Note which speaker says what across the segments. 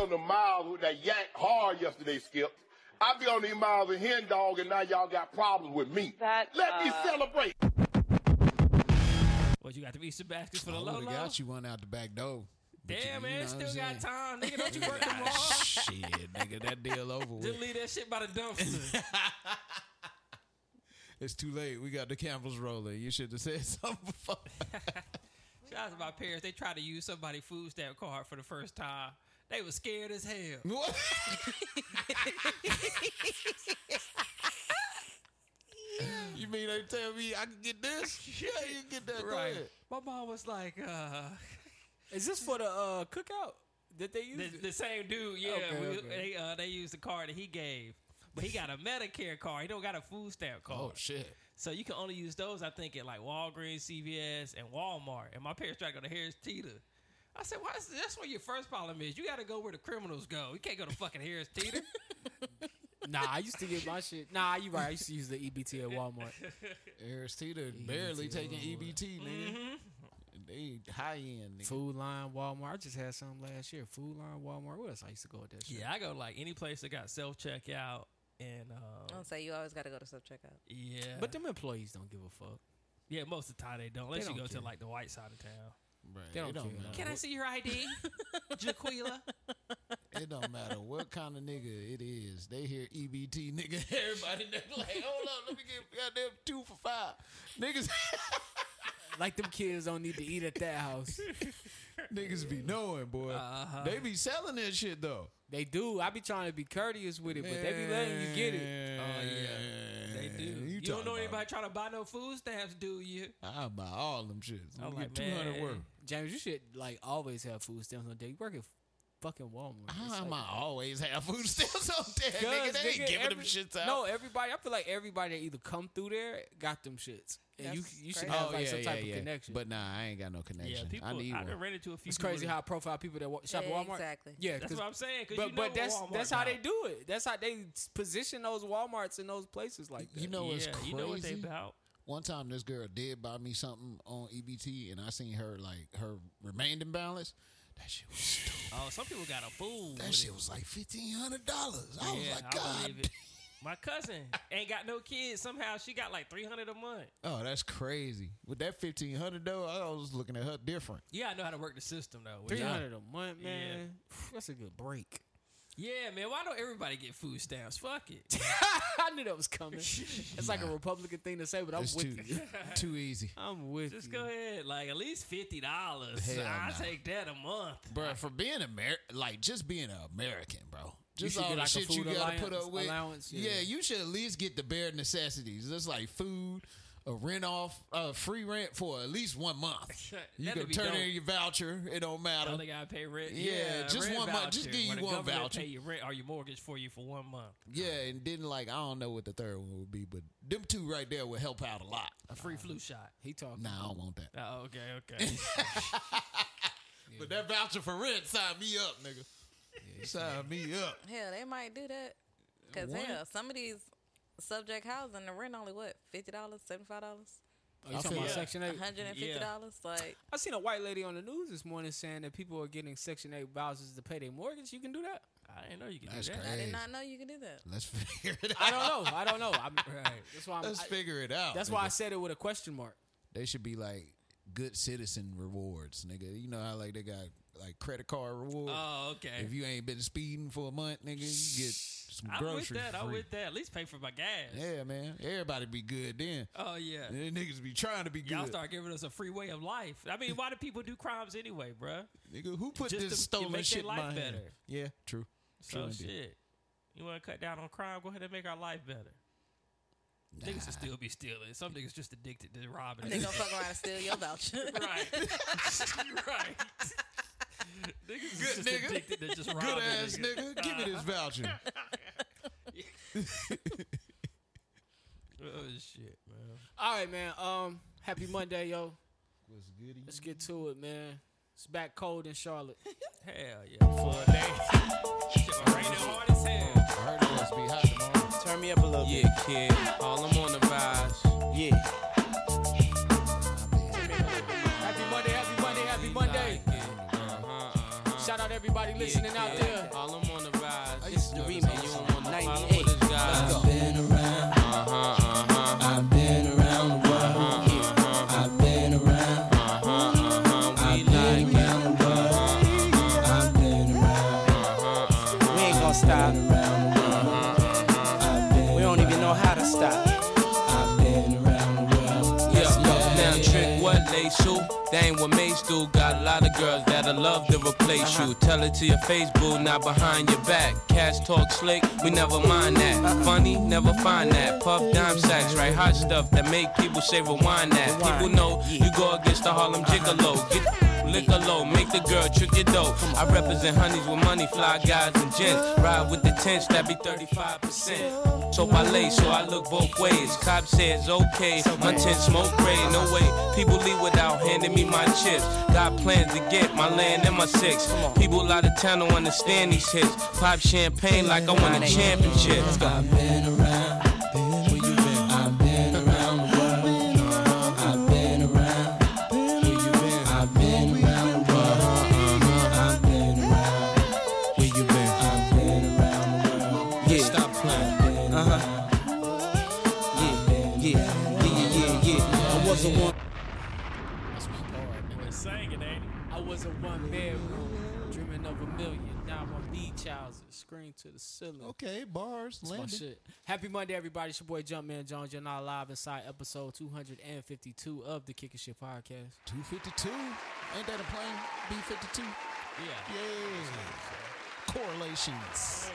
Speaker 1: on the miles with that yank hard yesterday, Skip. I be on these miles of hen dog, and now y'all got problems with me.
Speaker 2: That,
Speaker 1: Let me
Speaker 2: uh,
Speaker 1: celebrate.
Speaker 3: What you got the Easter baskets for
Speaker 4: I
Speaker 3: the
Speaker 4: would
Speaker 3: low
Speaker 4: have
Speaker 3: low?
Speaker 4: got you one out the back door. But you-
Speaker 3: Damn
Speaker 4: you
Speaker 3: man,
Speaker 4: know what
Speaker 3: still
Speaker 4: I'm
Speaker 3: got
Speaker 4: saying?
Speaker 3: time. Nigga, don't you work tomorrow?
Speaker 4: Shit, nigga, that deal over
Speaker 3: Just
Speaker 4: with.
Speaker 3: leave that shit by the dumpster.
Speaker 4: It's too late. We got the cameras rolling. You should have said something before.
Speaker 3: Shout out to my parents. They tried to use somebody's food stamp card for the first time. They was scared as hell.
Speaker 4: What? you mean they tell me I can get this? Yeah, you can get that. Go
Speaker 3: Right.
Speaker 4: ahead.
Speaker 3: My mom was like, uh,
Speaker 5: Is this for the uh, cookout that they use?
Speaker 3: the, the same dude, yeah.
Speaker 4: Okay,
Speaker 3: we-
Speaker 4: okay.
Speaker 3: They uh, they used the card that he gave, but he got a Medicare card. He don't got a food stamp
Speaker 4: Oh
Speaker 3: card.
Speaker 4: shit.
Speaker 3: so you can only use those, I think, at like Walgreens, CVS, and Walmart. And my parents tried to go to Harris Teeter. I said, "Why? Is, that's where your first problem is. You got to go where the criminals go. You can't go to fucking Harris Teeter."
Speaker 5: nah, I used to get my shit. Nah, you right. I used to use the EBT at Walmart.
Speaker 4: Aristida
Speaker 5: E
Speaker 4: barely taking EBT, nigga. They high end, nigga.
Speaker 5: Mm-hmm. Food line Walmart. I just had some last year. Food line Walmart. What else I used to go with that shit?
Speaker 3: yeah, I go like any place that got self checkout, and um,
Speaker 2: I'll say you always got to go to self checkout.
Speaker 3: yeah,
Speaker 5: But them employees don't give a fuck.
Speaker 3: yeah, most of the time they don't. Unless
Speaker 5: They
Speaker 3: you
Speaker 5: don't
Speaker 3: go
Speaker 5: care.
Speaker 3: to like the white side of town.
Speaker 4: Bruh,
Speaker 5: They don't
Speaker 4: it don't
Speaker 5: care.
Speaker 4: matter.
Speaker 3: Can I see your ID, Jaquila?
Speaker 4: It don't matter what kind of nigga it is. They hear EBT, nigga. Everybody they like, hold on, let me get goddamn two for five, niggas.
Speaker 5: Like them kids don't need to eat at that house.
Speaker 4: niggas be knowing, boy.
Speaker 5: Uh-huh.
Speaker 4: They be selling that shit though.
Speaker 5: They do. I be trying to be courteous with it, but they be letting you get it.
Speaker 3: Oh, yeah. They do. You, don't know anybody trying to buy no food stamps, do you?
Speaker 4: I buy all them shits.
Speaker 3: I'm
Speaker 4: I'm
Speaker 3: like,
Speaker 4: get two hundred
Speaker 3: man.
Speaker 4: worth.
Speaker 5: James, you should like always have food stamps on deck. You work at fucking Walmart. It's
Speaker 4: How am
Speaker 5: like-
Speaker 4: I always have food stamps on there, nigga?
Speaker 5: Cuz,
Speaker 4: They ain't giving them
Speaker 5: every-
Speaker 4: shits out.
Speaker 5: No, everybody. I feel like everybody that either come through there got them shits, and you
Speaker 2: That's
Speaker 5: you should
Speaker 4: Oh,
Speaker 2: crazy.
Speaker 5: have like some type of connection.
Speaker 4: But nah, I ain't got no connection. I need
Speaker 3: I've
Speaker 4: one.
Speaker 3: ran into a few.
Speaker 5: it's crazy
Speaker 3: people
Speaker 5: how I profile people that wa- shop at
Speaker 2: Yeah,
Speaker 5: Walmart.
Speaker 2: exactly.
Speaker 5: Yeah,
Speaker 3: That's
Speaker 5: 'cause-
Speaker 3: what I'm saying, 'cause
Speaker 5: but
Speaker 3: you know
Speaker 5: but that's
Speaker 3: Walmart
Speaker 5: that's how
Speaker 3: now.
Speaker 5: they do it. That's how they s- position those WalMarts in those places like that.
Speaker 4: You know what's crazy?
Speaker 3: you know what they about.
Speaker 4: One time, this girl did buy me something on EBT, and I seen her like her remaining balance. That shit was stupid.
Speaker 3: Oh, some people got a fool.
Speaker 4: that shit was like fifteen hundred dollars. I was
Speaker 3: yeah,
Speaker 4: like,
Speaker 3: I
Speaker 4: God,
Speaker 3: believe it. My cousin ain't got no kids. Somehow she got like 300 a month.
Speaker 4: oh, that's crazy. With that fifteen hundred though, I was looking at her different.
Speaker 3: Yeah, I know how to work the system though. which
Speaker 5: Three
Speaker 3: is-
Speaker 5: hundred a month, man. That's a good break.
Speaker 3: Yeah, man. Why don't everybody get food stamps? Fuck it.
Speaker 5: I knew that was coming. It's like a Republican thing to say, but I'm
Speaker 4: It's
Speaker 5: with
Speaker 4: too
Speaker 5: you.
Speaker 4: too easy,
Speaker 5: I'm with
Speaker 3: Just
Speaker 5: you.
Speaker 3: go ahead. Like at least fifty dollars.
Speaker 4: Hell
Speaker 3: I
Speaker 4: no.
Speaker 3: take that a month.
Speaker 4: bro. For being Amer, like just being an American, bro. Just
Speaker 5: should
Speaker 4: all
Speaker 5: get,
Speaker 4: the
Speaker 5: like, a
Speaker 4: shit you
Speaker 5: food
Speaker 4: gotta put
Speaker 5: allowance-
Speaker 4: up with.
Speaker 5: allowance,
Speaker 4: yeah.
Speaker 5: yeah.
Speaker 4: you should at least get the bare necessities. That's like food, a rent off, uh, free rent for at least one month. You
Speaker 3: That'd
Speaker 4: can
Speaker 3: be
Speaker 4: turn
Speaker 3: dope.
Speaker 4: in your voucher. It don't matter.
Speaker 3: I think I pay rent.
Speaker 4: Yeah, just
Speaker 3: rent
Speaker 4: one month. Just
Speaker 3: voucher.
Speaker 4: give you
Speaker 3: When the
Speaker 4: one
Speaker 3: government
Speaker 4: voucher.
Speaker 3: Pay your rent or your mortgage for you for one month.
Speaker 4: Yeah, and then like I don't know what the third one would be, but them two right there would help out a lot.
Speaker 3: A free flu shot.
Speaker 5: He talking.
Speaker 4: Nah, I don't want that.
Speaker 3: Oh, okay, okay.
Speaker 4: But that voucher for rent sign me up, nigga. sign me up.
Speaker 2: Hell, they might do that. Cause
Speaker 4: What?
Speaker 2: hell, some of these subject housing the rent only what fifty dollars, seventy five dollars,
Speaker 5: Oh, you
Speaker 4: I
Speaker 5: talking
Speaker 4: feel
Speaker 5: about
Speaker 4: you.
Speaker 5: Section Eight?
Speaker 2: hundred and fifty dollars. Like
Speaker 5: I seen a white lady on the news this morning saying that people are getting Section Eight vouchers to pay their mortgage. You can do that.
Speaker 3: I didn't know you could
Speaker 4: That's
Speaker 3: do that.
Speaker 2: I
Speaker 4: Hey.
Speaker 2: did not know you could do that.
Speaker 4: Let's figure it out.
Speaker 5: I don't know. I don't know. I'm, That's why. I'm,
Speaker 4: Let's
Speaker 5: I-
Speaker 4: figure it out.
Speaker 5: that's why I
Speaker 4: nigga.
Speaker 5: said it with a question mark.
Speaker 4: they should be like good citizen rewards, nigga. You know how like they got like credit card rewards.
Speaker 3: Oh, okay.
Speaker 4: If you ain't been speeding for a month, nigga, you get some
Speaker 3: I'm with
Speaker 4: groceries.
Speaker 3: that. I'm
Speaker 4: free.
Speaker 3: with that. At least pay for my gas.
Speaker 4: Yeah, man. Everybody be good then.
Speaker 3: Oh yeah.
Speaker 4: Then niggas be trying to be good.
Speaker 3: Y'all start giving us a free way of life. I mean, why do people do crimes anyway, bruh?
Speaker 4: Nigga, who put
Speaker 3: Just
Speaker 4: this
Speaker 3: to- to
Speaker 4: stolen
Speaker 3: make
Speaker 4: shit
Speaker 3: their
Speaker 4: in
Speaker 3: life
Speaker 4: my hand?
Speaker 3: better.
Speaker 4: Yeah, true.
Speaker 3: So
Speaker 4: True indeed.
Speaker 3: shit. You want to cut down on crime? Go ahead and make our life better. Niggas will still be stealing. Some niggas just addicted to robbing.
Speaker 2: They gonna fuck around and steal your voucher.
Speaker 3: right. right. Niggas is
Speaker 4: Good
Speaker 3: just
Speaker 4: nigga.
Speaker 3: addicted to just robbing.
Speaker 4: Good ass
Speaker 3: niggas.
Speaker 4: nigga, give me this voucher.
Speaker 3: Oh shit, man.
Speaker 5: All right, man. Um, happy Monday, yo.
Speaker 4: What's goody?
Speaker 5: Let's get to it, man. It's back cold in Charlotte.
Speaker 3: Hell yeah. For a day. Shit, raining hard as hell.
Speaker 4: I heard it must be hot tomorrow.
Speaker 6: Turn me up a little bit.
Speaker 5: Yeah, kid. All I'm on the vibes.
Speaker 6: Yeah.
Speaker 5: Happy Monday. Happy Monday. Happy Monday.
Speaker 6: Uh-huh, uh-huh.
Speaker 5: Shout out everybody listening out there.
Speaker 6: All I'm on the rise.
Speaker 4: I
Speaker 6: This
Speaker 4: used
Speaker 6: the
Speaker 4: to
Speaker 6: remake.
Speaker 4: notice
Speaker 6: You
Speaker 4: that
Speaker 6: don't want to follow
Speaker 5: 98.
Speaker 6: with this guy.
Speaker 7: I've been around.
Speaker 6: Uh-huh, uh-huh,
Speaker 7: I've been around the world. I've been around.
Speaker 6: uh-huh, uh-huh. We
Speaker 7: I've been around the world. I've been around.
Speaker 6: uh-huh,
Speaker 7: We ain't gonna stop. We don't even know how to stop. I've been around the world.
Speaker 6: Yeah, now trick what they shoot. They ain't what mates do. Got a lot of girls that'll love to replace you. Tell it to your face, boo, not behind your back. Cash talk slick, we never mind that. Funny, never find that. Puff dime sacks, right? Hot stuff that make people say rewind that. People know you go against the Harlem Gigolo. Get lick a low, make the girl trick your dough. I represent honeys with money, fly guys and gents. Ride with the tents, that be 35%. So I lay, so I look both ways. Cop says okay, my tent smoke gray, no way. People leave without handing me my chips. Got plans to get my land and my six. People out of town don't understand these hits. Pop champagne like I won a championship.
Speaker 7: I've been around. I've been around the world. I've been around. I've been around the world. I've been around.
Speaker 6: Where you been?
Speaker 7: I've been around the world.
Speaker 6: Yeah. Stop playing. Uh huh. Yeah, yeah, yeah, yeah, yeah. I wasn't one.
Speaker 4: That's my part, nigga.
Speaker 5: Singing, ain't I was a one bedroom, dreaming of a million. Now I'm on beach houses, screen to the ceiling.
Speaker 4: Okay, bars,
Speaker 5: That's my
Speaker 4: landed.
Speaker 5: shit. Happy Monday, everybody. It's your boy Jumpman Jones. You're not live inside episode 252 of the Kicking Shit Podcast.
Speaker 4: 252. Ain't that a plane? B52.
Speaker 3: Yeah.
Speaker 4: Yeah. Correlations.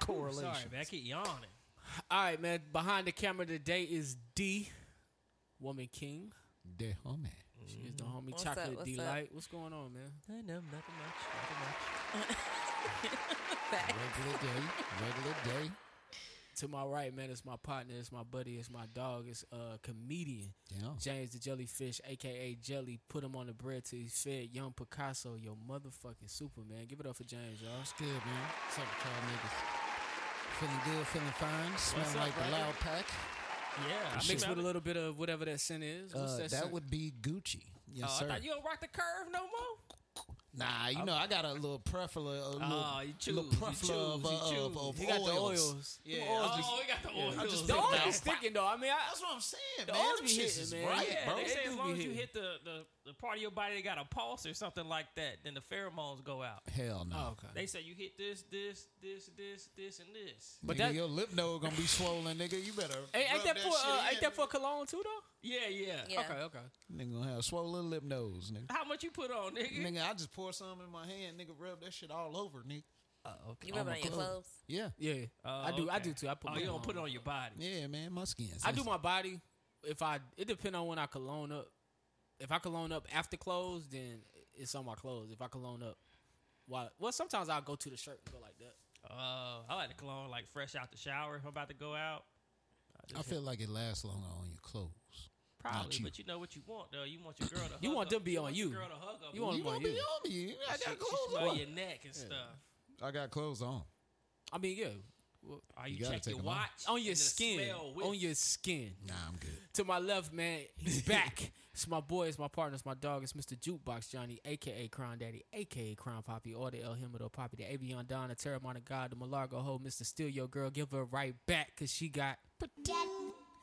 Speaker 4: Correlations.
Speaker 3: Sorry, man. I keep yawning.
Speaker 5: All right, man. Behind the camera today is D, Woman King.
Speaker 4: The homie.
Speaker 5: She is the
Speaker 4: Mm-hmm.
Speaker 5: homie
Speaker 2: What's up,
Speaker 5: Chocolate
Speaker 2: what's
Speaker 5: D
Speaker 2: up?
Speaker 5: Light. What's going on, man?
Speaker 3: No, no, nothing much. Nothing much.
Speaker 4: Regular day. Regular day.
Speaker 5: To my right, man, it's my partner, it's my buddy, it's my dog, it's a comedian,
Speaker 4: Yeah.
Speaker 5: James the Jellyfish, aka Jelly. Put him on the bread till he's fed. Young Picasso, your motherfucking Superman. Give it up for James, y'all.
Speaker 4: What's good, man? What's up with y'all niggas? Feeling good, feeling fine. Smelling
Speaker 3: up,
Speaker 4: like the
Speaker 3: brother?
Speaker 4: loud pack.
Speaker 3: Yeah.
Speaker 5: I mixed with a little bit of whatever that scent is. What's
Speaker 4: Uh, that
Speaker 5: that, scent?
Speaker 4: would be Gucci. Yes,
Speaker 3: Oh, I
Speaker 4: sir.
Speaker 3: thought you don't rock the curve no more.
Speaker 4: nah, you know, I
Speaker 5: Oh,
Speaker 4: got a little preference. A little,
Speaker 3: Oh, you choose,
Speaker 4: little
Speaker 3: you
Speaker 4: preference
Speaker 3: choose,
Speaker 4: of,
Speaker 3: you
Speaker 4: uh,
Speaker 3: choose.
Speaker 4: of, of
Speaker 5: He got
Speaker 4: oils.
Speaker 5: the oils.
Speaker 4: Them
Speaker 3: Yeah.
Speaker 4: oils be-
Speaker 3: Oh, we got the oil.
Speaker 4: I just
Speaker 5: The
Speaker 4: think
Speaker 5: oil
Speaker 4: now-
Speaker 5: is sticking though. I mean, I,
Speaker 4: That's what I'm saying,
Speaker 5: The
Speaker 4: man.
Speaker 5: oils
Speaker 4: Them
Speaker 5: be
Speaker 4: shits
Speaker 5: hitting,
Speaker 4: is
Speaker 5: man.
Speaker 4: right,
Speaker 5: Yeah,
Speaker 4: bro.
Speaker 3: they
Speaker 5: They
Speaker 3: say as
Speaker 5: do be
Speaker 3: long as you
Speaker 5: hitting.
Speaker 3: hit the, the, the part of your body that got a pulse or something like that, then the pheromones go out.
Speaker 4: Hell no.
Speaker 5: oh, okay.
Speaker 3: They say you hit this, this, this, this, this, and this.
Speaker 5: But
Speaker 4: nigga,
Speaker 5: that-
Speaker 4: your lip node gonna be swollen, nigga. You better.
Speaker 5: Hey, ain't
Speaker 4: rub
Speaker 5: that for
Speaker 4: shit
Speaker 5: uh,
Speaker 4: in.
Speaker 5: ain't that for cologne too though?
Speaker 3: Yeah, yeah.
Speaker 2: Yeah.
Speaker 5: Okay, okay.
Speaker 4: Nigga gonna have swollen lip nose, nigga.
Speaker 3: How much you put on, nigga?
Speaker 4: Nigga, I just pour some in my hand, nigga. Rub that shit all over, nigga.
Speaker 2: You rub it
Speaker 4: my
Speaker 2: on your
Speaker 4: clothes.
Speaker 2: clothes.
Speaker 4: Yeah,
Speaker 5: Yeah,
Speaker 3: Oh,
Speaker 5: I do. I
Speaker 3: okay.
Speaker 5: do too. I put.
Speaker 3: Oh,
Speaker 5: mine
Speaker 3: you don't put it on your body.
Speaker 4: yeah, man. My skin's.
Speaker 5: I do my body. If I, it depends on when I cologne up. If I cologne up after clothes, then it's on my clothes. If I cologne up, while well, sometimes I'll go to the shirt and go like that.
Speaker 3: Uh, I like to cologne like fresh out the shower if I'm about to go out.
Speaker 4: I feel like it lasts longer on your clothes.
Speaker 3: Probably,
Speaker 4: you.
Speaker 3: but you know what you want though. You want your girl to.
Speaker 5: You
Speaker 3: hug
Speaker 5: want
Speaker 3: up-
Speaker 5: them be on
Speaker 3: want
Speaker 5: you.
Speaker 3: Your girl to hug up.
Speaker 5: You want
Speaker 4: You
Speaker 5: them on
Speaker 4: gonna be
Speaker 5: you.
Speaker 4: on me? I
Speaker 3: She-
Speaker 4: got
Speaker 3: she
Speaker 4: clothes
Speaker 3: smell
Speaker 4: on.
Speaker 3: your neck and stuff.
Speaker 4: I got clothes on.
Speaker 5: I mean, yeah,
Speaker 3: Are you,
Speaker 4: You gotta
Speaker 3: check
Speaker 4: take
Speaker 3: your
Speaker 4: 'em off.
Speaker 3: watch
Speaker 5: on your
Speaker 3: and the
Speaker 5: skin,
Speaker 3: smell with
Speaker 5: on
Speaker 3: it.
Speaker 5: your skin.
Speaker 4: Nah, I'm good.
Speaker 5: To my left, man, he's back. it's my boy, it's my partner, it's my dog, it's Mr. Jukebox Johnny, aka Crown Daddy, aka Crown Poppy, or the El Himido Poppy, the Avion Don, the Terramana God, the Malargo Ho, Mr. Steal Your Girl, give her right back, cause she got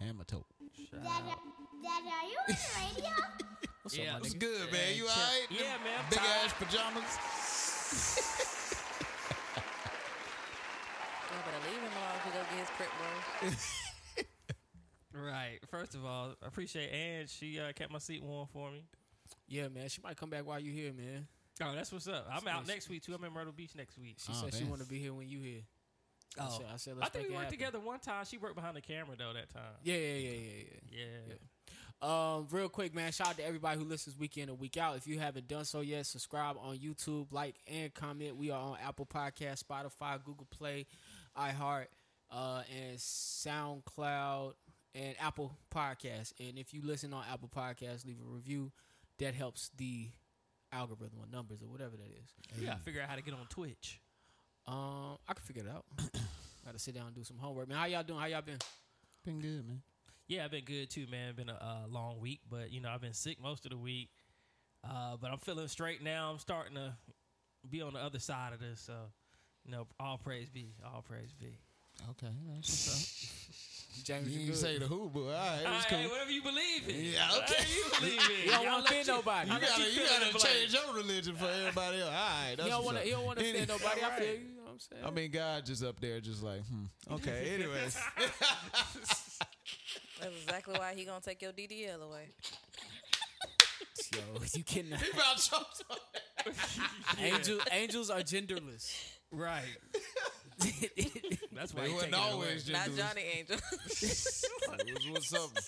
Speaker 4: Hammer toe.
Speaker 8: Dad, are you on the radio?
Speaker 5: what's
Speaker 3: Yeah.
Speaker 5: up, my
Speaker 4: It's
Speaker 5: nigga?
Speaker 4: good, man. You all right?
Speaker 3: Yeah, man, I'm
Speaker 4: Big
Speaker 3: tired.
Speaker 4: ass pajamas.
Speaker 2: Y'all better leave him alone if he go get his crip bro.
Speaker 3: Right. First of all, I appreciate Ann. She uh, kept my seat warm for me.
Speaker 5: Yeah, man. She might come back while you here, man.
Speaker 3: Oh, that's what's up. I'm out
Speaker 5: nice.
Speaker 3: next week too. I'm in Myrtle Beach next week.
Speaker 5: She
Speaker 4: Oh,
Speaker 5: said she
Speaker 4: damn.
Speaker 5: wanna be here when you here. I
Speaker 3: Oh.
Speaker 5: said, I said
Speaker 3: I
Speaker 5: let's
Speaker 3: think
Speaker 5: make
Speaker 3: we
Speaker 5: it
Speaker 3: worked
Speaker 5: happen.
Speaker 3: together one time. She worked behind the camera though that time.
Speaker 5: Yeah, yeah, yeah, yeah, yeah.
Speaker 3: Yeah.
Speaker 5: Um, real quick, man, shout out to everybody who listens week in and week out. If you haven't done so yet, subscribe on YouTube, like and comment. We are on Apple Podcast, Spotify, Google Play, iHeart, uh, and SoundCloud and Apple Podcast. And if you listen on Apple Podcast, leave a review. That helps the algorithm or numbers or whatever that is.
Speaker 3: We gotta figure out how to get on Twitch.
Speaker 5: Um, I can figure it out. Gotta sit down and do some homework. Man, how y'all doing? How y'all been?
Speaker 4: Been good, man.
Speaker 3: Yeah, I've been good too, man. Been a uh, long week, but you know I've been sick most of the week. Uh, but I'm feeling straight now. I'm starting to, be on the other side of this. So, you know, all praise be, all praise be.
Speaker 4: Okay. that's what's up.
Speaker 5: James,
Speaker 4: you
Speaker 5: you
Speaker 4: didn't
Speaker 5: good.
Speaker 4: say the who, but all right, it
Speaker 3: All
Speaker 4: was
Speaker 3: right,
Speaker 4: cool.
Speaker 3: whatever you believe in.
Speaker 4: Yeah, okay.
Speaker 3: Whatever you believe in.
Speaker 5: He don't
Speaker 3: Y'all
Speaker 5: want
Speaker 3: let
Speaker 5: to offend
Speaker 3: you-
Speaker 5: nobody.
Speaker 4: You
Speaker 3: let
Speaker 4: gotta, you
Speaker 3: feel
Speaker 4: gotta
Speaker 3: it, but
Speaker 4: change your religion for everybody else. All right, that's
Speaker 5: He don't
Speaker 4: what's
Speaker 5: want to.
Speaker 4: up.
Speaker 5: He don't want to
Speaker 4: Any-
Speaker 5: offend nobody. I feel
Speaker 3: Alright.
Speaker 5: you. You know what I'm saying.
Speaker 4: I mean, God just up there, just like, hmm. Okay, anyways.
Speaker 2: That's exactly why he gonna take your DDL away.
Speaker 5: Yo, you cannot.
Speaker 4: about Trump's
Speaker 5: Angel, angels are genderless.
Speaker 3: Right. That's why
Speaker 4: They
Speaker 3: he taking
Speaker 4: wasn't
Speaker 3: it away.
Speaker 4: always
Speaker 2: Not
Speaker 4: just
Speaker 2: Johnny Angel.
Speaker 4: was, was something.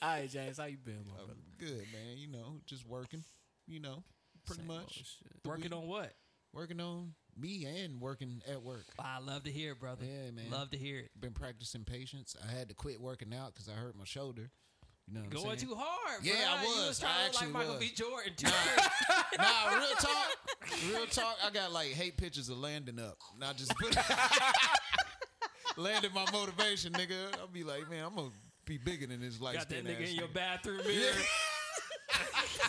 Speaker 5: All right, James, how you been, my brother?
Speaker 4: I'm good, man. You know, just working, you know, pretty
Speaker 5: Same
Speaker 4: much.
Speaker 5: old shit.
Speaker 4: The
Speaker 3: Working
Speaker 4: week-
Speaker 3: on what?
Speaker 4: Working on me and working at work.
Speaker 3: I love to hear it, brother.
Speaker 4: Yeah, man.
Speaker 3: Love to hear it.
Speaker 4: Been practicing patience. I had to quit working out because I hurt my shoulder. You know what I'm
Speaker 3: Going
Speaker 4: saying?
Speaker 3: too hard,
Speaker 4: Yeah,
Speaker 3: bruh.
Speaker 4: I
Speaker 3: You
Speaker 4: was.
Speaker 3: was trying
Speaker 4: I
Speaker 3: to look
Speaker 4: actually
Speaker 3: like Michael
Speaker 4: was.
Speaker 3: B. Jordan. too.
Speaker 4: nah, real talk. Real talk. I got like hate pictures of landing up. Not just put landing my motivation, nigga. I'll be like, man, I'm gonna be bigger than this light
Speaker 3: Got that
Speaker 4: skin
Speaker 3: nigga
Speaker 4: ass
Speaker 3: in your
Speaker 4: nigga.
Speaker 3: bathroom mirror.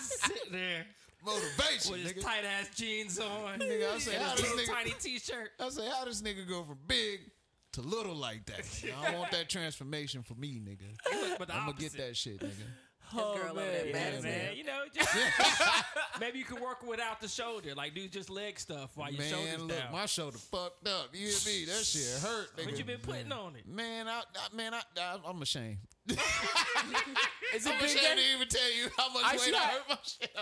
Speaker 3: Sitting there
Speaker 4: Motivation,
Speaker 3: with his
Speaker 4: nigga.
Speaker 3: tight ass jeans on.
Speaker 4: Nigga, I say,
Speaker 3: and
Speaker 4: how
Speaker 3: his
Speaker 4: this
Speaker 3: little
Speaker 4: nigga-
Speaker 3: tiny t shirt.
Speaker 4: I say, how this nigga go from big to little like that? nigga? I want that transformation for me, nigga.
Speaker 3: But the
Speaker 4: I'm gonna
Speaker 3: opposite.
Speaker 4: get that shit, nigga.
Speaker 5: Oh,
Speaker 2: girl over
Speaker 5: man.
Speaker 2: there
Speaker 3: Yeah,
Speaker 2: bad
Speaker 3: man.
Speaker 2: man.
Speaker 3: You know, just maybe you can work without the shoulder. Like do just leg stuff while your
Speaker 4: Man,
Speaker 3: shoulders
Speaker 4: look,
Speaker 3: down.
Speaker 4: my shoulder fucked up. You hear me? That shit hurt, nigga.
Speaker 3: but you been putting on it.
Speaker 4: Man, I, I man, I, I, I'm ashamed.
Speaker 5: Is it
Speaker 4: I'm
Speaker 5: big
Speaker 4: ashamed
Speaker 5: day?
Speaker 4: to even tell you how much
Speaker 5: I
Speaker 4: weight
Speaker 5: should
Speaker 4: I
Speaker 5: not-
Speaker 4: hurt my shit.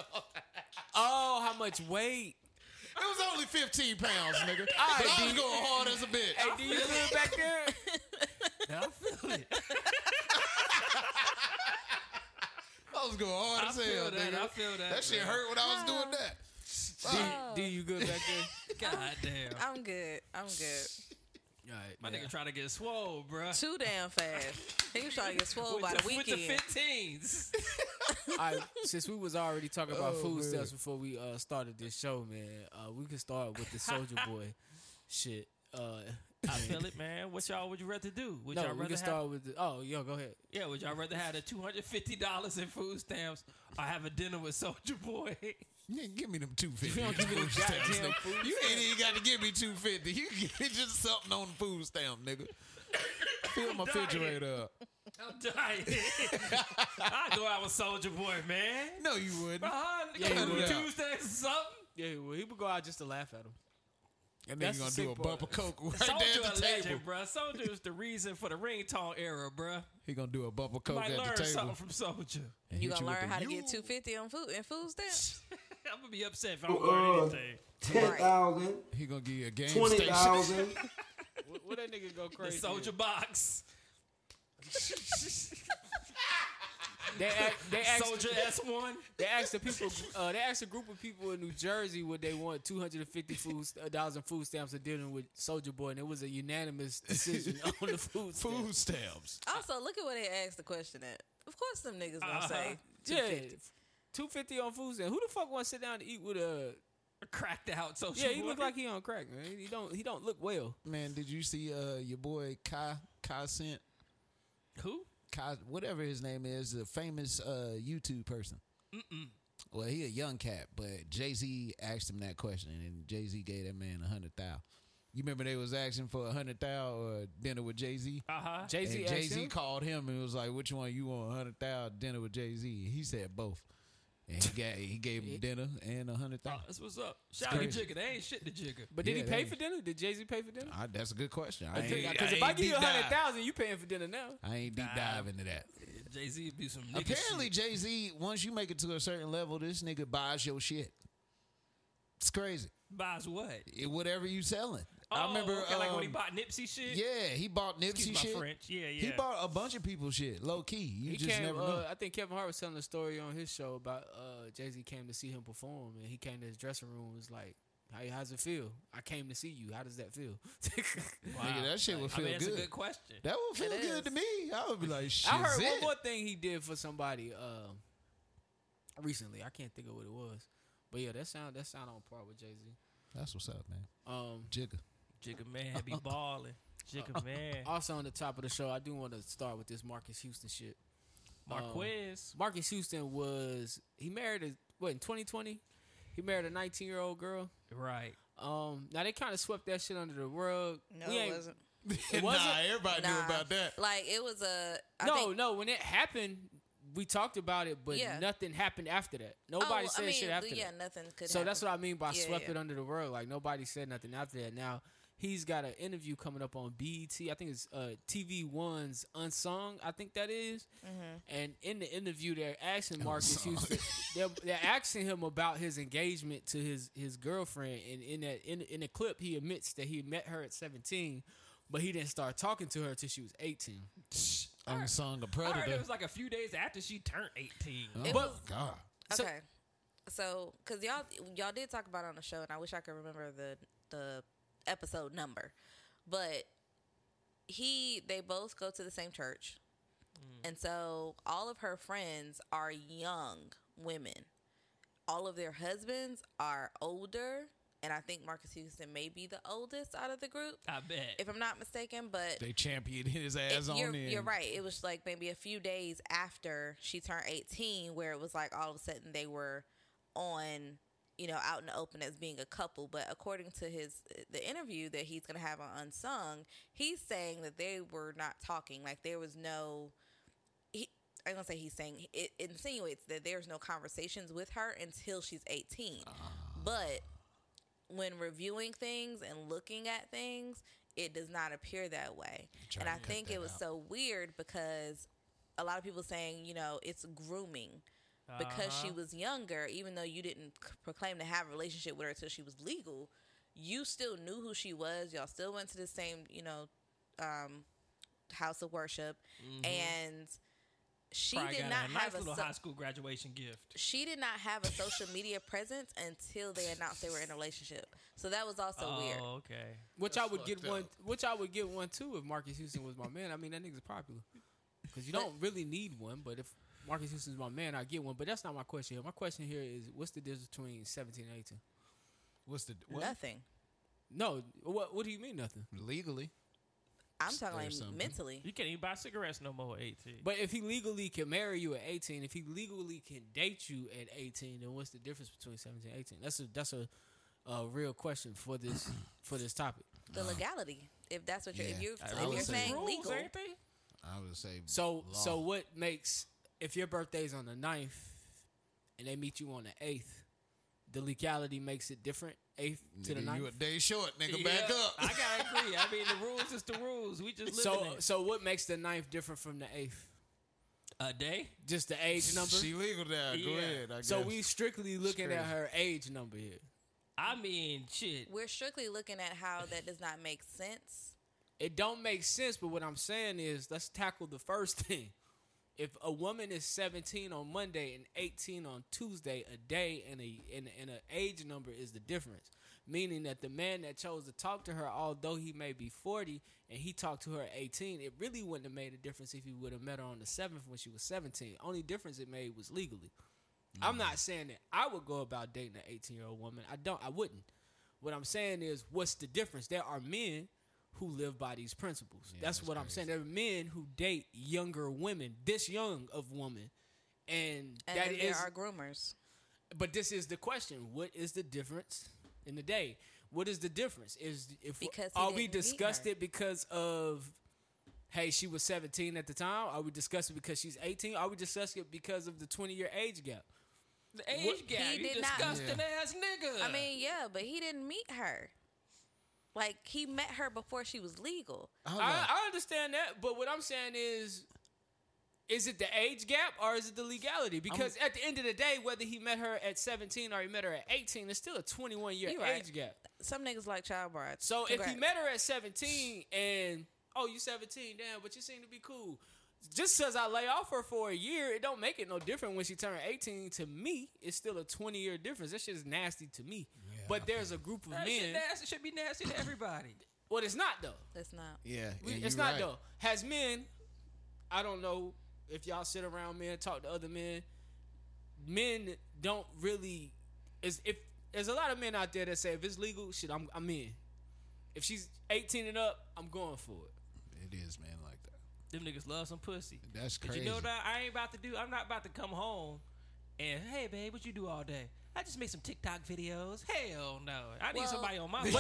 Speaker 5: Oh, how much weight?
Speaker 4: It was only 15 pounds, nigga.
Speaker 5: right,
Speaker 4: but I was
Speaker 5: D.
Speaker 4: going hard as a bitch.
Speaker 5: Hey, do you feel it back there?
Speaker 3: I feel it.
Speaker 4: I was going hard
Speaker 3: I
Speaker 4: as hell,
Speaker 3: feel that.
Speaker 4: nigga.
Speaker 3: I feel that.
Speaker 4: that shit
Speaker 3: man.
Speaker 4: hurt when I was doing that.
Speaker 2: Oh.
Speaker 5: Do you good back there?
Speaker 3: God damn.
Speaker 2: I'm good. I'm good.
Speaker 5: All right,
Speaker 3: My
Speaker 5: yeah.
Speaker 3: nigga trying to get swole, bruh.
Speaker 2: Too damn fast. He was trying to get swole by the
Speaker 3: with the
Speaker 2: weekend.
Speaker 3: 15s.
Speaker 5: All right, since we was already talking about
Speaker 4: Oh,
Speaker 5: food
Speaker 4: man.
Speaker 5: stamps before we uh, started this show, man, uh, we could start with the Soldier Boy shit. Uh,
Speaker 3: I feel it, man. What y'all would you rather do? Would
Speaker 5: no,
Speaker 3: y'all
Speaker 5: we
Speaker 3: rather
Speaker 5: can
Speaker 3: have,
Speaker 5: start with the. Oh, yo, go ahead.
Speaker 3: yeah? Would y'all rather have the two hundred fifty dollars in food stamps or have a dinner with Soldier Boy?
Speaker 4: Nigga, give me them 250.
Speaker 5: You don't give me the
Speaker 4: Stamps,
Speaker 5: goddamn
Speaker 4: nigga.
Speaker 5: food
Speaker 4: You ain't even got to give me 250. You can give me just something on the food stamp, nigga. Fill my
Speaker 3: dying.
Speaker 4: refrigerator up.
Speaker 3: I'm dying. I thought I was Soldier Boy, man.
Speaker 4: No, you wouldn't.
Speaker 3: Bruh,
Speaker 5: Yeah,
Speaker 3: come
Speaker 5: you
Speaker 3: on
Speaker 4: would.
Speaker 3: Tuesdays or something.
Speaker 5: Yeah, well, he would go out just to laugh at him.
Speaker 4: And then
Speaker 5: That's
Speaker 4: you're going to
Speaker 5: the
Speaker 4: do a bump
Speaker 5: sick part.
Speaker 4: of Coke right
Speaker 3: Soldier
Speaker 4: there at
Speaker 3: a
Speaker 4: the table.
Speaker 3: legend, bruh. Soldier is the reason for the ringtone era, bruh.
Speaker 4: He going to do a bump of
Speaker 3: You
Speaker 4: Coke
Speaker 3: might
Speaker 4: at the
Speaker 3: learn
Speaker 4: table.
Speaker 3: something from Soldier.
Speaker 4: and
Speaker 2: You
Speaker 4: hit
Speaker 2: gonna
Speaker 4: with
Speaker 2: learn
Speaker 4: the
Speaker 2: how to
Speaker 4: you.
Speaker 2: get two fifty on food and food stamps?
Speaker 3: I'm gonna be upset if I don't learn
Speaker 4: Uh-uh.
Speaker 7: Uh,
Speaker 3: anything.
Speaker 7: Ten thousand,
Speaker 4: He going to give you a game
Speaker 7: twenty
Speaker 4: station.
Speaker 7: thousand.
Speaker 5: What, what that nigga go
Speaker 3: The
Speaker 5: crazy?
Speaker 3: Soldier Box,
Speaker 5: They act- they asked,
Speaker 3: Soldier S one.
Speaker 5: they asked the people. Uh, they asked a group of people in New Jersey would they want two hundred and fifty food thousand food stamps of dinner with Soldier Boy, and it was a unanimous decision on the food. stamp.
Speaker 4: Food stamps.
Speaker 2: Also, look at what they asked the question at. Of course, them niggas gonna
Speaker 3: Uh-huh.
Speaker 2: say
Speaker 5: Yeah, two fifty on food stamps. Who the fuck wants to sit down to eat with a?
Speaker 3: cracked out Soldier
Speaker 5: Yeah, he
Speaker 3: Boy.
Speaker 5: look like he on crack, man. He don't. He don't look well.
Speaker 4: Man, did you see uh, your boy Kai, Kai Cent?
Speaker 3: who?
Speaker 4: Cos- whatever his name is, the famous uh, YouTube person. Well, he a young cat, but Jay Z asked him that question, and Jay Z gave that man a hundred thou. You remember they was asking for a hundred thou or dinner with Jay Z.
Speaker 3: Uh huh.
Speaker 5: Jay Z.
Speaker 4: Jay Z called him and was like, "Which one you want? A hundred thou dinner with Jay Z?" He said both, and he got he gave him dinner and a hundred thou.
Speaker 5: Uh,
Speaker 3: That's what's up. Shout out to
Speaker 4: crazy.
Speaker 3: Jigga. They ain't shit to Jigga.
Speaker 5: But did
Speaker 4: Yeah,
Speaker 5: he pay
Speaker 4: they-
Speaker 5: for dinner? Did Jay Z pay for dinner?
Speaker 4: I- That's a good question. I ain't,
Speaker 5: Because
Speaker 4: I
Speaker 5: if I
Speaker 4: ain't
Speaker 5: give you a
Speaker 4: deep
Speaker 5: hundred
Speaker 4: dive.
Speaker 5: thousand, you paying for dinner now.
Speaker 4: I ain't deep dive into that.
Speaker 3: Jay Z do some nigga
Speaker 4: Apparently,
Speaker 3: shit.
Speaker 4: Jay Z, once you make it to a certain level, this nigga buys your shit. It's crazy.
Speaker 3: buys what?
Speaker 4: It- whatever you selling. I
Speaker 3: Oh,
Speaker 4: remember.
Speaker 3: okay, like when he
Speaker 4: um,
Speaker 3: bought Nipsey shit.
Speaker 4: yeah, he bought Nipsey
Speaker 3: Excuse my
Speaker 4: shit.
Speaker 3: French. Yeah, yeah.
Speaker 4: He bought a bunch of people shit. Low key, you
Speaker 5: He
Speaker 4: just
Speaker 5: came.
Speaker 4: never know.
Speaker 5: Uh, I think Kevin Hart was telling a story on his show about uh, Jay Z came to see him perform, and he came to his dressing room. and Was like, "How how's it feel? I came to see you. How does that feel?"
Speaker 4: Nigga, that shit would
Speaker 3: I
Speaker 4: feel
Speaker 3: mean, that's
Speaker 4: good.
Speaker 3: a good question.
Speaker 4: That would feel
Speaker 2: It
Speaker 4: good to
Speaker 2: is.
Speaker 4: me. I would be like, shit.
Speaker 5: I heard one more thing he did for somebody um, recently. I can't think of what it was, but yeah, that sound that sound on par with Jay Z.
Speaker 4: That's what's up, man.
Speaker 5: Um,
Speaker 4: Jigga.
Speaker 3: Jigga man be balling.
Speaker 4: Uh-uh.
Speaker 3: Jigga man.
Speaker 5: also on the top of the show, I do want to start with this Marcus Houston shit.
Speaker 3: Marquez.
Speaker 5: Marcus Houston was he married a, what in 2020? He married a 19 year old girl.
Speaker 3: Right.
Speaker 5: Um, now they kind of swept that shit under the rug.
Speaker 2: No,
Speaker 5: We
Speaker 2: it
Speaker 5: ain't-
Speaker 2: wasn't.
Speaker 5: It wasn't?
Speaker 7: nah, everybody knew
Speaker 2: Nah.
Speaker 7: about that.
Speaker 2: Like it was a I
Speaker 5: no,
Speaker 2: think-
Speaker 5: no. When it happened, we talked about it, but
Speaker 2: Yeah.
Speaker 5: nothing happened after that.
Speaker 2: Oh,
Speaker 5: Nobody
Speaker 2: I
Speaker 5: said
Speaker 2: mean,
Speaker 5: shit after
Speaker 2: yeah,
Speaker 5: that.
Speaker 2: nothing could.
Speaker 5: So that's what
Speaker 2: happen.
Speaker 5: I mean by
Speaker 2: Yeah,
Speaker 5: swept
Speaker 2: yeah.
Speaker 5: it under the rug. Like nobody said nothing after that. Now he's got an interview coming up on BET. I think it's uh, TV One's Unsung. I think that is.
Speaker 2: Mm-hmm.
Speaker 5: And in the interview, they're asking Marcus Houston. They're, they're asking him about his engagement to his his girlfriend. And in that in in the clip, he admits that he met her at seventeen, but he didn't start talking to her till she was eighteen.
Speaker 4: On the song of
Speaker 3: I heard it
Speaker 4: Predator.
Speaker 3: was like a few days after she turned 18.
Speaker 4: Oh,
Speaker 2: It
Speaker 4: my
Speaker 2: was-
Speaker 4: God.
Speaker 5: So-
Speaker 2: okay. So, because y'all y'all did talk about it on the show, and I wish I could remember the the episode number, but he they both go to the same church, and so all of her friends are young women. All of their husbands are older, and I think Marcus Houston may be the oldest out of the group,
Speaker 3: I bet.
Speaker 2: if I'm not mistaken. But
Speaker 4: They championed his
Speaker 2: it-
Speaker 4: ass on
Speaker 2: you're,
Speaker 4: there.
Speaker 2: you're right. It was like maybe a few days after she turned 18, where it was like all of a sudden they were on, you know, out in the open as being a couple. But according to his the interview that he's gonna have on Unsung, he's saying that they were not talking. Like there was no. He, I'm gonna say he's saying it insinuates that there's no conversations with her until she's 18.
Speaker 4: Ah.
Speaker 2: But when reviewing things and looking at things, it does not appear that way.
Speaker 4: Try
Speaker 2: And
Speaker 4: to
Speaker 2: I
Speaker 4: cut
Speaker 2: think
Speaker 4: that
Speaker 2: it was
Speaker 4: out.
Speaker 2: so weird because a lot of people saying, you know, it's grooming because
Speaker 3: Uh-huh.
Speaker 2: she was younger, even though you didn't c- proclaim to have a relationship with her until she was legal, you still knew who she was. Y'all still went to the same, you know, um, house of worship, and she
Speaker 3: Mm-hmm. Probably
Speaker 2: did
Speaker 3: got
Speaker 2: not
Speaker 3: a nice
Speaker 2: have a
Speaker 3: little
Speaker 2: so-
Speaker 3: high school graduation gift.
Speaker 2: she did not have a social media presence until they announced they were in a relationship. So that was also
Speaker 3: oh,
Speaker 2: weird.
Speaker 3: okay.
Speaker 5: Which I would get
Speaker 7: fucked
Speaker 5: one.
Speaker 7: up.
Speaker 5: Which I would get one too if Marcus Houston was my man. I mean that nigga's popular. Because you don't really need one, but if Marcus Houston's my man, I get one. But that's not my question here. My question here is, what's the difference between seventeen and eighteen?
Speaker 4: What's the what?
Speaker 2: Nothing.
Speaker 5: No, what what do you mean nothing?
Speaker 4: Legally,
Speaker 2: I'm talking like
Speaker 4: There's something.
Speaker 2: mentally.
Speaker 3: You can't even buy cigarettes no more at 18.
Speaker 5: But if he legally can marry you at eighteen, if he legally can date you at eighteen, then what's the difference between seventeen and eighteen? That's a that's a, a real question for this for this topic.
Speaker 2: The legality. If that's what you're
Speaker 4: Yeah.
Speaker 2: if you're,
Speaker 4: I
Speaker 2: if
Speaker 4: would
Speaker 2: you're
Speaker 4: say-
Speaker 2: saying
Speaker 3: rules,
Speaker 2: legal,
Speaker 3: ain't they?
Speaker 4: I would say.
Speaker 5: So
Speaker 4: law.
Speaker 5: so what makes if your birthday's on the 9th and they meet you on the eighth, the legality makes it different eighth to the
Speaker 4: Nigga, You a
Speaker 5: ninth.
Speaker 4: day short, nigga.
Speaker 3: Yeah,
Speaker 4: Back up.
Speaker 3: I gotta agree. I mean, the rules is the rules. We just live
Speaker 5: So
Speaker 3: in it.
Speaker 5: so what makes the ninth different from the eighth?
Speaker 3: a day.
Speaker 5: Just the age number.
Speaker 7: She legal now. Go
Speaker 3: Yeah.
Speaker 7: ahead. I
Speaker 5: so
Speaker 7: guess.
Speaker 5: we strictly looking at her age number here.
Speaker 3: I mean, shit.
Speaker 2: we're strictly looking at how that does not make sense.
Speaker 5: It don't make sense, but what I'm saying is let's tackle the first thing. If a woman is 17 on Monday and 18 on Tuesday, a day and a and, and an age number is the difference. Meaning that the man that chose to talk to her, although he may be 40 and he talked to her at 18, it really wouldn't have made a difference if he would have met her on the 7th when she was 17. Only difference it made was legally. I'm not saying that I would go about dating an 18 year old woman. I don't. I wouldn't. What I'm saying is, what's the difference? There are men who live by these principles. that's,
Speaker 4: that's
Speaker 5: what I'm saying. There are men who date younger women, this young of woman, and,
Speaker 2: And
Speaker 5: that
Speaker 2: then there
Speaker 5: is.
Speaker 2: are groomers.
Speaker 5: but this is the question: What is the difference in the day? What is the difference? Is if
Speaker 2: Because he
Speaker 5: are
Speaker 2: didn't
Speaker 5: we
Speaker 2: meet
Speaker 5: discussed
Speaker 2: her.
Speaker 5: it because of? Hey, she was 17 at the time. Are we discussing it because she's 18? Are we discussing it because of the 20 year age gap?
Speaker 3: The age
Speaker 5: What-
Speaker 3: gap.
Speaker 2: He
Speaker 3: you
Speaker 2: did not-
Speaker 3: disgusting ass nigga.
Speaker 2: I mean, yeah, but he didn't meet her. Like he met her before she was legal.
Speaker 4: Hold on.
Speaker 5: I, I understand that, but what I'm saying is, is it the age gap or is it the legality? Because at the end of the day, whether he met her at 17 or he met her at 18, it's still a 21 year age
Speaker 2: You right.
Speaker 5: gap.
Speaker 2: Some niggas like child brides.
Speaker 5: So if
Speaker 2: Congrats.
Speaker 5: he met her at 17 and oh, you 17, damn, but you seem to be cool. Just because I lay off her for a year, it don't make it no different when she turned 18. To me, it's still a 20 year difference. That shit is nasty to me. but there's a group of
Speaker 3: that shit
Speaker 5: men.
Speaker 3: nasty. should be nasty to everybody.
Speaker 5: Well, it's not though.
Speaker 2: that's not.
Speaker 4: yeah,
Speaker 5: We,
Speaker 4: yeah,
Speaker 5: it's
Speaker 4: you
Speaker 5: not
Speaker 4: right.
Speaker 5: though. Has men, I don't know if y'all sit around men, talk to other men. Men don't really is if there's a lot of men out there that say if it's legal, shit, I'm I'm in. If she's 18 and up, I'm going for it.
Speaker 4: It is, man, like that.
Speaker 3: Them niggas love some pussy.
Speaker 4: That's
Speaker 3: But
Speaker 4: crazy.
Speaker 3: you know that I ain't about to do. I'm not about to come home And hey, babe, what you do all day? I just make some TikTok videos. Hell no, I need
Speaker 2: Well-
Speaker 3: somebody on my way.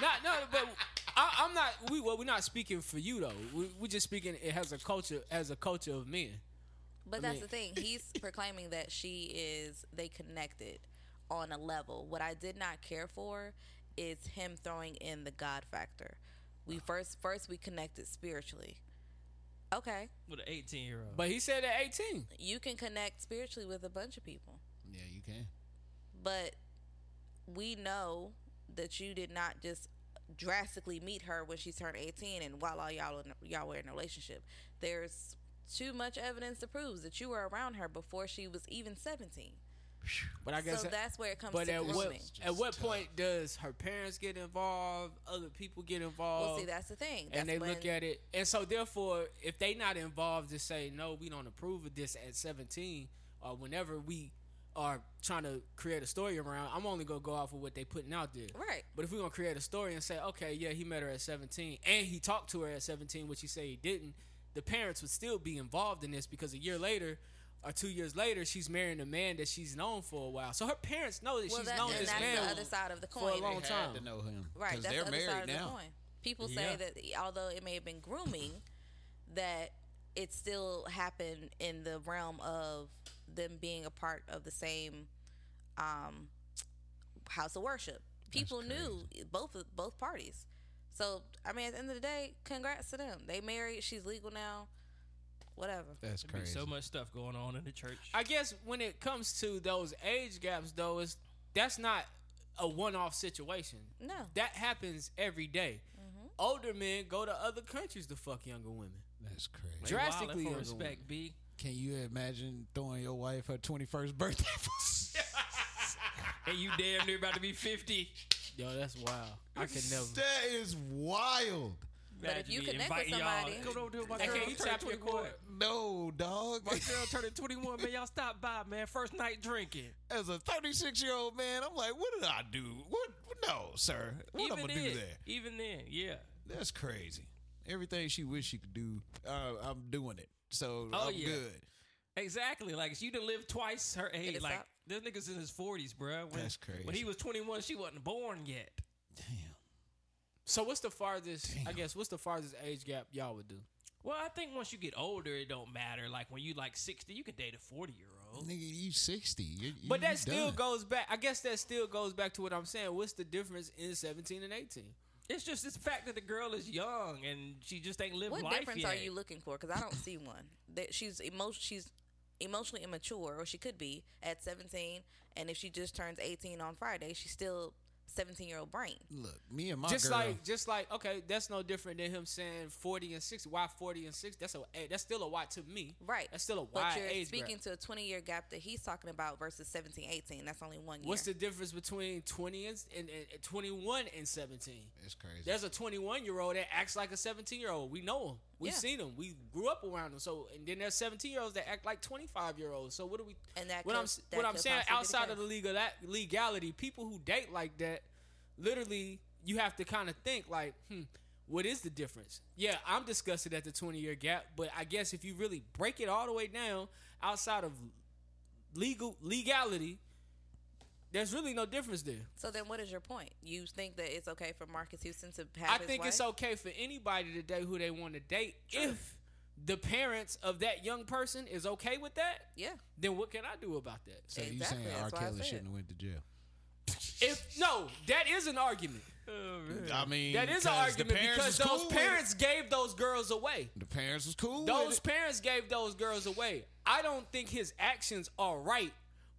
Speaker 5: no, no, but I, I'm not. We well, we're not speaking for you though. We, we're just speaking it has a culture as a culture of men.
Speaker 2: But that's
Speaker 5: mean-
Speaker 2: the thing. He's proclaiming that she is they connected on a level. What I did not care for is him throwing in the God factor. We first first we connected spiritually. Okay.
Speaker 3: with an 18 year old.
Speaker 5: But he said at 18.
Speaker 2: You can connect spiritually with a bunch of people.
Speaker 4: Yeah, you can.
Speaker 2: But we know that you did not just drastically meet her when she turned 18 and while all y'all in, y'all were in a relationship. There's too much evidence that proves that you were around her before she was even 17.
Speaker 5: But I guess
Speaker 2: So that's where it comes
Speaker 5: But
Speaker 2: to
Speaker 5: at what
Speaker 2: grooming.
Speaker 5: at what point does her parents get involved? Other people get involved?
Speaker 2: Well, see, that's the thing. That's
Speaker 5: uh, and they look
Speaker 2: when-
Speaker 5: at it, and so therefore, if they not involved to say no, we don't approve of this at seventeen, or whenever we are trying to create a story around, I'm only gonna go off of what they putting out there.
Speaker 2: Right.
Speaker 5: But if we're gonna create a story and say, okay, yeah, he met her at seventeen, and he talked to her at seventeen, which he said he didn't, the parents would still be involved in this because a year later. Or two years later, she's marrying a man that she's known for a while. So her parents know that
Speaker 2: Well,
Speaker 5: she's
Speaker 2: that,
Speaker 5: known
Speaker 2: and
Speaker 5: this
Speaker 2: that's
Speaker 5: man
Speaker 2: the other side of the
Speaker 5: for a
Speaker 2: coin.
Speaker 5: long
Speaker 4: Had
Speaker 5: time.
Speaker 4: to know him.
Speaker 2: Right,
Speaker 4: 'cause
Speaker 2: that's
Speaker 4: they're
Speaker 2: the other side
Speaker 4: married
Speaker 2: of the
Speaker 4: now.
Speaker 2: coin. People say
Speaker 6: Yeah.
Speaker 2: that although it may have been grooming, that it still happened in the realm of them being a part of the same um, house of worship. People knew both of- both parties. So I mean, at the end of the day, congrats to them. They married. She's legal now. Whatever.
Speaker 4: That's
Speaker 3: There'd be
Speaker 4: crazy.
Speaker 3: so much stuff going on in the church.
Speaker 5: I guess when it comes to those age gaps, though, is that's not a one-off situation.
Speaker 2: No.
Speaker 5: That happens every day. Older men go to other countries to fuck younger women.
Speaker 4: That's crazy.
Speaker 3: They
Speaker 5: drastically
Speaker 3: wildin' for
Speaker 5: younger
Speaker 3: respect, B.
Speaker 4: Can you imagine throwing your wife her 21st birthday?
Speaker 3: And you damn near about to be 50.
Speaker 5: Yo, that's wild. I could never.
Speaker 4: that is wild.
Speaker 2: But if
Speaker 3: Imagine
Speaker 2: you
Speaker 3: me
Speaker 2: connect with
Speaker 3: inviting y'all,
Speaker 2: somebody-
Speaker 3: come over to my
Speaker 5: Hey,
Speaker 3: girl.
Speaker 5: can you
Speaker 3: turned
Speaker 5: tap your
Speaker 3: 21.
Speaker 5: cord?
Speaker 4: No, dog.
Speaker 3: My girl turning 21, man. Y'all stop by, man. First night drinking.
Speaker 4: As a 36 year old man, I'm like, what did I do? What? No, sir. What
Speaker 3: even
Speaker 4: am I
Speaker 3: then,
Speaker 4: gonna do there?
Speaker 3: Even then, yeah.
Speaker 4: That's crazy. Everything she wished she could do, uh, I'm doing it. So
Speaker 3: Oh,
Speaker 4: I'm
Speaker 3: yeah.
Speaker 4: good.
Speaker 3: Exactly. Like, you done lived twice her age.
Speaker 2: it
Speaker 3: Like,
Speaker 2: stop?
Speaker 3: this nigga's in his 40s, bro. When,
Speaker 4: That's crazy.
Speaker 3: When he was 21, she wasn't born yet.
Speaker 4: Damn.
Speaker 5: So what's the farthest? I
Speaker 4: Damn.
Speaker 5: guess what's the farthest age gap y'all would do?
Speaker 3: Well, I think once you get older, it don't matter. Like, when you like 60, you can date a 40 year old.
Speaker 4: Nigga, you 60. You- you-
Speaker 5: But
Speaker 4: you
Speaker 5: that still
Speaker 4: done.
Speaker 5: goes back. I guess that still goes back to what I'm saying. What's the difference in 17 and 18?
Speaker 3: It's just this fact that the girl is young and she just ain't lived
Speaker 2: What
Speaker 3: life
Speaker 2: difference
Speaker 3: yet.
Speaker 2: are you looking for? Because I don't see one. That she's emo- she's emotionally immature, or she could be at 17. And if she just turns 18 on Friday, she's still 17 year old brain.
Speaker 4: Look, me and my
Speaker 5: just
Speaker 4: Ah, girl.
Speaker 5: like just like okay that's no different than him saying 40 and 60 why 40 and 60 that's a eh, that's still a why to me
Speaker 2: Right.
Speaker 5: that's still a
Speaker 2: But
Speaker 5: wide
Speaker 2: you're
Speaker 5: age
Speaker 2: speaking
Speaker 5: speaking
Speaker 2: to a 20 year gap that he's talking about versus 17, 18. That's only one year.
Speaker 5: what's the difference between 20 and, and, and 21 and 17
Speaker 4: That's crazy.
Speaker 5: there's a 21 year old that acts like a 17 year old we know him we've
Speaker 2: Yeah.
Speaker 5: seen him we grew up around him so and then there's 17 year olds that act like 25 year olds so what do we
Speaker 2: And that
Speaker 5: what
Speaker 2: could-
Speaker 5: i'm s-
Speaker 2: that
Speaker 5: what i'm
Speaker 2: could
Speaker 5: saying
Speaker 2: possibly be the
Speaker 5: outside
Speaker 2: case.
Speaker 5: of the legal that legality people who date like that literally you have to kind of think like hmm what is the difference yeah i'm disgusted at the 20 year gap but i guess if you really break it all the way down outside of legal legality there's really no difference there
Speaker 2: so then, what is your point? You think that it's okay for Marcus Houston to have
Speaker 5: I
Speaker 2: his
Speaker 5: think it's
Speaker 2: wife?
Speaker 5: okay for anybody to date who they want to date if the parents of that young person is okay with that.
Speaker 2: Yeah.
Speaker 5: Then what can I do about that?
Speaker 4: so you
Speaker 2: Exactly,
Speaker 4: saying R.
Speaker 2: that's why I
Speaker 4: Kelly
Speaker 2: said.
Speaker 4: shouldn't have went to jail?
Speaker 5: If no, that is an argument.
Speaker 4: I mean,
Speaker 5: Mm-hmm. That is an
Speaker 4: 'cause the
Speaker 5: argument
Speaker 4: parents
Speaker 5: because
Speaker 4: was
Speaker 5: those
Speaker 4: cool with it.
Speaker 5: parents gave those girls away.
Speaker 4: the parents was cool.
Speaker 5: Those
Speaker 4: with it.
Speaker 5: parents gave those girls away. I don't think his actions are right,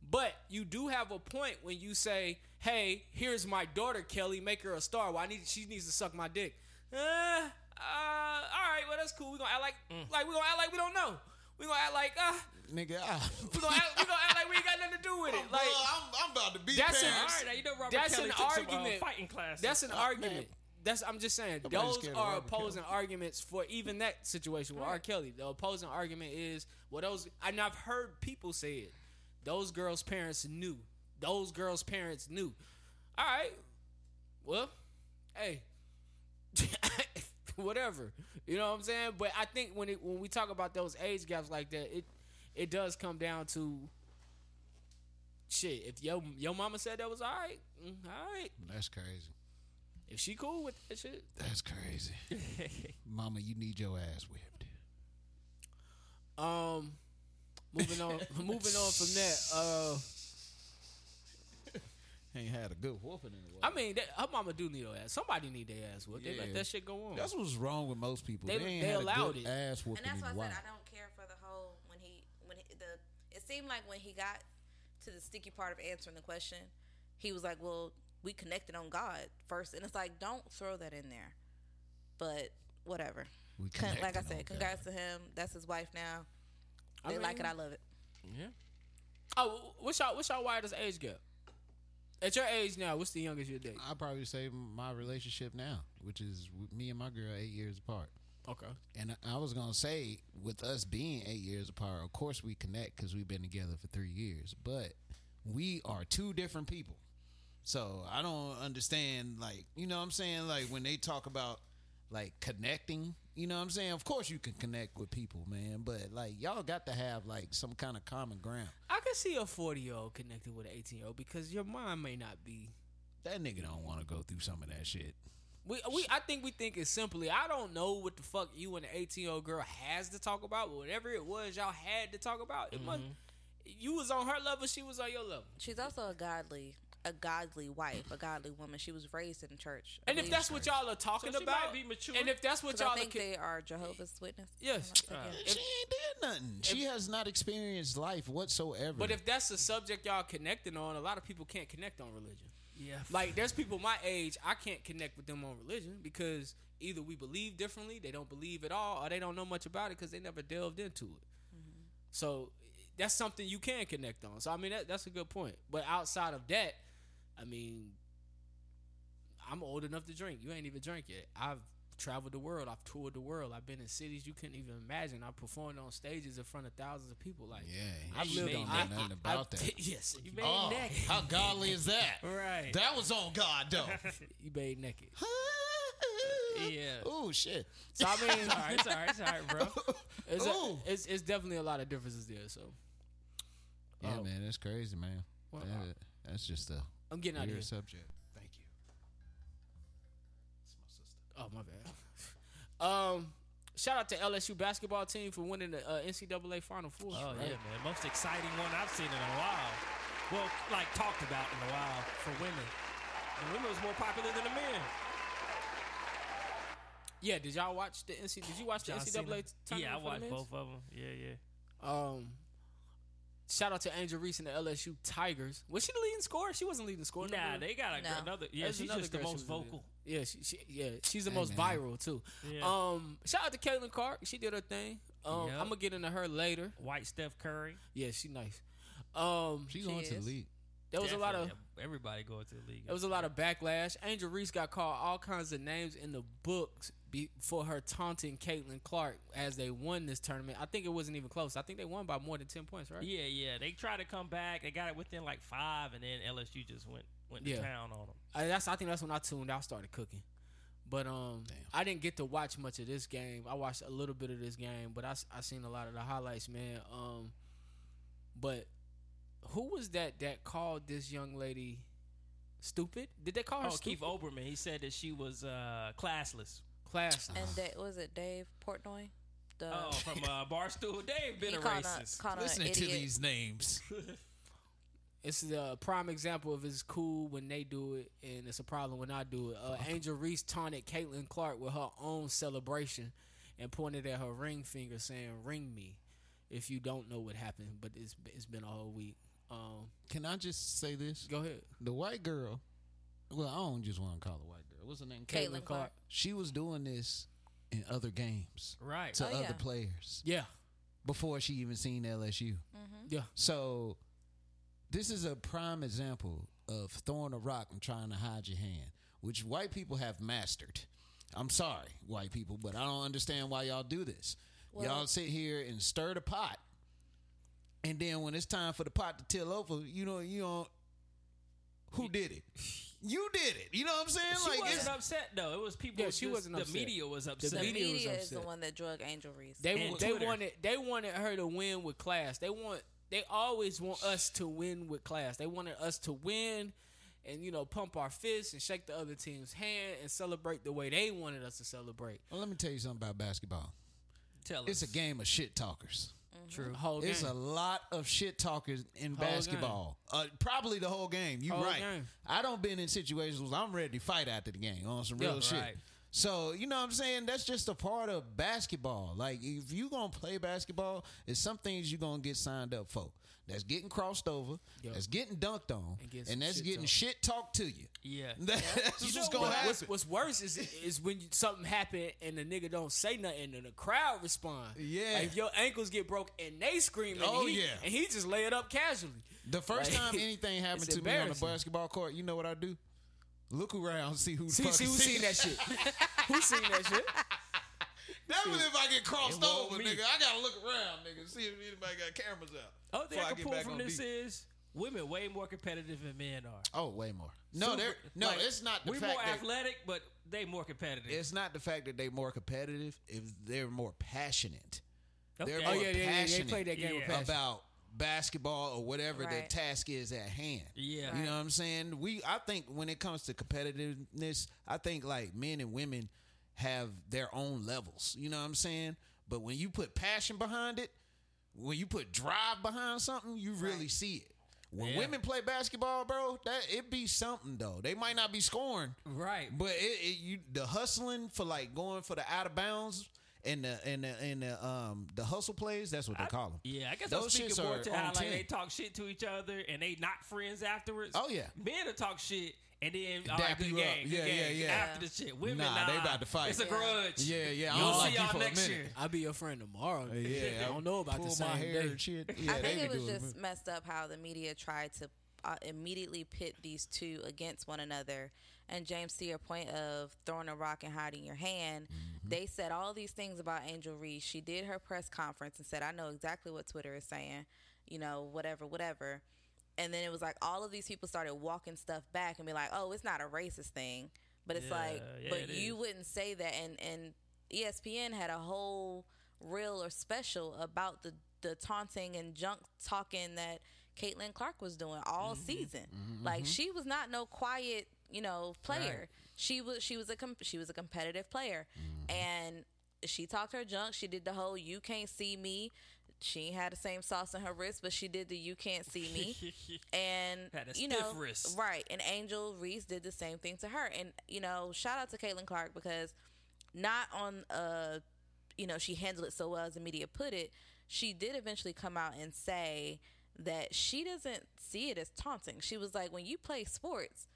Speaker 5: but you do have a point when you say, "Hey, here's my daughter Kelly. Make her a star. Well, I need she needs to suck my dick." Uh, uh, all right. Well, that's cool. We gonna act like
Speaker 4: Mm.
Speaker 5: like we gonna act like we don't know. We gonna act like uh,
Speaker 4: nigga, I,
Speaker 5: we gonna act, we gonna act like we ain't got nothing to do with
Speaker 4: Oh,
Speaker 5: it. Like
Speaker 4: I'm, I'm about to be
Speaker 5: that's an-
Speaker 3: All
Speaker 4: parents.
Speaker 3: right, now you know Robert
Speaker 5: That's
Speaker 3: Kelly
Speaker 5: an
Speaker 3: took some, uh,
Speaker 5: argument.
Speaker 3: fighting classes.
Speaker 5: that's an argument. That's I'm just saying
Speaker 4: Nobody's
Speaker 5: those
Speaker 4: scared of
Speaker 5: are
Speaker 4: Robert Kelly.
Speaker 5: opposing arguments for even that situation with R. Kelly. The opposing argument is well, those and I've heard people say it. Those girls' parents knew. Those girls' parents knew. All right. Well, hey, whatever. You know what I'm saying? But I think when it when we talk about those age gaps like that, it it does come down to shit, if your your mama said that was all right, mm, all right.
Speaker 4: That's crazy.
Speaker 5: If she cool with that shit,
Speaker 4: That's crazy. Mama, you need your ass whipped.
Speaker 5: Um, moving on, moving on from that. Uh,
Speaker 4: Ain't had a good whooping in a while.
Speaker 5: I mean, that, her mama do need her ass. Somebody need their ass whooped. They let
Speaker 4: Yeah.
Speaker 5: that shit go on.
Speaker 4: That's what's wrong with most people.
Speaker 5: They-
Speaker 4: They, ain't
Speaker 5: they
Speaker 4: had
Speaker 5: allowed
Speaker 4: a good
Speaker 5: it.
Speaker 4: ass
Speaker 2: And
Speaker 4: whooping
Speaker 2: that's
Speaker 4: in
Speaker 2: why I
Speaker 4: a while.
Speaker 2: said I don't care for the whole when he when he, the it seemed like when he got to the sticky part of answering the question, he was like, "Well, we connected on God first. and it's like, "Don't throw that in there." But whatever.
Speaker 4: We
Speaker 2: Con- like I
Speaker 4: connected on
Speaker 2: said, congrats to him. That's his wife now. They like it. I
Speaker 5: mean-
Speaker 2: love it.
Speaker 5: oh, what's y'all what's y'all widest age gap? At your age now, what's the youngest you date?
Speaker 4: I probably say my relationship now, which is with me and my girl eight years apart.
Speaker 5: Okay,
Speaker 4: And I- I was gonna say, with us being eight years apart, of course we connect because we've been together for three years. But we are two different people, so I don't understand. Like, you know, what I'm saying, like when they talk about like connecting, you know, what I'm saying, of course you can connect with people, man. But like, y'all got to have like some kind of common ground.
Speaker 5: I can see a forty year old connected with an eighteen year old because your mind may not be.
Speaker 4: That nigga don't want to go through some of that shit.
Speaker 5: We, we I think we think it's simply I don't know what the fuck you and the eighteen year old girl has to talk about, but whatever it was y'all had to talk about, it must. You was on her level, she was on your level.
Speaker 2: She's also a godly a godly wife, a godly woman. She was raised in the church. I
Speaker 5: And if
Speaker 2: believe.
Speaker 5: that's what y'all are talking
Speaker 3: So she might
Speaker 5: about,
Speaker 3: be mature.
Speaker 5: and if that's what
Speaker 2: 'Cause I
Speaker 5: y'all are,
Speaker 2: think
Speaker 5: con-
Speaker 2: they are Jehovah's Witness.
Speaker 5: Yes.
Speaker 2: I'm not
Speaker 5: Uh,
Speaker 2: thinking-
Speaker 4: she ain't did nothing. she has not experienced life whatsoever.
Speaker 5: but if that's the subject y'all connecting on, a lot of people can't connect on religion.
Speaker 3: Yeah.
Speaker 5: Like there's people my age, I can't connect with them on religion because either we believe differently, they don't believe at all, or they don't know much about it because they never delved into it. So that's something you can connect on. So I mean that, that's a good point. But outside of that, I mean, I'm old enough to drink. You ain't even drink yet. I've traveled the world. I've toured the world. I've been in cities you couldn't even imagine. I performed on stages in front of thousands of people. Like
Speaker 4: yeah,
Speaker 5: I've
Speaker 4: she
Speaker 5: lived-
Speaker 4: don't know
Speaker 5: I-
Speaker 4: nothing
Speaker 5: I-
Speaker 4: about
Speaker 5: I-
Speaker 4: that.
Speaker 5: yes, you made
Speaker 4: Oh,
Speaker 5: naked.
Speaker 4: how godly is that?
Speaker 3: Right.
Speaker 4: That was on God though.
Speaker 5: You made naked.
Speaker 3: Yeah.
Speaker 4: Oh shit.
Speaker 5: So I mean,
Speaker 3: It's all right. It's all right. It's all right, bro.
Speaker 5: It's,
Speaker 3: Oh.
Speaker 4: Ooh.
Speaker 5: a, it's it's definitely a lot of differences there. So
Speaker 4: Yeah,
Speaker 5: Oh.
Speaker 4: man, that's crazy, man.
Speaker 5: Well,
Speaker 4: That- that's just a
Speaker 5: I'm getting out of
Speaker 4: weird
Speaker 5: here.
Speaker 4: subject. Thank you.
Speaker 5: Oh my bad. um, shout out to LSU basketball team for winning the uh, NCAA Final Four.
Speaker 3: Oh yeah, man. Most exciting one I've seen in a while. Well, like talked about in a while for women. The women was more popular than the men.
Speaker 5: Yeah, Did y'all watch the NC? Did you watch the
Speaker 3: John Cena.
Speaker 5: NCAA tournament?
Speaker 3: Yeah, I
Speaker 5: for the
Speaker 3: watched
Speaker 5: men's?
Speaker 3: both of them. Yeah, yeah.
Speaker 5: Um, shout out to Angel Reese and the LSU Tigers. Was she the leading scorer? She wasn't leading scorer.
Speaker 3: Nah,
Speaker 5: no.
Speaker 3: they got a,
Speaker 2: No.
Speaker 3: another. Yeah,
Speaker 5: That's
Speaker 3: she's
Speaker 5: another
Speaker 3: just the
Speaker 5: girl
Speaker 3: most
Speaker 5: she was with.
Speaker 3: vocal.
Speaker 5: Yeah, she, she yeah, she's the most
Speaker 4: man.
Speaker 5: viral too.
Speaker 3: Yeah.
Speaker 5: Um, shout out to Caitlin Clark. She did her thing. Um,
Speaker 3: Yep.
Speaker 5: I'm gonna get into her later.
Speaker 3: White Steph Curry.
Speaker 5: Yeah, she nice. Um,
Speaker 4: She
Speaker 2: She
Speaker 4: going to the
Speaker 2: is.
Speaker 4: league.
Speaker 5: there was a lot of
Speaker 3: Definitely. everybody going to the league.
Speaker 5: There was a lot of backlash. Angel Reese got called all kinds of names in the books be, for her taunting Caitlin Clark as they won this tournament. I think it wasn't even close. I think they won by more than ten points, right?
Speaker 3: Yeah, yeah. They tried to come back. They got it within like five, and then LSU just went went to
Speaker 5: Yeah.
Speaker 3: town on them.
Speaker 5: I, that's I think that's when I tuned. out, started cooking, but um, I didn't get to watch much of this game. I watched a little bit of this game, but I s- I seen a lot of the highlights, man. Um, but who was that that called this young lady stupid? Did they call her
Speaker 3: Oh,
Speaker 5: stupid?
Speaker 3: Keith Oberman. He said that she was uh, classless.
Speaker 5: Class.
Speaker 2: And that was it Dave Portnoy? The
Speaker 3: Oh, from uh, Barstool. They've been
Speaker 2: he
Speaker 3: a
Speaker 2: called her-
Speaker 3: racist.
Speaker 2: called her an
Speaker 4: Listening to
Speaker 2: idiot.
Speaker 4: these names.
Speaker 5: It's the prime example of it's cool when they do it, and it's a problem when I do it. Uh, Angel Reese taunted Caitlin Clark with her own celebration and pointed at her ring finger, saying, "Ring me." If you don't know what happened, but it's it's been a whole week. Um,
Speaker 4: Can I just say this?
Speaker 5: go ahead,
Speaker 4: The white girl. Well, I don't just want to call her white girl. What's her name?
Speaker 2: Caitlin Clark.
Speaker 4: She was doing this in other games
Speaker 3: Right.
Speaker 4: to
Speaker 2: Oh,
Speaker 4: other
Speaker 2: yeah.
Speaker 4: players
Speaker 5: Yeah,
Speaker 4: before she even seen LSU.
Speaker 3: Mm-hmm.
Speaker 5: yeah.
Speaker 4: So this is a prime example of throwing a rock and trying to hide your hand, which white people have mastered. I'm sorry, white people, but I don't understand why y'all do this. y'all sit here and stir the pot, and then when it's time for the pot to till over, you know you don't. Who did it? You did it. You know what I'm saying?
Speaker 3: She
Speaker 4: like it's,
Speaker 3: wasn't upset though. It was people.
Speaker 5: Yeah, she
Speaker 3: just-
Speaker 5: wasn't
Speaker 3: The
Speaker 5: upset.
Speaker 3: media was upset.
Speaker 2: The
Speaker 5: media
Speaker 2: media,
Speaker 5: was
Speaker 2: is the
Speaker 5: upset.
Speaker 2: one that drug Angel Reese.
Speaker 5: They
Speaker 3: And
Speaker 5: they
Speaker 3: Twitter.
Speaker 5: wanted they wanted her to win with class. They want they always want us to win with class. They wanted us to win and you know pump our fists and shake the other team's hand and celebrate the way they wanted us to celebrate.
Speaker 4: Well, let me tell you something about basketball.
Speaker 3: Tell
Speaker 4: It's a
Speaker 3: us.
Speaker 4: game of shit talkers.
Speaker 5: True. Whole
Speaker 4: It's
Speaker 5: game.
Speaker 4: a lot of shit talkers in
Speaker 5: Whole
Speaker 4: basketball. Uh, probably the whole game. You
Speaker 5: Whole
Speaker 4: right.
Speaker 5: game.
Speaker 4: I don't been in situations where I'm ready to fight after the game on some
Speaker 5: Yeah,
Speaker 4: real shit.
Speaker 3: right.
Speaker 4: So you know what I'm saying? That's just a part of basketball. Like if you gonna play basketball, it's some things you gonna get signed up for. That's getting crossed over. That's getting dunked on.
Speaker 5: And
Speaker 4: And,
Speaker 5: get some
Speaker 4: that's
Speaker 5: shit
Speaker 4: getting
Speaker 5: talked.
Speaker 4: shit talked to you.
Speaker 3: Yeah.
Speaker 4: That's
Speaker 5: You know
Speaker 4: what's gonna
Speaker 5: what-
Speaker 4: happen.
Speaker 5: what's, what's worse is is when you, something happen and the nigga don't say nothing and the crowd respond.
Speaker 4: Yeah.
Speaker 5: Like, if your ankles get broke and they scream. And
Speaker 4: Oh,
Speaker 5: he,
Speaker 4: yeah.
Speaker 5: and he just lay it up casually.
Speaker 4: The first
Speaker 5: Like,
Speaker 4: time anything happened
Speaker 5: it's
Speaker 4: to me on the
Speaker 5: embarrassing.
Speaker 4: basketball court, you know what I do? Look around, see who. the
Speaker 5: See,
Speaker 4: fuck
Speaker 5: see
Speaker 4: is
Speaker 5: who
Speaker 4: sitting-
Speaker 5: seen that shit? who seen that shit?
Speaker 4: That was if I get crossed
Speaker 3: It won't
Speaker 4: over,
Speaker 3: me.
Speaker 4: nigga. I gotta look around, nigga, see if anybody got cameras out.
Speaker 3: Other thing
Speaker 4: before
Speaker 3: I
Speaker 4: get
Speaker 3: can pull
Speaker 4: back
Speaker 3: from
Speaker 4: on
Speaker 3: this
Speaker 4: beat.
Speaker 3: is women way more competitive than men are.
Speaker 4: oh, way more. No,
Speaker 3: Super-
Speaker 4: they're no.
Speaker 3: like,
Speaker 4: it's not the
Speaker 3: we
Speaker 4: fact
Speaker 3: more
Speaker 4: that
Speaker 3: athletic, but they more competitive.
Speaker 4: it's not the fact that they're more competitive. If they're more passionate, they're
Speaker 3: Okay.
Speaker 4: more
Speaker 5: Oh yeah, yeah, yeah. They
Speaker 4: passionate
Speaker 5: played that game with
Speaker 3: Yeah.
Speaker 5: passion.
Speaker 4: about basketball or whatever the
Speaker 2: Right.
Speaker 4: task is at hand.
Speaker 3: Yeah.
Speaker 4: You know what I'm saying? We I think when it comes to competitiveness, I think like men and women have their own levels. You know what I'm saying? But when you put passion behind it, when you put drive behind something, you really see it. When
Speaker 3: Yeah.
Speaker 4: women play basketball, bro, that it be something though. They might not be scoring,
Speaker 3: Right.
Speaker 4: but it, it you the hustling for like going for the out of bounds and the and the and the um the hustle plays. That's what they call them.
Speaker 3: Yeah, I guess I'm
Speaker 4: those
Speaker 3: speaking
Speaker 4: shits
Speaker 3: more
Speaker 4: are
Speaker 3: to how
Speaker 4: on
Speaker 3: like
Speaker 4: 10.
Speaker 3: they talk shit to each other and they not friends afterwards.
Speaker 4: Oh, yeah.
Speaker 3: men will talk shit and then all right,
Speaker 4: Dap
Speaker 3: good
Speaker 4: you
Speaker 3: game,
Speaker 4: up.
Speaker 3: good
Speaker 4: Yeah,
Speaker 3: game.
Speaker 4: yeah, yeah.
Speaker 3: After the shit, women
Speaker 4: Nah,
Speaker 3: nah,
Speaker 4: they about to fight.
Speaker 3: It's a
Speaker 4: Yeah.
Speaker 3: grudge.
Speaker 4: Yeah, yeah, I
Speaker 3: You'll
Speaker 4: don't
Speaker 3: see
Speaker 4: like you
Speaker 3: y'all
Speaker 4: for a
Speaker 3: next
Speaker 4: minute.
Speaker 3: year.
Speaker 5: I'll be your friend tomorrow.
Speaker 4: Yeah,
Speaker 5: I don't know about
Speaker 4: pull
Speaker 5: the
Speaker 4: my
Speaker 5: same
Speaker 4: hair
Speaker 5: day.
Speaker 4: and shit. Yeah,
Speaker 2: I
Speaker 4: they
Speaker 2: think
Speaker 4: be
Speaker 2: it was
Speaker 4: doing
Speaker 2: just messed up how the media tried to uh, immediately pit these two against one another. And James, to your point of throwing a rock and hiding your hand, they said all these things about Angel Reese. She did her press conference and said, I know exactly what Twitter is saying, you know, whatever, whatever. And then it was like all of these people started walking stuff back and be like, oh, it's not a racist thing. But it's
Speaker 3: Yeah,
Speaker 2: like,
Speaker 3: yeah,
Speaker 2: but
Speaker 3: it
Speaker 2: you
Speaker 3: is.
Speaker 2: wouldn't say that. And, and E ESPN had a whole reel or special about the the taunting and junk talking that Caitlin Clark was doing all
Speaker 3: Mm-hmm.
Speaker 2: season.
Speaker 4: Mm-hmm.
Speaker 2: Like she was not no quiet, you know, player. She was she was a com- she was a competitive player,
Speaker 3: Mm-hmm.
Speaker 2: and she talked her junk. She did the whole "you can't see me." She ain't had the same sauce on her wrist, but she did the "you can't see me." and
Speaker 3: Had a
Speaker 2: you
Speaker 3: stiff
Speaker 2: know,
Speaker 3: wrist.
Speaker 2: right? And Angel Reese did the same thing to her, and you know, shout out to Caitlin Clark because not on uh you know she handled it so well as the media put it she did eventually come out and say that she doesn't see it as taunting she was like when you play sports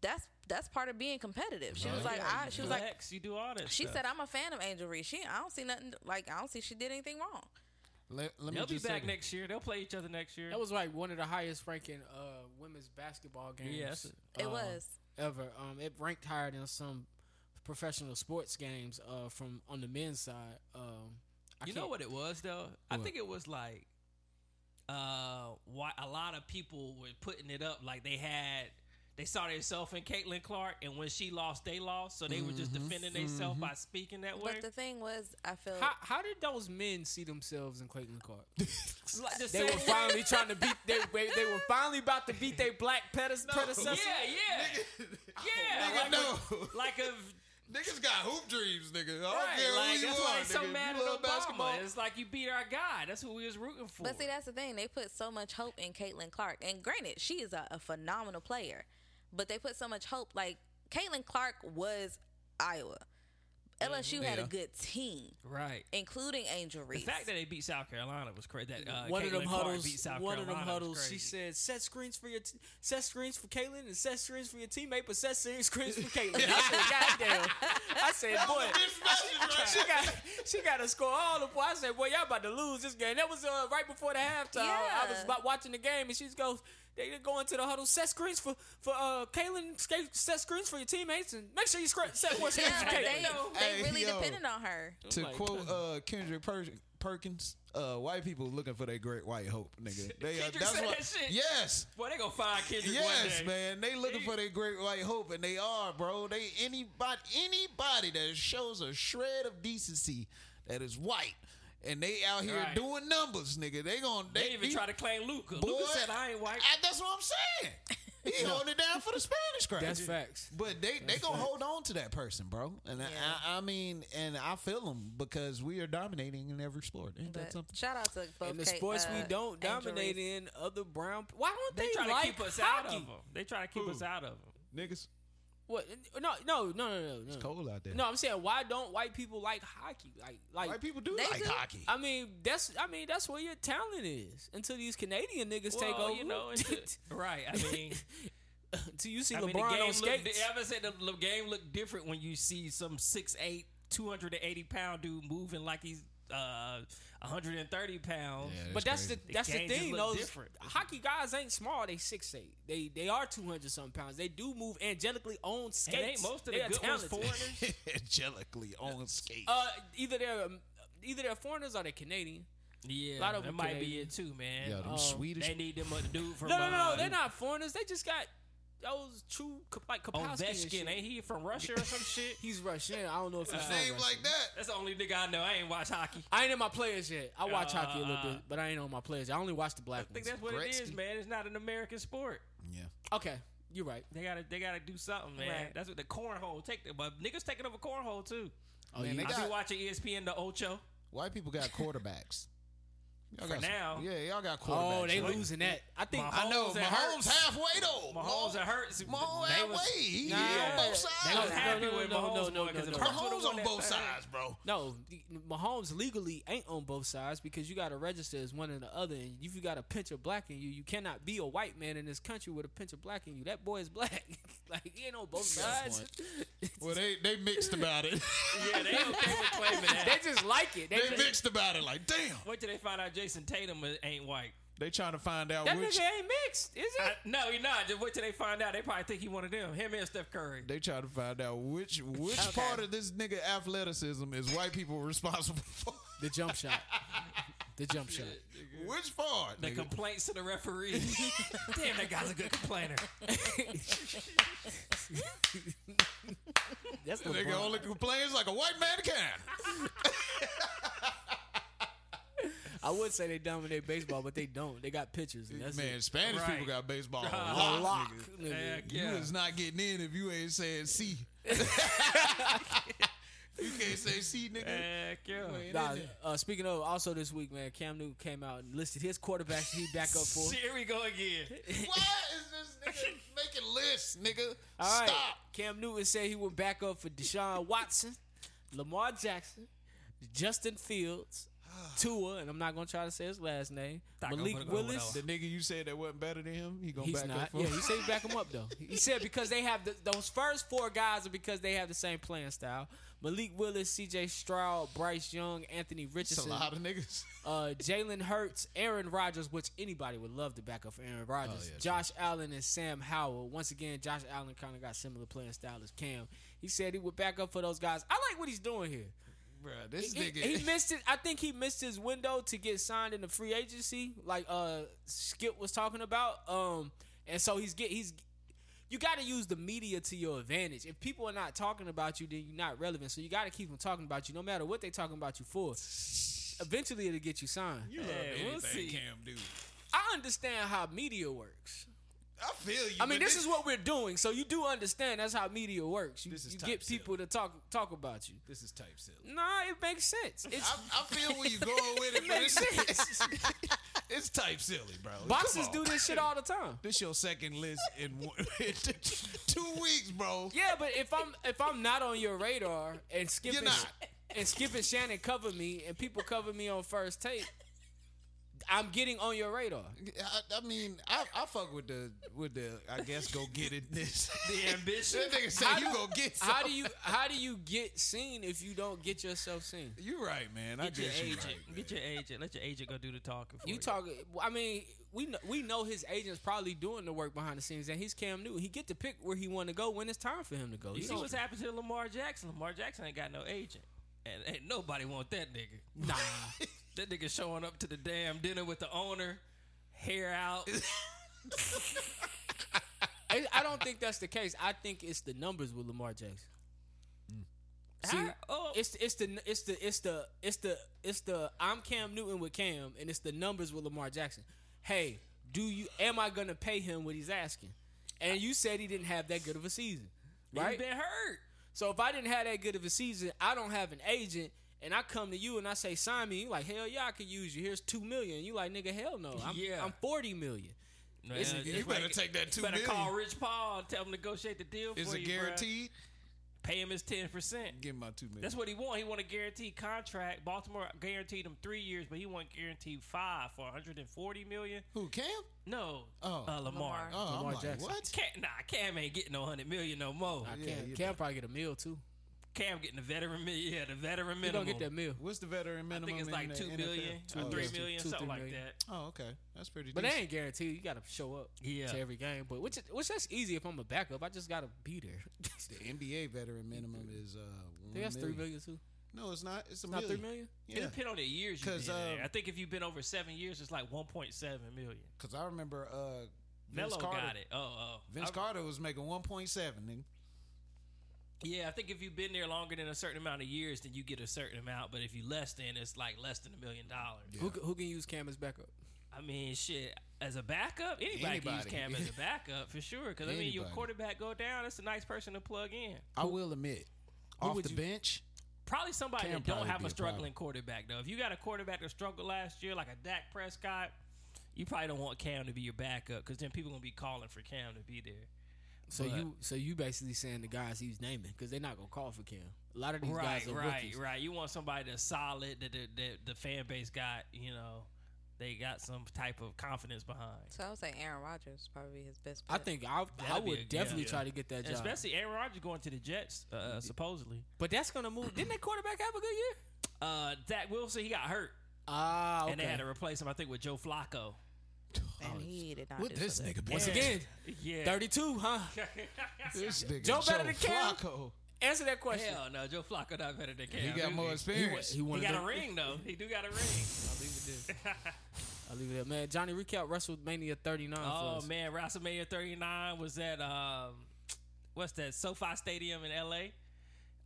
Speaker 2: that's that's part of being competitive she was like I, she was like
Speaker 3: Flex, you do all that.
Speaker 2: she
Speaker 3: stuff.
Speaker 2: said i'm a fan of angel reese she i don't see nothing like i don't see she did anything wrong
Speaker 4: Let, let me
Speaker 3: they'll be
Speaker 4: just say
Speaker 3: back
Speaker 4: this.
Speaker 3: next year. They'll play each other next year.
Speaker 5: That was like one of the highest ranking uh, women's basketball games.
Speaker 3: Yes.
Speaker 2: it
Speaker 5: uh,
Speaker 2: was
Speaker 5: ever. Um, it ranked higher than some professional sports games uh, from on the men's side. Um, I
Speaker 3: you know
Speaker 5: can't-
Speaker 3: what it was though? I
Speaker 5: What?
Speaker 3: think it was like uh why a lot of people were putting it up like they had they saw themselves in Caitlin Clark and when she lost they lost so they were just
Speaker 4: Mm-hmm.
Speaker 3: defending themselves by speaking that way.
Speaker 2: but the thing was i feel
Speaker 5: How, how did those men see themselves in Clayton Clark?
Speaker 3: It's like the
Speaker 5: They
Speaker 3: same
Speaker 5: were
Speaker 3: way-
Speaker 5: finally trying to beat. They, they, they were finally about to beat their black pedes-
Speaker 3: yeah,
Speaker 5: predecessor.
Speaker 3: yeah. yeah,
Speaker 4: Nigga,
Speaker 3: like,
Speaker 4: no.
Speaker 3: a, like a
Speaker 4: Niggas got hoop dreams, nigga. I don't
Speaker 3: Right,
Speaker 4: care
Speaker 3: like
Speaker 4: who you
Speaker 3: that's
Speaker 4: are,
Speaker 3: why they
Speaker 4: nigga.
Speaker 3: so
Speaker 4: If
Speaker 3: mad
Speaker 4: you
Speaker 3: at
Speaker 4: love
Speaker 3: Obama.
Speaker 4: basketball.
Speaker 3: It's like you beat our guy. That's who we was rooting for.
Speaker 2: But see, that's the thing. They put so much hope in Caitlin Clark. And granted, she is a, a phenomenal player. But they put so much hope. Like, Caitlin Clark was Iowa. LSU had a
Speaker 4: Yeah.
Speaker 5: Mm-hmm.
Speaker 2: good team,
Speaker 3: right.
Speaker 2: including Angel
Speaker 3: The
Speaker 2: Reese.
Speaker 3: fact that they beat South Carolina was crazy. That uh,
Speaker 5: one of them
Speaker 3: Caitlin Clark
Speaker 5: huddles.
Speaker 3: beat South
Speaker 5: one of them
Speaker 3: Carolina was
Speaker 5: huddles. She
Speaker 3: crazy.
Speaker 5: said, "Set screens for your t- set screens for Caitlin and set screens for your teammate, but set screens screens for Caitlin." I said, "Goddamn!" I said, "Boy, she got she got to score all the points." I said, "Boy, y'all about to lose this game." That was uh, right before the halftime. I was
Speaker 2: Yeah.
Speaker 5: about watching the game, and she goes. They go into the huddle, set screens for for uh, Caitlin, sca- set screens for your teammates, and make sure you scr- set more screens
Speaker 2: yeah,
Speaker 5: for
Speaker 2: they,
Speaker 5: Caitlin.
Speaker 2: they
Speaker 4: Hey,
Speaker 2: really
Speaker 4: yo.
Speaker 2: depended on her.
Speaker 4: To quote uh, Kendrick per- Perkins, uh, white people looking for their great white hope, nigga. They, uh,
Speaker 3: Kendrick
Speaker 4: that's
Speaker 3: said
Speaker 4: why,
Speaker 3: that shit.
Speaker 4: Yes.
Speaker 3: Boy, they gonna find Kendrick
Speaker 4: Yes,
Speaker 3: one day.
Speaker 4: man. They looking for their great white hope, and they are, bro. They anybody anybody that shows a shred of decency that is white and they out here
Speaker 3: Right.
Speaker 4: doing numbers, nigga. They gonna
Speaker 3: They even
Speaker 4: he-
Speaker 3: try to claim Luca.
Speaker 4: boy,
Speaker 3: Luca said I ain't white.
Speaker 4: I- that's what I'm saying. He holding it down for the Spanish crowd.
Speaker 5: That's facts.
Speaker 4: But they they gonna hold on to that person, bro. And
Speaker 2: Yeah.
Speaker 4: I, I mean, and I feel them because we are dominating in every sport. Ain't that
Speaker 2: But
Speaker 4: something?
Speaker 2: shout out to both
Speaker 5: In the
Speaker 2: Kate,
Speaker 5: sports
Speaker 2: uh,
Speaker 5: we don't
Speaker 2: Angel
Speaker 5: dominate
Speaker 2: Reese.
Speaker 5: in, other brown. pe- Why don't
Speaker 3: They,
Speaker 5: they,
Speaker 3: try to
Speaker 5: like
Speaker 3: keep us out
Speaker 5: hockey?
Speaker 3: of them. They try to keep
Speaker 4: Who?
Speaker 3: us out of them.
Speaker 4: Niggas,
Speaker 5: What? No, no, no, no, no, no.
Speaker 4: it's cold out there.
Speaker 5: No, I'm saying why don't white people like hockey? Like, like
Speaker 4: white people do
Speaker 2: They
Speaker 4: like
Speaker 2: do.
Speaker 4: hockey.
Speaker 5: I mean, that's I mean that's where your talent is. Until these Canadian niggas
Speaker 3: Well,
Speaker 5: take over,
Speaker 3: you know, it's right. I mean,
Speaker 5: until you see
Speaker 3: I mean, the
Speaker 5: LeBron
Speaker 3: game
Speaker 5: on
Speaker 3: look,
Speaker 5: skates.
Speaker 3: ever said the l- game looked different when you see some 6'8", 280 pound dude moving like he's uh, 130 pounds.
Speaker 4: Yeah,
Speaker 5: but that's the
Speaker 3: The
Speaker 5: that's the
Speaker 3: game just
Speaker 5: thing.
Speaker 3: look
Speaker 5: Those
Speaker 3: different.
Speaker 5: hockey guys ain't small. They six eight. They they are two hundred something pounds. They do move angelically on skates.
Speaker 3: And ain't most of
Speaker 5: They
Speaker 3: the
Speaker 5: are
Speaker 3: good ones
Speaker 5: talented.
Speaker 3: foreigners.
Speaker 4: angelically on skate.
Speaker 5: Uh, either they're um, either they're foreigners or they're Canadian.
Speaker 3: yeah,
Speaker 5: Lot of
Speaker 3: that
Speaker 5: them
Speaker 3: might be
Speaker 5: Canadian.
Speaker 3: it too, man.
Speaker 4: Yo, them
Speaker 5: oh,
Speaker 4: Swedish.
Speaker 3: they need them a dude from
Speaker 5: No, no,
Speaker 3: uh,
Speaker 5: no, they're not foreigners. They just got those true like Kapowski and
Speaker 3: Oh, Ovechkin,
Speaker 5: shit.
Speaker 3: ain't he from Russia or some shit?
Speaker 5: He's Russian. I don't know
Speaker 3: Uh,
Speaker 5: if he's from
Speaker 4: name
Speaker 5: Russia.
Speaker 4: like that.
Speaker 3: That's the only nigga I know. I ain't watch hockey.
Speaker 5: I ain't in my players yet. I watch
Speaker 3: Uh,
Speaker 5: hockey a little bit, but I ain't on my players. I only watch the black
Speaker 3: I think
Speaker 5: ones.
Speaker 3: that's what it is,
Speaker 4: Gretzky.
Speaker 3: man. It's not an American sport.
Speaker 4: Yeah.
Speaker 5: Okay, you're right.
Speaker 3: They gotta, they gotta do something, man.
Speaker 2: Right.
Speaker 3: That's what the cornhole take. The, but niggas taking over cornhole too.
Speaker 5: Oh,
Speaker 4: Man,
Speaker 5: yeah.
Speaker 4: they
Speaker 3: I
Speaker 4: got-
Speaker 3: be watching E ESPN the Ocho.
Speaker 4: White people got quarterbacks. Y'all
Speaker 3: For
Speaker 4: got
Speaker 3: now.
Speaker 4: yeah, y'all got quarterbacks.
Speaker 5: oh, they
Speaker 4: right?
Speaker 5: losing that. I think.
Speaker 3: Mahomes
Speaker 4: I know
Speaker 3: and
Speaker 4: Mahomes
Speaker 3: Hurts.
Speaker 4: halfway though.
Speaker 3: Mahomes and Hurts.
Speaker 4: Mahomes
Speaker 3: they
Speaker 4: halfway.
Speaker 3: was-
Speaker 4: He
Speaker 5: Nah.
Speaker 4: on both
Speaker 3: They
Speaker 5: No,
Speaker 3: was
Speaker 4: sides.
Speaker 5: no,
Speaker 3: happy
Speaker 5: no,
Speaker 3: with
Speaker 5: no,
Speaker 3: Mahomes
Speaker 5: no, no,
Speaker 3: won, 'cause
Speaker 5: no,
Speaker 3: if
Speaker 5: no.
Speaker 3: Hurts would've
Speaker 4: Mahomes
Speaker 3: won
Speaker 4: on
Speaker 3: that
Speaker 4: both
Speaker 3: thing-
Speaker 4: sides, bro.
Speaker 5: No, the- Mahomes legally ain't on both sides because you got to register as one and the other. And if you got a pinch of black in you, you cannot be a white man in this country with a pinch of black in you. That boy is black. like he ain't on both sides.
Speaker 4: Well, they they mixed about it.
Speaker 3: Yeah, they okay with claiming
Speaker 5: they
Speaker 3: that.
Speaker 5: just like it. They,
Speaker 4: they
Speaker 5: just,
Speaker 4: mixed about it. Like, damn.
Speaker 3: Wait till they find out Jason Tatum ain't white.
Speaker 4: They trying to find out
Speaker 5: that
Speaker 4: which.
Speaker 5: nigga ain't mixed, is it?
Speaker 3: I, no, he not. Just wait till they find out. They probably think he one of them. Him and Steph Curry.
Speaker 4: They trying to find out which which
Speaker 2: Okay.
Speaker 4: part of this nigga athleticism is white people responsible for.
Speaker 5: the jump shot. The jump shot.
Speaker 4: which part?
Speaker 3: The
Speaker 4: nigga?
Speaker 3: complaints to the referee. Damn, that guy's a good complainer.
Speaker 5: That's the
Speaker 4: Nigga only complains like a white man can.
Speaker 5: I would say they dominate baseball, but they don't. They got pitchers. And that's
Speaker 4: Man,
Speaker 5: it.
Speaker 4: Spanish
Speaker 3: Right.
Speaker 4: people got baseball. a
Speaker 5: A
Speaker 4: lot,
Speaker 5: lock,
Speaker 4: nigga.
Speaker 5: nigga.
Speaker 3: Heck
Speaker 4: You
Speaker 3: yeah.
Speaker 4: is not getting in if you ain't saying C. you can't say C, nigga.
Speaker 3: Heck yeah.
Speaker 5: Nah, uh, speaking of, also this week, man, Cam Newton came out and listed his quarterbacks he back up for.
Speaker 3: Here we go again.
Speaker 4: Why is this nigga making lists, nigga?
Speaker 5: All right,
Speaker 4: Stop.
Speaker 5: Cam Newton said he would back up for Deshaun Watson, Lamar Jackson, Justin Fields, Tua, and I'm not gonna try to say his last name.
Speaker 3: Not gonna put
Speaker 5: Malik
Speaker 3: it over
Speaker 5: Willis.
Speaker 3: though.
Speaker 4: nigga you said that wasn't better than him, he gonna
Speaker 5: He's not. Yeah, he said he back him up though. He said because they have the, those first four guys are because they have the same playing style. Malik Willis, C.J. Stroud, Bryce Young, Anthony
Speaker 4: It's a
Speaker 5: Richardson,
Speaker 4: lot of niggas.
Speaker 5: uh, Jalen Hurts, Aaron Rodgers, which anybody would love to back up for Aaron Rodgers,
Speaker 4: yeah,
Speaker 5: Josh Allen, and Sam Howell. Once again, Josh Allen kind of got similar playing style as Cam. He said he would back up for those guys. I like what he's doing here.
Speaker 4: Bro, this
Speaker 5: He, he missed it. I think he missed his window to get signed in the free agency, like uh, Skip was talking about. Um, and so he's get he's you got to use the media to your advantage. If people are not talking about you, then you're not relevant. So you got to keep them talking about you, no matter what they talking about you for. Eventually, it'll get you signed.
Speaker 4: you love
Speaker 3: Yeah, we'll
Speaker 4: anything
Speaker 3: see.
Speaker 4: Cam do.
Speaker 5: I understand how media works.
Speaker 4: I feel you.
Speaker 5: I mean,
Speaker 4: but
Speaker 5: this is what we're doing, so you do understand that's how media works. You,
Speaker 4: This is
Speaker 5: you
Speaker 4: type
Speaker 5: get people to talk talk about you.
Speaker 4: this is type silly.
Speaker 5: Nah, it makes sense. It's,
Speaker 4: I, I feel where you going with it,
Speaker 5: it
Speaker 4: but
Speaker 5: makes
Speaker 4: it's,
Speaker 5: sense.
Speaker 4: it's type silly, bro.
Speaker 5: Boxers
Speaker 4: Come on.
Speaker 5: do this shit all the time.
Speaker 4: This your second list in one, two weeks, bro.
Speaker 5: Yeah, but if I'm if I'm not on your radar and skipping
Speaker 4: You're not.
Speaker 5: and skipping Shannon cover me and people cover me on first tape, I'm getting on your radar.
Speaker 4: I, I mean, I, I fuck with the with the I guess go get it this.
Speaker 3: The ambition.
Speaker 4: that nigga say
Speaker 5: How
Speaker 4: you
Speaker 5: do-
Speaker 4: go get. Some.
Speaker 5: How do you how do you get seen if you don't get yourself seen?
Speaker 4: You right, man. I
Speaker 3: Get your
Speaker 4: guess you
Speaker 3: agent.
Speaker 4: right. man.
Speaker 3: Get your agent. Let your agent go do the talking for you.
Speaker 5: You talk. I mean, we know, we know his agent's probably doing the work behind the scenes, and he's Cam Newton. He get to pick where he want to go when it's time for him to go.
Speaker 3: You
Speaker 5: He
Speaker 3: see
Speaker 5: don't-
Speaker 3: what's happened to Lamar Jackson? Lamar Jackson ain't got no agent, and ain't nobody want that nigga.
Speaker 5: Nah,
Speaker 3: That nigga showing up to the damn dinner with the owner, hair out.
Speaker 5: I, I don't think that's the case. I think it's the numbers with Lamar Jackson. See,
Speaker 3: How- oh, follow.
Speaker 5: It's it's the it's the it's the it's the it's the I'm Cam Newton with Cam, and it's the numbers with Lamar Jackson. Hey, do you am I gonna pay him what he's asking? And you said he didn't have that good of a season,
Speaker 3: right?
Speaker 5: right?
Speaker 3: He's been hurt.
Speaker 5: So if I didn't have that good of a season, I don't have an agent, and I come to you and I say, sign me. You like, hell yeah, I could use you. Here's two million. You like, nigga, hell no. I'm,
Speaker 3: Yeah.
Speaker 5: I'm forty million. It's-
Speaker 3: Man,
Speaker 5: you
Speaker 7: better
Speaker 3: like-
Speaker 7: take that two
Speaker 3: you Better call
Speaker 7: million.
Speaker 3: Rich Paul and tell him to negotiate the deal
Speaker 7: Is
Speaker 3: for
Speaker 7: it
Speaker 3: you, bruh.
Speaker 7: guaranteed?
Speaker 3: Pay him his ten percent.
Speaker 4: Give him my two minutes.
Speaker 3: That's what he want. He want a guaranteed contract. Baltimore guaranteed him three years, but he want guaranteed five for 140 million.
Speaker 4: Who Cam?
Speaker 3: No,
Speaker 4: Oh.
Speaker 3: uh, Lamar.
Speaker 2: Lamar.
Speaker 4: Oh,
Speaker 5: Lamar
Speaker 4: I'm like,
Speaker 5: Jackson.
Speaker 4: what?
Speaker 3: Cam, nah, Cam ain't getting no 100 million no more.
Speaker 5: I
Speaker 4: Yeah,
Speaker 5: can't.
Speaker 4: you
Speaker 5: Cam probably get a meal too.
Speaker 3: Cam getting the veteran million. Yeah, the veteran
Speaker 5: You
Speaker 3: minimum.
Speaker 5: gonna get that meal,
Speaker 4: What's the veteran
Speaker 3: I
Speaker 4: minimum?
Speaker 3: think it's
Speaker 4: in
Speaker 3: like
Speaker 4: the
Speaker 3: two
Speaker 4: NFL?
Speaker 3: million
Speaker 4: Oh,
Speaker 3: or three
Speaker 5: two-
Speaker 3: million,
Speaker 5: two,
Speaker 3: something
Speaker 5: three
Speaker 3: like
Speaker 5: million.
Speaker 3: that.
Speaker 4: Oh, okay. That's pretty.
Speaker 5: but that
Speaker 4: decent.
Speaker 5: ain't guaranteed. You gotta show up
Speaker 3: Yeah.
Speaker 5: to every game. But which which that's easy if I'm a backup. I just gotta be there. I
Speaker 4: the NBA veteran minimum is uh.
Speaker 5: think that's
Speaker 4: one
Speaker 5: three million too.
Speaker 4: No, it's not. It's a
Speaker 5: It's not
Speaker 4: million.
Speaker 5: three million.
Speaker 3: It
Speaker 4: Yeah.
Speaker 3: depends on the years you've
Speaker 4: 'Cause,
Speaker 3: been there.
Speaker 4: um,
Speaker 3: I think if you've been over seven years, it's like 1.7 million.
Speaker 4: Because I remember uh, Vince
Speaker 3: Melo
Speaker 4: Carter.
Speaker 3: got it. Oh, oh.
Speaker 4: Vince
Speaker 3: I-
Speaker 4: Carter was making 1.7. Nigga.
Speaker 3: Yeah, I think if you've been there longer than a certain amount of years, then you get a certain amount. But if you less than, it's like less than a million dollars.
Speaker 5: Who ca- who can use Cam as backup?
Speaker 3: I mean, shit. As a backup, anybody, can use
Speaker 4: Anybody.
Speaker 3: Cam as a backup for sure. Because I mean, your
Speaker 4: Anybody.
Speaker 3: quarterback go down, it's a nice person to plug in.
Speaker 4: I will admit, off
Speaker 5: would
Speaker 4: the
Speaker 5: you-
Speaker 4: bench,
Speaker 3: Probably somebody
Speaker 4: Cam
Speaker 3: that don't
Speaker 4: probably
Speaker 3: have
Speaker 4: be
Speaker 3: a
Speaker 4: a
Speaker 3: struggling quarterback though. If you got a quarterback that struggled last year, like a Dak Prescott, you probably don't want Cam to be your backup because then people gonna be calling for Cam to be there.
Speaker 5: So
Speaker 3: But-
Speaker 5: you so you basically saying the guys he's naming because they're not gonna call for Cam. A lot of these
Speaker 3: right,
Speaker 5: guys are
Speaker 3: right,
Speaker 5: rookies.
Speaker 3: right. You want somebody that's solid that the, that the fan base got. You know, they got some type of confidence behind.
Speaker 2: So I would say Aaron Rodgers is probably his best.
Speaker 5: I
Speaker 2: bet.
Speaker 5: think I, I
Speaker 3: That'd be a- yeah,
Speaker 5: would definitely
Speaker 3: yeah.
Speaker 5: try to get that job.
Speaker 3: Especially Aaron Rodgers going to the Jets, uh, supposedly.
Speaker 5: but that's gonna move. Didn't that quarterback have a good year?
Speaker 3: Uh, Zach Wilson, he got hurt,
Speaker 5: Ah, okay.
Speaker 3: and they had to replace him. I think with Joe Flacco.
Speaker 2: and he did not.
Speaker 4: oh, what
Speaker 2: do
Speaker 4: this
Speaker 2: so good.
Speaker 4: nigga been
Speaker 5: Once
Speaker 4: at?
Speaker 5: again,
Speaker 3: Yeah,
Speaker 5: thirty-two, huh?
Speaker 4: This nigga
Speaker 5: Joe better than Cam?
Speaker 4: Flacco.
Speaker 5: Answer that question.
Speaker 3: Hell no, Joe Flacco not better than Cam.
Speaker 4: He got
Speaker 3: do
Speaker 4: more
Speaker 5: He, wa-
Speaker 4: experience.
Speaker 5: he
Speaker 3: He
Speaker 5: wanted
Speaker 3: got
Speaker 5: that-
Speaker 3: a ring though. He do got a ring.
Speaker 5: I'll leave it there. I'll leave it there, man. Johnny, recap WrestleMania thirty-nine. for
Speaker 3: oh
Speaker 5: us.
Speaker 3: man, WrestleMania 39 was at um, what's that? SoFi Stadium in LA.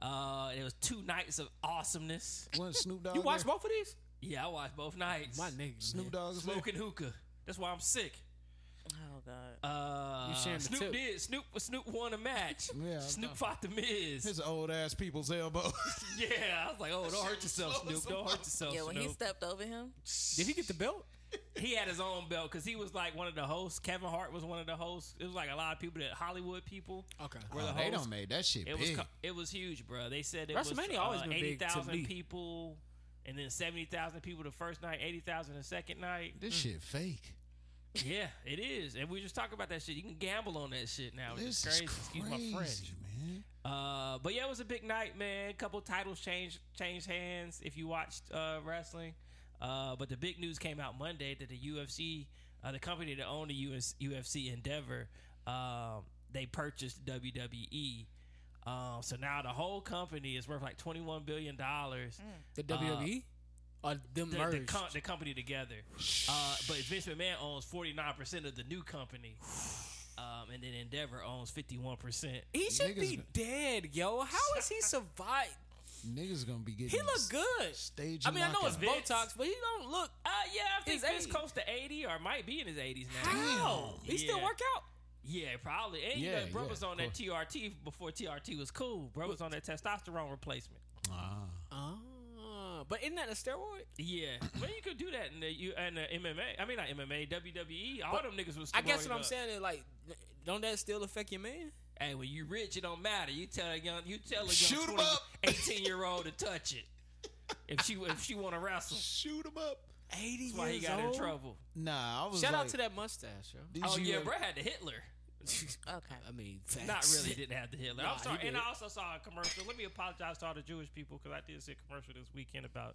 Speaker 3: Uh, it was two nights of awesomeness.
Speaker 4: Wasn't Snoop Dogg
Speaker 5: you watch
Speaker 4: there?
Speaker 5: both of these?
Speaker 3: Yeah, I watched both nights.
Speaker 5: My nigga,
Speaker 4: Snoop
Speaker 5: man.
Speaker 4: Dogg is there?
Speaker 3: smoking hookah. That's why I'm sick.
Speaker 2: Oh God.
Speaker 3: Uh,
Speaker 5: You sharing the
Speaker 3: Snoop
Speaker 5: tip.
Speaker 3: did. Snoop Snoop won a match.
Speaker 4: Yeah, I
Speaker 3: Snoop fought the Miz.
Speaker 4: His old ass people's elbow.
Speaker 3: yeah, I was like, oh, don't hurt yourself, Snoop. Don't hurt yourself,
Speaker 2: Yeah, when he
Speaker 3: Snoop.
Speaker 2: stepped over him,
Speaker 5: Did he get the belt?
Speaker 3: he had his own belt because he was like one of the hosts. Kevin Hart was one of the hosts. It was like a lot of people that Hollywood people.
Speaker 5: Okay.
Speaker 3: were the
Speaker 4: they
Speaker 3: hosts.
Speaker 4: don't made that shit
Speaker 3: It was
Speaker 4: big.
Speaker 3: co- it was huge, bro. They said it was
Speaker 5: WrestleMania
Speaker 3: uh,
Speaker 5: always been big to
Speaker 3: 80,000
Speaker 5: me.
Speaker 3: people and then 70,000 people the first night, 80,000 the second night.
Speaker 5: Mm.
Speaker 4: this shit fake.
Speaker 3: Yeah, it is. And we just talking about that shit. You can gamble on that shit now, which
Speaker 4: This
Speaker 3: is crazy.
Speaker 4: is
Speaker 3: Excuse my French.
Speaker 4: crazy, man.
Speaker 3: Uh, but yeah, it was a big night, man. Couple titles changed changed hands. If you watched uh, wrestling, uh, but the big news came out Monday that the UFC, uh, the company that owned the US, UFC Endeavor, um, they purchased WWE. Um, so now the whole company is worth like twenty one billion dollars.
Speaker 5: The WWE or them
Speaker 3: The, the,
Speaker 5: merged?
Speaker 3: com- the company together, uh, but Vince McMahon owns forty nine percent of the new company, um, and then Endeavor owns fifty one percent.
Speaker 5: he should
Speaker 4: Niggas
Speaker 5: be
Speaker 4: been-
Speaker 5: dead, yo. How is he survived?
Speaker 4: Niggas gonna be getting.
Speaker 5: He look good.
Speaker 4: Stage
Speaker 5: I mean, I know it's
Speaker 4: lockout.
Speaker 3: Vince.
Speaker 5: Botox, but he don't look.
Speaker 3: Uh, yeah, I think
Speaker 5: His
Speaker 3: Vince
Speaker 5: age.
Speaker 3: close to eighty or might be in his eighties now.
Speaker 5: How? He still
Speaker 3: Yeah.
Speaker 5: work out.
Speaker 3: Yeah, probably. And you
Speaker 4: Yeah,
Speaker 3: know, bro
Speaker 4: yeah,
Speaker 3: was on that TRT before TRT was cool. Bro was on that testosterone replacement.
Speaker 4: Ah.
Speaker 5: Ah, but isn't that a steroid?
Speaker 3: Yeah, well, you could do that in the you and the MMA. I mean, not MMA, WWE. E. All
Speaker 5: But
Speaker 3: them niggas was.
Speaker 5: I guess
Speaker 3: steroided
Speaker 5: what I'm
Speaker 3: up.
Speaker 5: saying is like, don't that still affect your man?
Speaker 3: Hey, when you rich, it don't matter. You tell a young, you tell a young
Speaker 7: Shoot 'em
Speaker 3: 20
Speaker 7: up.
Speaker 3: 18 year old to touch it. If she if she want to wrestle,
Speaker 7: Shoot him up.
Speaker 5: 80
Speaker 3: that's why he
Speaker 5: years
Speaker 3: got
Speaker 5: old.
Speaker 3: in trouble.
Speaker 4: Nah, I was.
Speaker 5: Shout
Speaker 4: like,
Speaker 5: out to that mustache, yo.
Speaker 4: Did
Speaker 3: Oh
Speaker 4: you
Speaker 3: yeah,
Speaker 4: ever-
Speaker 3: bro had the Hitler.
Speaker 2: okay.
Speaker 5: I mean,
Speaker 3: Not
Speaker 5: facts.
Speaker 3: really didn't have the Hitler.
Speaker 5: Nah,
Speaker 3: I'm
Speaker 5: he
Speaker 3: sorry. And
Speaker 5: did.
Speaker 3: I also saw a commercial. Let me apologize to all the Jewish people because I did see a commercial this weekend about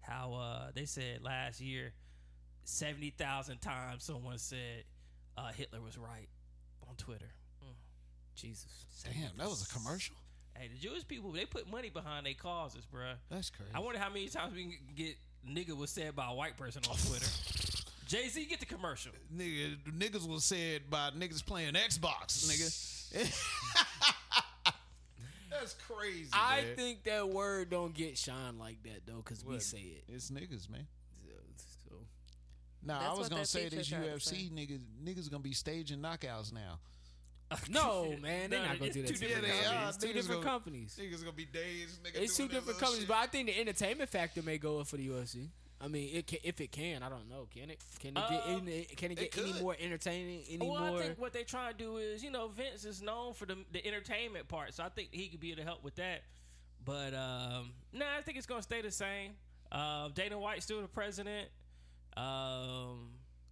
Speaker 3: how uh, they said last year seventy thousand times someone said uh, Hitler was right on Twitter.
Speaker 5: Jesus.
Speaker 4: Damn, that was a commercial.
Speaker 3: Hey, the Jewish people they put money behind their causes, bruh.
Speaker 4: That's crazy.
Speaker 3: I wonder how many times we can get nigga was said by a white person on Twitter. Jay Z, get the commercial.
Speaker 4: Nigga, niggas was said by niggas playing Xbox. Nigga, That's crazy.
Speaker 5: I
Speaker 4: man.
Speaker 5: think that word don't get shined like that though, because we
Speaker 4: What?
Speaker 5: say it.
Speaker 4: it's niggas, man.
Speaker 5: So,
Speaker 4: Nah,
Speaker 2: That's
Speaker 4: I was
Speaker 2: what
Speaker 4: gonna
Speaker 2: that
Speaker 4: say
Speaker 2: feature
Speaker 4: this
Speaker 2: tried to say.
Speaker 4: UFC niggas niggas gonna be staging knockouts now.
Speaker 5: no, man, they're
Speaker 3: No,
Speaker 5: not gonna
Speaker 3: it's
Speaker 5: do that.
Speaker 3: two
Speaker 5: to
Speaker 3: different
Speaker 5: me.
Speaker 3: Yeah, they
Speaker 4: are.
Speaker 5: It's two
Speaker 4: Niggas
Speaker 5: different
Speaker 4: gonna-
Speaker 5: companies.
Speaker 4: Niggas gonna be dazed. Nigga
Speaker 5: It's two different companies, but I think the entertainment factor may go up for the UFC. I mean, it can, if it can, I don't know. Can it? Can it get?
Speaker 3: Uh,
Speaker 5: any, can it get any
Speaker 4: could.
Speaker 5: more entertaining? Any
Speaker 3: Well,
Speaker 5: more?
Speaker 3: I think what they trying to do is, you know, Vince is known for the, the entertainment part, so I think he could be able to help with that. But um, nah, I think it's gonna stay the same. Uh, Dana White's still the president, um,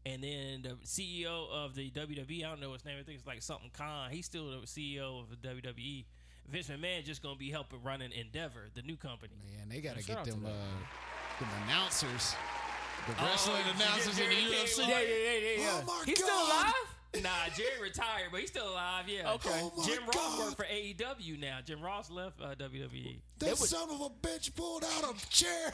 Speaker 3: and then the CEO of the WWE. I don't know his name. I think it's like something Khan. He's still the CEO of the WWE. Vince McMahon just gonna be helping running Endeavor, the new company.
Speaker 4: Man, they gotta
Speaker 5: Shout out
Speaker 4: get
Speaker 5: to
Speaker 4: them Oh,
Speaker 5: them.
Speaker 4: uh, them announcers, the wrestling
Speaker 3: you get
Speaker 4: announcers in the
Speaker 3: Jerry King
Speaker 4: UFC.
Speaker 5: yeah, yeah, yeah, yeah. yeah.
Speaker 4: Oh my
Speaker 5: He's still
Speaker 4: God.
Speaker 5: alive.
Speaker 3: Nah, Jerry retired, but he's still alive. Yeah.
Speaker 5: Okay.
Speaker 4: Oh my
Speaker 3: Jim Ross
Speaker 4: God.
Speaker 3: worked for AEW now. Jim Ross left uh, WWE.
Speaker 4: That son of a bitch pulled out a chair.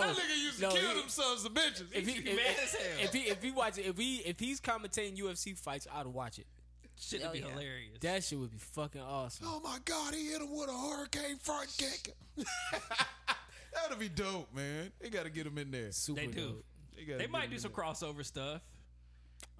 Speaker 4: that nigga used to
Speaker 5: no,
Speaker 4: kill
Speaker 5: he-
Speaker 4: themselves, the bitches.
Speaker 5: If he,
Speaker 3: He's mad
Speaker 5: if,
Speaker 3: as hell.
Speaker 5: if he if he watch it, if he if he's commentating UFC fights, I'd watch it.
Speaker 3: Shit
Speaker 2: Oh,
Speaker 3: would be
Speaker 2: yeah.
Speaker 3: hilarious.
Speaker 5: That shit would be fucking awesome.
Speaker 4: oh my god, he hit him with a hurricane front kick. That'd be dope, man. They gotta get him in there.
Speaker 5: Super
Speaker 3: they do.
Speaker 5: dope.
Speaker 4: They, gotta
Speaker 3: They
Speaker 4: get
Speaker 3: might
Speaker 4: him
Speaker 3: do
Speaker 4: in
Speaker 3: some
Speaker 4: there.
Speaker 3: crossover stuff,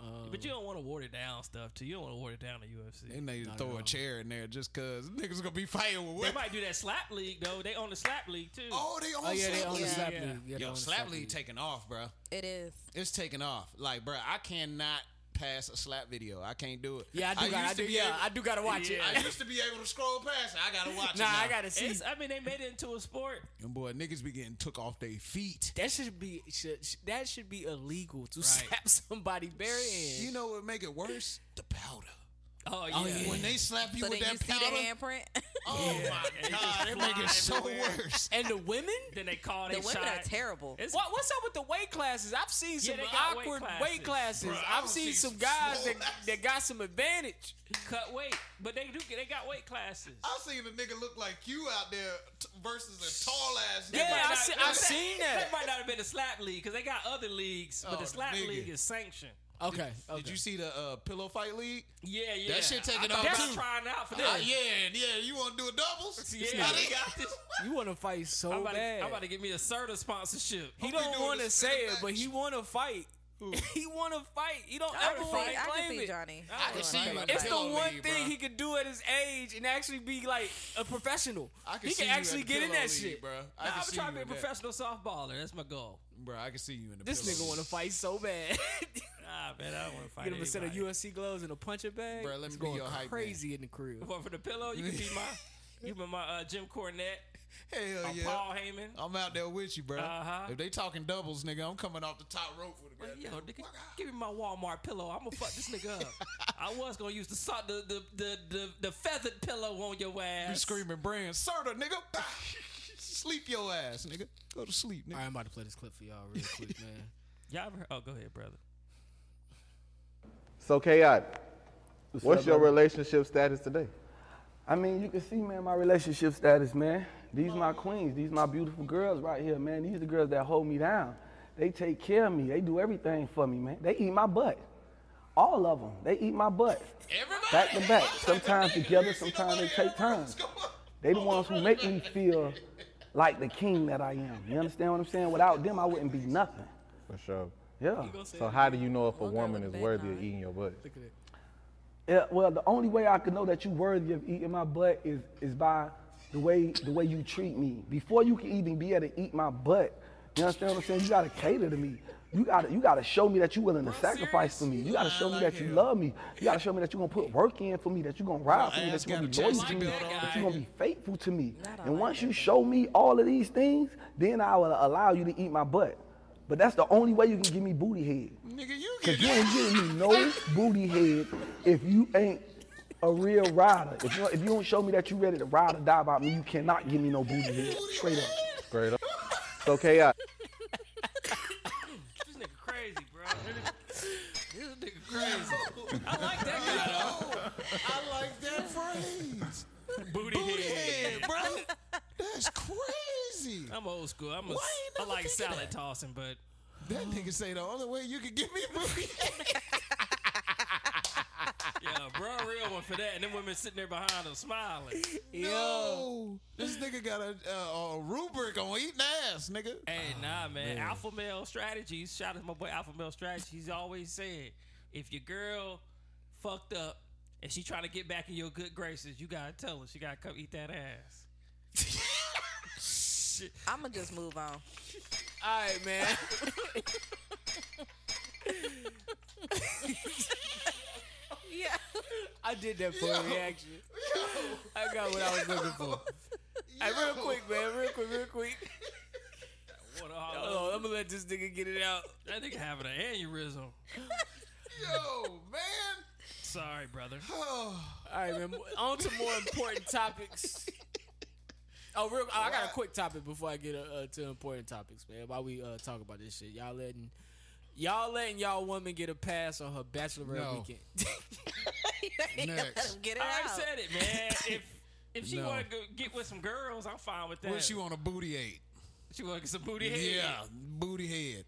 Speaker 5: Um,
Speaker 3: but you don't want to water down stuff too. You don't want to water down the UFC.
Speaker 4: They need to
Speaker 5: Not
Speaker 4: throw
Speaker 5: at
Speaker 4: a
Speaker 5: all.
Speaker 4: chair in there just cause niggas gonna be fighting with
Speaker 3: They
Speaker 4: women.
Speaker 3: might do that slap league though. They own the slap league too.
Speaker 4: Oh, they on
Speaker 5: oh yeah, they
Speaker 4: slap
Speaker 5: own the
Speaker 4: league.
Speaker 5: slap league.
Speaker 3: Yeah.
Speaker 5: Yeah, they
Speaker 4: Yo,
Speaker 5: own the
Speaker 4: slap league taking off, bro.
Speaker 2: It is.
Speaker 4: It's taking off. Like, bro, I cannot pass a slap video. I can't do it.
Speaker 5: Yeah, I do. got,
Speaker 4: used
Speaker 5: I do.
Speaker 4: to be
Speaker 5: Yeah,
Speaker 4: able-
Speaker 5: I do. Gotta watch it.
Speaker 4: I used to be able to scroll past it. I gotta watch it.
Speaker 5: nah,
Speaker 4: now.
Speaker 5: I gotta see.
Speaker 3: It's, I mean, they made it into a sport.
Speaker 4: And boy, niggas be getting took off their feet.
Speaker 5: That should be should, sh- that should be illegal to slap somebody bare in.
Speaker 4: You know what make it worse? The powder.
Speaker 3: Oh yeah.
Speaker 4: When they slap you
Speaker 2: So then
Speaker 4: with
Speaker 2: you
Speaker 4: that
Speaker 2: see the
Speaker 4: powder,
Speaker 2: handprint.
Speaker 4: oh my god, it make it so worse.
Speaker 5: and the women.
Speaker 3: Then they call
Speaker 2: the
Speaker 3: they
Speaker 2: women
Speaker 3: shot.
Speaker 2: are terrible.
Speaker 3: It's-
Speaker 5: What, what's up with the weight classes? I've seen some
Speaker 3: they got weight
Speaker 5: awkward
Speaker 3: classes.
Speaker 5: weight classes.
Speaker 4: Bruh, I
Speaker 5: I've
Speaker 4: don't
Speaker 5: seen
Speaker 4: see
Speaker 5: some guys
Speaker 4: small
Speaker 5: that, that got some advantage.
Speaker 3: cut weight, but they do. They got weight classes.
Speaker 4: I seen a nigga look like you out there t- versus a tall ass.
Speaker 5: Yeah,
Speaker 3: Might
Speaker 5: I
Speaker 3: not-
Speaker 5: see-
Speaker 3: that-
Speaker 5: I've seen that.
Speaker 3: That might not have been a slap league because they got other leagues, but
Speaker 4: Oh,
Speaker 3: the slap
Speaker 4: nigga.
Speaker 3: league is sanctioned.
Speaker 5: Okay, okay.
Speaker 4: Did you see the uh, pillow fight league?
Speaker 3: Yeah, yeah.
Speaker 4: shit taking
Speaker 3: I thought
Speaker 4: off,
Speaker 3: about
Speaker 4: too.
Speaker 3: Trying out for this.
Speaker 4: Uh, Oh, yeah, yeah. You want to do a doubles?
Speaker 3: Yeah, they got this.
Speaker 5: You want to fight so
Speaker 3: I'm about, to,
Speaker 5: bad.
Speaker 3: I'm about to give me a Serta sponsorship.
Speaker 5: he
Speaker 4: we
Speaker 5: don't
Speaker 4: doing
Speaker 5: want to
Speaker 4: this
Speaker 5: say it,
Speaker 4: match.
Speaker 5: but he want to fight. he want to fight. He don't
Speaker 2: I
Speaker 5: ever
Speaker 2: can
Speaker 5: want
Speaker 2: see,
Speaker 5: to
Speaker 2: I can
Speaker 5: claim
Speaker 2: see
Speaker 5: it.
Speaker 2: Johnny.
Speaker 3: I can
Speaker 2: doing
Speaker 4: see
Speaker 2: it.
Speaker 4: him.
Speaker 5: It's the
Speaker 4: Pillow
Speaker 5: one
Speaker 4: league,
Speaker 5: thing
Speaker 4: bruh.
Speaker 5: he could do at his age and actually be like a professional.
Speaker 4: I can
Speaker 5: he
Speaker 4: see
Speaker 5: can
Speaker 4: you
Speaker 5: actually
Speaker 4: in
Speaker 5: get in
Speaker 4: pillow
Speaker 5: that
Speaker 4: league,
Speaker 5: shit.
Speaker 4: bro. I
Speaker 3: Nah,
Speaker 4: can
Speaker 3: I'm
Speaker 4: see
Speaker 3: trying to
Speaker 4: you
Speaker 3: be a
Speaker 4: in that.
Speaker 3: professional softballer. That's my goal.
Speaker 4: bro. I can see you in the.
Speaker 5: This
Speaker 4: pillow
Speaker 5: nigga want to
Speaker 4: league.
Speaker 5: fight so bad.
Speaker 3: Nah, man, I don't want to fight
Speaker 5: Get him a set of
Speaker 3: anybody.
Speaker 5: USC gloves and a puncher bag.
Speaker 4: Bruh, let me
Speaker 5: It's
Speaker 4: be
Speaker 5: going
Speaker 4: your hype man.
Speaker 5: crazy in the crib.
Speaker 3: Well, for the pillow, you can be my, you be my uh, Jim Cornette,
Speaker 4: Hell
Speaker 3: uh,
Speaker 4: Oh, yeah.
Speaker 3: Paul Heyman.
Speaker 4: I'm out there with you, bro.
Speaker 3: Uh-huh.
Speaker 4: If they talking doubles, nigga, I'm coming off the top rope with a
Speaker 3: Like,
Speaker 4: goddamn
Speaker 3: Yo, nigga,
Speaker 4: fuck out.
Speaker 3: give me my Walmart pillow. I'm gonna fuck this nigga up. I was gonna use the so- the the the the, the feathered pillow on your
Speaker 4: You
Speaker 3: ass.
Speaker 4: screaming brand, Serta, nigga. sleep your ass, nigga. Go to sleep, nigga.
Speaker 5: All right, I'm about to play this clip for y'all real quick, man.
Speaker 3: Y'all ever? Oh, go ahead, brother.
Speaker 9: So chaotic. What's
Speaker 10: up,
Speaker 9: your
Speaker 10: brother?
Speaker 9: relationship status today?
Speaker 10: I mean, you can see, man, my relationship status, man. These my queens. These my beautiful girls right here, man. These the girls that hold me down. They take care of me. They do everything for me, man. They eat my butt. All of them. They eat my butt.
Speaker 4: Everybody,
Speaker 10: Back to back. Sometimes
Speaker 4: nigga,
Speaker 10: together,
Speaker 4: you see
Speaker 10: sometimes they
Speaker 4: nobody
Speaker 10: take
Speaker 4: ever
Speaker 10: time.
Speaker 4: go up.
Speaker 10: They the ones who make me feel like the king that I am. You understand what I'm saying? Without them, I wouldn't be nothing.
Speaker 9: For sure.
Speaker 10: Yeah.
Speaker 9: So how do you know if a
Speaker 2: One guy
Speaker 9: woman is
Speaker 2: with a bad
Speaker 9: worthy of
Speaker 2: nine.
Speaker 9: eating your butt?
Speaker 10: Yeah, well, the only way I can know that you're worthy of eating my butt is is by the way the way you treat me. Before you can even be able to eat my butt, you understand what I'm saying? You gotta cater to me. You gotta you gotta show me that you're willing to sacrifice for me. You gotta show me that you love me. You gotta show me that you're gonna put work in for me, that you're gonna ride for me,
Speaker 4: ass
Speaker 10: that you're gonna be
Speaker 4: got a
Speaker 10: loyal
Speaker 4: chest
Speaker 10: to
Speaker 4: to
Speaker 10: me,
Speaker 4: build on.
Speaker 10: that you're gonna be faithful to me.
Speaker 2: Not all
Speaker 10: And
Speaker 2: like
Speaker 10: once
Speaker 2: that,
Speaker 10: you
Speaker 2: though.
Speaker 10: show me all of these things, then I will allow you to eat my butt. But that's the only way you can give me booty head.
Speaker 4: nigga, you
Speaker 10: Cause
Speaker 4: get
Speaker 10: you ain't giving me no booty head if you ain't a real rider. If you, if you don't show me that you ready to ride or die about me, you cannot give me no booty head. Straight up.
Speaker 9: Straight up. So chaotic.
Speaker 3: This nigga crazy, bro. this nigga crazy. I like that guy.
Speaker 4: I like that phrase.
Speaker 3: Booty,
Speaker 4: Booty
Speaker 3: head.
Speaker 4: head, bro. That's crazy.
Speaker 3: I'm old school. I'm a,
Speaker 4: Why you
Speaker 3: I
Speaker 4: never
Speaker 3: like
Speaker 4: think of
Speaker 3: salad
Speaker 4: that?
Speaker 3: tossing, but
Speaker 4: That nigga say the only way you could give me booty head.
Speaker 3: yo, bro, a real one for that. And then women sitting there behind him smiling.
Speaker 4: Yo, this nigga got a, a, a rubric on eating ass, nigga.
Speaker 3: Hey, nah, man. Alpha male strategies. Shout out to my boy Alpha male strategies. He's always said, if your girl fucked up and she trying to get back in your good graces, you gotta tell her she gotta come eat that ass.
Speaker 2: I'm gonna just move on.
Speaker 5: All right, man.
Speaker 2: Yeah.
Speaker 5: I did that for a reaction. I got what I was looking for. Hey, real quick, man. Real quick, real quick.
Speaker 3: What all
Speaker 5: Hold on, I'm gonna let this nigga get it out.
Speaker 3: that nigga having an aneurysm.
Speaker 4: Yo, man.
Speaker 3: Sorry, brother.
Speaker 5: All right, man. On to more important topics. Oh, real. I got a quick topic before I get uh, to important topics, man. While we uh, talk about this shit, y'all letting y'all letting y'all woman get a pass on her bachelorette
Speaker 4: No.
Speaker 5: weekend.
Speaker 4: Next.
Speaker 2: Let him get it
Speaker 3: I
Speaker 2: out.
Speaker 3: said it, man. If if she
Speaker 4: No.
Speaker 3: wanna go get with some girls, I'm fine with that.
Speaker 4: What you on a booty eight?
Speaker 3: She wanna get some booty head.
Speaker 4: Yeah, booty head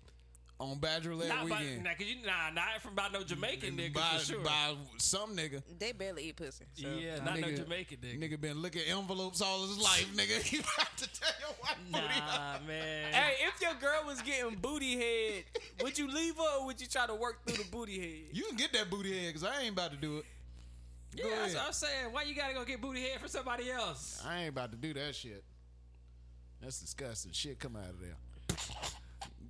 Speaker 4: on bachelorette
Speaker 3: Not by,
Speaker 4: weekend.
Speaker 3: nah, 'cause you, nah, not from about no Jamaican nigga
Speaker 4: by,
Speaker 3: for sure.
Speaker 4: by some nigga.
Speaker 2: They barely eat pussy. So.
Speaker 3: yeah, not no
Speaker 4: Nigga-
Speaker 3: Jamaican nigga.
Speaker 4: Nigga been looking envelopes all his life, nigga. He about to tell your wife booty.
Speaker 3: Nah, man.
Speaker 5: Hey, if your girl was getting booty head, would you leave her or would you try to work through the booty head?
Speaker 4: You can get that booty head because I ain't about to do it.
Speaker 3: yeah,
Speaker 4: go
Speaker 3: that's
Speaker 4: ahead.
Speaker 3: what I'm saying. Why you gotta go get booty head for somebody else?
Speaker 4: I ain't about to do that shit. That's disgusting. Shit come out of there.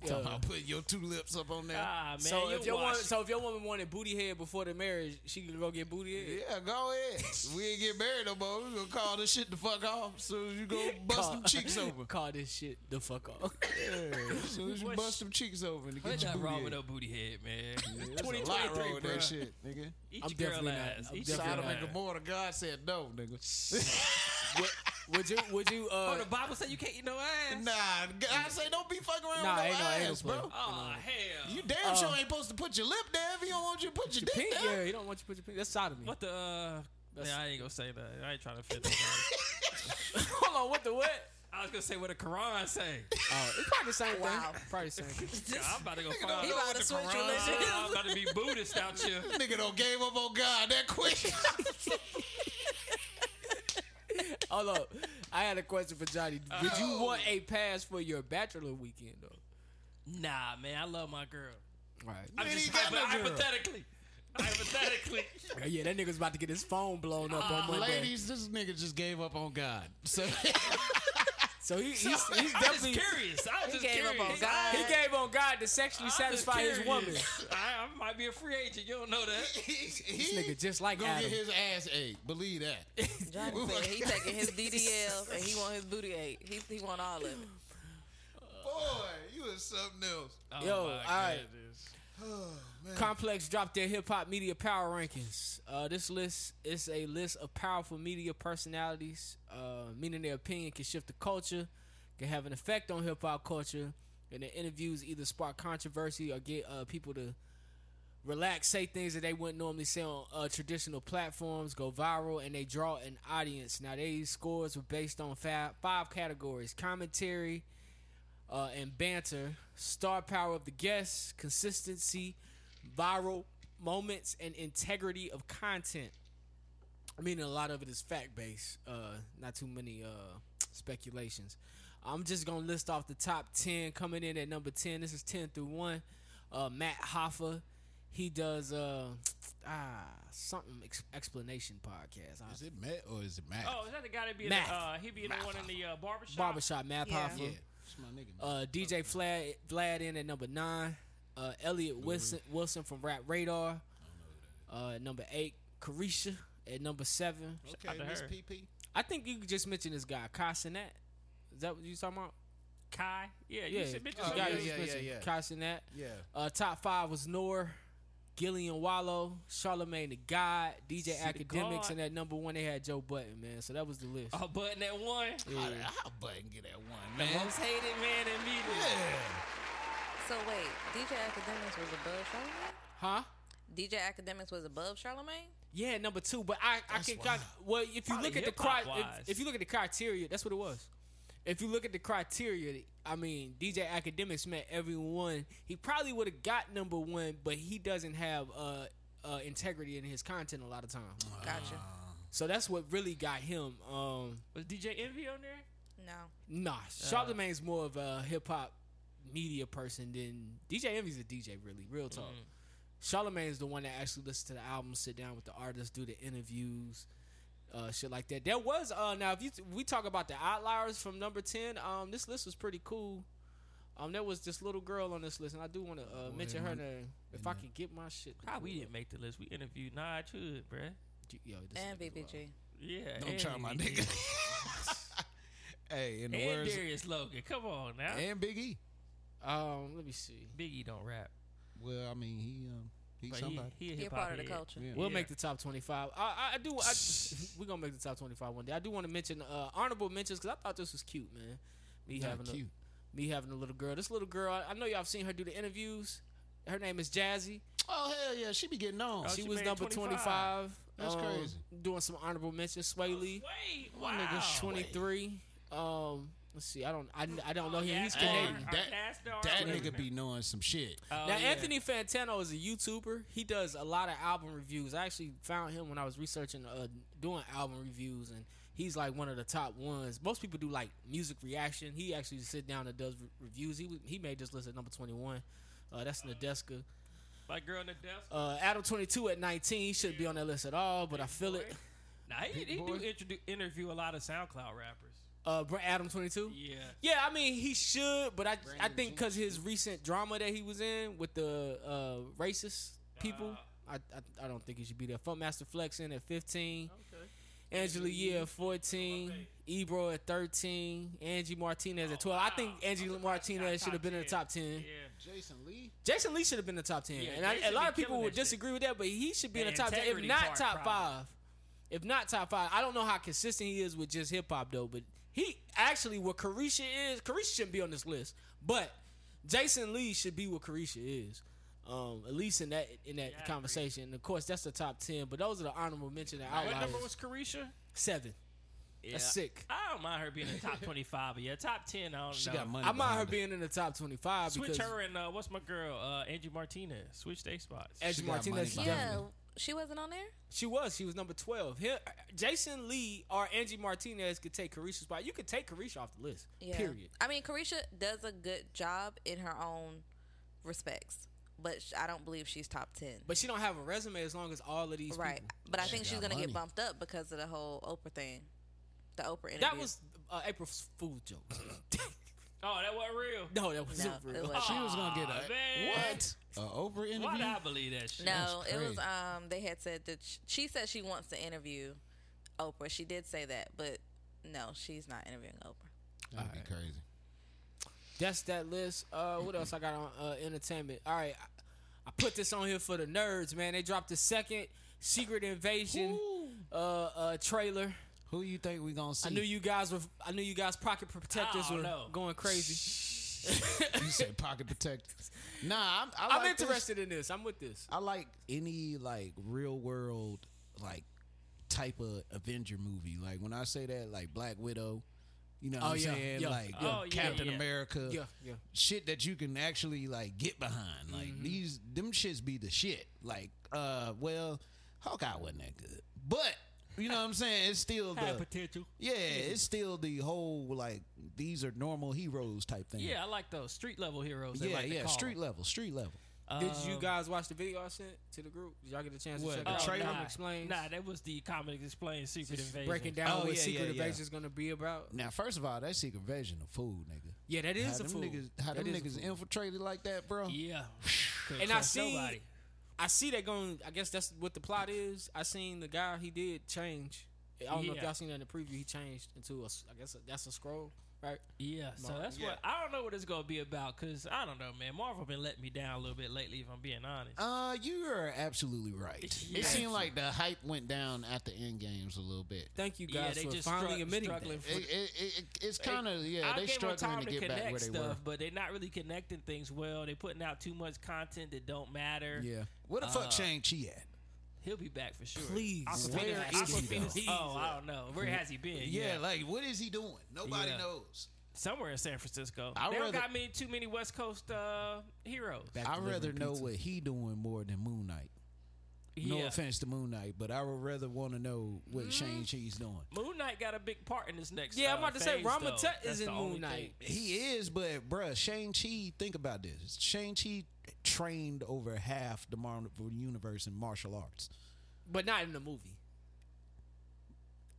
Speaker 4: Talking about putting your two lips up on there.
Speaker 3: Uh. Ah, man.
Speaker 5: so
Speaker 3: you
Speaker 5: if your
Speaker 3: wash-
Speaker 5: woman, so if your woman wanted booty head before the marriage, she could go get booty head.
Speaker 4: yeah, go ahead. we ain't get married no more. We gonna call this shit the fuck off. As soon as you go bust them cheeks open.
Speaker 5: Call this shit the fuck off.
Speaker 4: As soon as you
Speaker 3: What
Speaker 4: bust them cheeks open to get
Speaker 3: What's
Speaker 4: your
Speaker 3: not
Speaker 4: booty
Speaker 3: wrong
Speaker 4: head.
Speaker 3: with no booty head, man?
Speaker 4: There's a lot wrong
Speaker 3: 2023,
Speaker 4: with that
Speaker 3: bruh.
Speaker 4: shit, nigga.
Speaker 3: Eat
Speaker 5: I'm
Speaker 3: your girl
Speaker 5: definitely not-
Speaker 3: ass.
Speaker 5: I'm
Speaker 3: Eat your girl
Speaker 5: definitely
Speaker 4: Sodom
Speaker 5: not.
Speaker 4: and
Speaker 3: ass.
Speaker 4: Gomorrah, God said no, nigga.
Speaker 5: would you? Would you?
Speaker 3: Oh,
Speaker 5: Uh,
Speaker 3: the Bible said you can't eat no ass.
Speaker 4: nah, God say don't be fucking around
Speaker 5: Nah,
Speaker 4: with
Speaker 5: ain't
Speaker 4: no
Speaker 5: no anal
Speaker 4: ass,
Speaker 5: play.
Speaker 4: bro.
Speaker 3: Oh hell.
Speaker 4: You damn sure ain't supposed to put your lip there if you don't want you to Uh, put your,
Speaker 5: pink?
Speaker 4: dick there.
Speaker 5: Yeah, you don't want you to put your pink. That's sodomy.
Speaker 3: What the? uh
Speaker 5: That's-
Speaker 3: Nah, I ain't gonna say that. I ain't trying to fit. that.
Speaker 5: Hold on, what the what?
Speaker 3: I was gonna say what the Quran say.
Speaker 5: Oh, it's probably the same
Speaker 2: Wow.
Speaker 5: thing. Probably the same thing.
Speaker 3: God, I'm about to go
Speaker 2: He
Speaker 3: find.
Speaker 2: about to switch religion.
Speaker 3: I'm about to be Buddhist out here.
Speaker 4: Nigga don't gave up on God that quick.
Speaker 5: Hold up. I had a question for Johnny. Would you
Speaker 3: Oh.
Speaker 5: want a pass for your bachelor weekend though?
Speaker 3: Nah, man, I love my girl.
Speaker 5: All right.
Speaker 3: I'm
Speaker 4: Man,
Speaker 3: just
Speaker 4: he got
Speaker 3: hypo-
Speaker 4: no girl.
Speaker 3: hypothetically. Hypothetically,
Speaker 5: yeah, that nigga's about to get his phone blown up on Monday.
Speaker 4: Ladies, this nigga just gave up on God. So
Speaker 5: So he, he's, he's
Speaker 3: I'm just
Speaker 5: definitely
Speaker 3: curious. I'm just
Speaker 2: gave up
Speaker 3: curious.
Speaker 2: on God.
Speaker 5: he gave on God to sexually
Speaker 3: I'm just
Speaker 5: satisfy his
Speaker 3: curious.
Speaker 5: woman.
Speaker 3: I, I might be a free agent. You don't know that.
Speaker 4: he,
Speaker 5: This nigga just like
Speaker 4: gonna
Speaker 5: Adam.
Speaker 4: get his ass ate. Believe that.
Speaker 2: Johnny said he taking his DDL and he want his booty ate. He, he want all of it.
Speaker 4: Boy, you is something else. Oh,
Speaker 3: Oh,
Speaker 5: Yo,
Speaker 3: my
Speaker 5: all right.
Speaker 3: goodness.
Speaker 5: Complex dropped their hip hop media power rankings. Uh, this list is a list of powerful media personalities, uh, meaning their opinion can shift the culture, can have an effect on hip hop culture, and their interviews either spark controversy or get uh, people to relax, say things that they wouldn't normally say on uh, traditional platforms, go viral, and they draw an audience. Now, these scores were based on five, five categories commentary uh, and banter, star power of the guests, consistency, viral moments, and integrity of content. I mean, a lot of it is fact based, uh, not too many uh, speculations. I'm just gonna list off the top 10 coming in at number 10. This is 10 through 1. Uh, Matt Hoffa, he does uh, ah, something ex- explanation podcast. I-
Speaker 4: Is it Matt or is it Matt?
Speaker 3: Oh, is that the guy that be in
Speaker 5: Math.
Speaker 3: the, uh, he be in the one in the uh, barbershop?
Speaker 5: Barbershop Matt
Speaker 2: Yeah.
Speaker 5: Hoffa.
Speaker 4: yeah, Oh, it's my nigga. Matt.
Speaker 5: Uh, DJ Vlad, Vlad in at number nine. Uh, Elliot Wilson Wilson from Rap Radar. Uh, at number eight, Carisha at number seven.
Speaker 3: out to
Speaker 4: okay, Miss
Speaker 3: her.
Speaker 4: PP.
Speaker 5: I think you just mentioned this guy, Kai Sinat. Is that what you talking about?
Speaker 3: Kai. Yeah,
Speaker 5: Yeah,
Speaker 3: you should mention
Speaker 5: the
Speaker 4: Oh,
Speaker 5: guy
Speaker 3: something.
Speaker 5: you
Speaker 4: yeah,
Speaker 5: just
Speaker 4: yeah,
Speaker 5: mentioned,
Speaker 4: yeah, yeah.
Speaker 5: Kai Sinat.
Speaker 4: Yeah.
Speaker 5: Uh, top five was Noor, Gillian Wallow, Charlemagne the God, DJ
Speaker 3: the
Speaker 5: Academics,
Speaker 3: God.
Speaker 5: and at number one they had Joe Button, man. So that was the list.
Speaker 3: Oh, button that one.
Speaker 4: How the- How button get that one,
Speaker 3: The
Speaker 4: man?
Speaker 3: most hated man in media.
Speaker 2: So wait, DJ Academics was above Charlemagne.
Speaker 5: Huh?
Speaker 2: DJ Academics was above Charlemagne.
Speaker 5: Yeah, number two. But I, I
Speaker 4: That's
Speaker 5: can
Speaker 4: wild.
Speaker 5: kind well if you
Speaker 3: Probably
Speaker 5: look at the
Speaker 3: hip-hop
Speaker 5: cri-
Speaker 3: wise.
Speaker 5: if, if you look at the criteria, that's what it was. If you look at the criteria, I mean DJ Academics met everyone. He probably would have got number one, but he doesn't have uh uh, integrity in his content a lot of times.
Speaker 3: Uh.
Speaker 2: Gotcha.
Speaker 5: So that's what really got him. Um,
Speaker 3: Was DJ Envy on there?
Speaker 2: No.
Speaker 5: nah, Charlemagne's more of a hip hop media person than DJ Envy's a DJ. Really, real talk. Charlemagne's the one that actually listens to the album, sit down with the artists, do the interviews, uh, shit like that. There was uh, now if you we talk about the outliers from number ten, um, this list was pretty cool. Um, there was this little girl on this list, and I do want to uh, mention her name if I can get my shit. to
Speaker 3: How
Speaker 5: pull
Speaker 3: we
Speaker 5: up.
Speaker 3: didn't make the list? We interviewed Nod Hood, bruh.
Speaker 5: Yo, this
Speaker 2: And
Speaker 5: nigga's
Speaker 2: BBG.
Speaker 3: Yeah.
Speaker 4: Don't
Speaker 3: and
Speaker 4: try my
Speaker 3: Biggie.
Speaker 4: nigga. hey, in the
Speaker 3: And
Speaker 4: words
Speaker 3: Darius Logan. Come on now.
Speaker 4: and Big E.
Speaker 5: wild. Um, let me see.
Speaker 3: Biggie don't rap.
Speaker 4: Well, I mean, he um, he's
Speaker 3: But he,
Speaker 4: somebody.
Speaker 3: he a
Speaker 2: You're
Speaker 3: hip-hop
Speaker 2: part of the
Speaker 3: head.
Speaker 2: culture.
Speaker 4: Yeah.
Speaker 5: We'll
Speaker 3: Yeah.
Speaker 5: make the top twenty-five. I, I do. I, we're gonna make the top twenty-five one day. I do want to mention uh, honorable mentions because I thought this was cute, man. Me
Speaker 4: Not
Speaker 5: having
Speaker 4: cute.
Speaker 5: a me having a little girl. This little girl. I, I know y'all seen her do the interviews. Her name is Jazzy.
Speaker 4: Oh hell yeah, she be getting on.
Speaker 3: Oh,
Speaker 5: she,
Speaker 3: she
Speaker 5: was
Speaker 3: made
Speaker 5: number
Speaker 3: 25.
Speaker 5: twenty-five.
Speaker 4: That's
Speaker 5: um,
Speaker 4: crazy.
Speaker 5: Doing some honorable mentions. Sway Lee.
Speaker 3: Wait,
Speaker 5: One
Speaker 3: wow.
Speaker 5: nigga's twenty-three. Um, let's see. I don't. I, I don't know him. He's
Speaker 3: Our-
Speaker 5: Canadian.
Speaker 3: our
Speaker 4: That-
Speaker 3: cast are
Speaker 4: that
Speaker 3: already-
Speaker 4: nigga be knowing some shit.
Speaker 3: Oh,
Speaker 5: now
Speaker 3: yeah.
Speaker 5: Anthony Fantano is a YouTuber. He does a lot of album reviews. I actually found him when I was researching uh, doing album reviews, and he's like one of the top ones. Most people do like music reaction. He actually sit down and does re- reviews. He w- he made this list at number twenty one. Uh, that's Nadeska.
Speaker 3: My girl in the desk.
Speaker 4: Oh,
Speaker 5: Uh, Adam twenty two at nineteen. He shouldn't be on that list at all, but I feel it.
Speaker 3: Nah, he, he do
Speaker 4: Boy.
Speaker 3: introdu- interview a lot of SoundCloud rappers.
Speaker 5: Uh, Br- Adam twenty two.
Speaker 3: Yeah.
Speaker 5: Yeah, I mean he should, but I I think because his recent drama that he was in with the uh, racist people, I, I I don't think he should be there. Fun Master Flexing at fifteen, Angela Yee at fourteen, Ebro at thirteen, Angie Martinez at twelve. I think Angie Martinez should have been in the top ten.
Speaker 3: Yeah.
Speaker 4: Jason Lee.
Speaker 5: Jason Lee should have been in the top ten,
Speaker 3: Yeah,
Speaker 5: and I, a
Speaker 3: Jason
Speaker 5: lot
Speaker 3: be
Speaker 5: of people
Speaker 3: killing
Speaker 5: would
Speaker 3: that shit.
Speaker 5: disagree with that, but he should be in
Speaker 3: The
Speaker 5: the top ten, if
Speaker 3: integrity
Speaker 5: not
Speaker 3: part,
Speaker 5: top
Speaker 3: probably.
Speaker 5: five. If not top five, I don't know how consistent he is with just hip hop though. But he actually, what Carisha is, Carisha shouldn't be on this list, but Jason Lee should be what Carisha is, um, at least in that in that
Speaker 3: agree.
Speaker 5: conversation. And of course, that's the top ten. But those are the honorable mention that
Speaker 3: What
Speaker 5: outliers.
Speaker 3: number was Carisha?
Speaker 5: Seven.
Speaker 3: Yeah.
Speaker 5: That's sick.
Speaker 3: I don't mind her being in the top 25, but yeah, top 10, I don't
Speaker 4: She
Speaker 3: know.
Speaker 4: got money.
Speaker 5: I mind her
Speaker 4: behind
Speaker 5: being in the top twenty-five
Speaker 3: Switch
Speaker 5: because
Speaker 3: her and uh, what's my girl, uh, Angie Martinez. Switch they spots.
Speaker 5: Edge
Speaker 4: She got money
Speaker 5: Martinez. is
Speaker 4: behind
Speaker 5: definitely-
Speaker 2: Yeah, she wasn't on there.
Speaker 5: She was. She was number twelve. Him, Jason Lee or Angie Martinez could take Carisha's spot. You could take Carisha off the list.
Speaker 2: Yeah.
Speaker 5: Period.
Speaker 2: I mean, Carisha does a good job in her own respects, but sh- I don't believe she's top ten.
Speaker 5: But she don't have a resume as long as all of these
Speaker 2: right.
Speaker 5: people.
Speaker 2: But I think she's
Speaker 4: got
Speaker 2: gonna
Speaker 4: money.
Speaker 2: get bumped up because of the whole Oprah thing, the Oprah interview.
Speaker 5: That was uh, April Fool's joke.
Speaker 3: Oh, that wasn't real.
Speaker 5: no, that was
Speaker 2: No,
Speaker 5: not
Speaker 2: it
Speaker 5: real.
Speaker 2: wasn't.
Speaker 4: She was gonna get
Speaker 3: Aw,
Speaker 4: a
Speaker 3: man.
Speaker 4: what? A Oprah interview.
Speaker 3: Why did I believe that shit?
Speaker 2: no.
Speaker 4: That's
Speaker 2: It was
Speaker 4: crazy.
Speaker 2: um. They had said that sh- she said she wants to interview Oprah. She did say that, but no, she's not interviewing Oprah.
Speaker 4: That'd be crazy.
Speaker 5: That's that list. Uh, what else I got on uh, entertainment? All right, I, I put this on here for the nerds, man. They dropped the second Secret Invasion uh, uh, trailer.
Speaker 4: Who you think we gonna see?
Speaker 5: I knew you guys were. I knew you guys pocket protectors
Speaker 3: Oh,
Speaker 5: were
Speaker 3: no.
Speaker 5: going crazy.
Speaker 4: You said pocket protectors. Nah, I'm. I
Speaker 5: I'm
Speaker 4: like this.
Speaker 5: interested in this. I'm with this.
Speaker 4: I like any like real world like type of Avenger movie. Like when I say that, like Black Widow. You know what
Speaker 5: Oh,
Speaker 4: I'm
Speaker 5: yeah,
Speaker 4: saying?
Speaker 5: yeah.
Speaker 4: Like
Speaker 3: Oh, yeah,
Speaker 4: Captain
Speaker 3: yeah. Mm-hmm.
Speaker 4: America.
Speaker 5: Yeah, yeah.
Speaker 4: Shit that you can actually like get behind. Like these them shits be the shit. Like uh well, Hawkeye wasn't that good. But you know what I'm saying? It's still
Speaker 3: Had
Speaker 4: the
Speaker 3: potential.
Speaker 4: Yeah, it's still the whole like these are normal heroes type thing.
Speaker 3: Yeah, I like those street level heroes. they
Speaker 4: Yeah,
Speaker 3: like to
Speaker 4: yeah,
Speaker 3: call
Speaker 4: street
Speaker 3: them.
Speaker 4: level, street level.
Speaker 5: Did you
Speaker 3: Um,
Speaker 5: guys watch the video I sent to the group? Did y'all get a chance
Speaker 4: What,
Speaker 5: to check
Speaker 4: the
Speaker 5: out
Speaker 4: trailer?
Speaker 5: Comic
Speaker 3: Nah,
Speaker 5: Explains?
Speaker 3: Nah, that was the comic explains secret
Speaker 5: Just
Speaker 3: invasion.
Speaker 5: breaking down
Speaker 4: Oh,
Speaker 5: what
Speaker 4: yeah,
Speaker 5: Secret
Speaker 4: yeah, yeah.
Speaker 5: Invasion is going to be about.
Speaker 4: Now, first of all, that secret invasion a fool, nigga.
Speaker 5: Yeah, that
Speaker 4: how
Speaker 5: is a
Speaker 4: them
Speaker 5: fool.
Speaker 4: niggas, how
Speaker 5: That
Speaker 4: them
Speaker 5: is a
Speaker 4: niggas
Speaker 5: fool.
Speaker 4: infiltrated like that, bro?
Speaker 3: Yeah. Couldn't
Speaker 5: And I
Speaker 3: trust
Speaker 5: see-
Speaker 3: nobody.
Speaker 5: I see they going. I guess that's what the plot is. I seen the guy. He did change. I don't know if
Speaker 3: Yeah.
Speaker 5: y'all seen that in the preview. He changed into a. s- I guess that's a scroll, right?
Speaker 3: Yeah, so that's what I don't know what it's gonna be about because I don't know, man. Marvel been letting me down a little bit lately, if I'm being honest.
Speaker 4: Uh, you are absolutely right. It
Speaker 3: Yes.
Speaker 4: seemed like the hype went down after end games a little bit.
Speaker 5: Thank you
Speaker 3: Yeah,
Speaker 5: guys
Speaker 3: they
Speaker 5: for
Speaker 3: just
Speaker 5: finally
Speaker 3: strugg-
Speaker 5: admitting
Speaker 3: struggling
Speaker 5: that.
Speaker 4: It, it, it, it's kind of yeah,
Speaker 3: I
Speaker 4: they
Speaker 3: gave them
Speaker 4: struggling
Speaker 3: time
Speaker 4: to get
Speaker 3: connect
Speaker 4: back where they
Speaker 3: stuff, but they're not really connecting things well. They're putting out too much content that don't matter.
Speaker 4: were. Yeah, where the
Speaker 3: Uh,
Speaker 4: fuck Shang Chi at?
Speaker 3: he'll be back for sure.
Speaker 5: Please,
Speaker 3: Aquafina,
Speaker 4: where is he,
Speaker 3: Aquafina- oh, I don't know. Where has he been?
Speaker 4: Yeah, like what is he doing? Nobody
Speaker 3: Yeah.
Speaker 4: knows.
Speaker 3: somewhere in San Francisco.
Speaker 4: I'd
Speaker 3: they don't
Speaker 4: rather-
Speaker 3: got many too many West Coast uh, heroes.
Speaker 4: I'd rather know what he doing more than Moon Knight. No
Speaker 3: Yeah.
Speaker 4: offense to Moon Knight, but I would rather want to know what Shane Chi's doing.
Speaker 3: Moon Knight got a big part in this next.
Speaker 5: Yeah, I'm
Speaker 3: uh,
Speaker 5: about to say,
Speaker 3: phase,
Speaker 5: Rama
Speaker 3: though.
Speaker 5: Tut is
Speaker 3: That's
Speaker 5: in
Speaker 3: the
Speaker 5: Moon
Speaker 3: only
Speaker 5: Knight.
Speaker 3: thing.
Speaker 4: He is, but bruh, Shane Chi, think about this. Shane Chi trained over half the Marvel universe in martial arts.
Speaker 5: but not in the movie.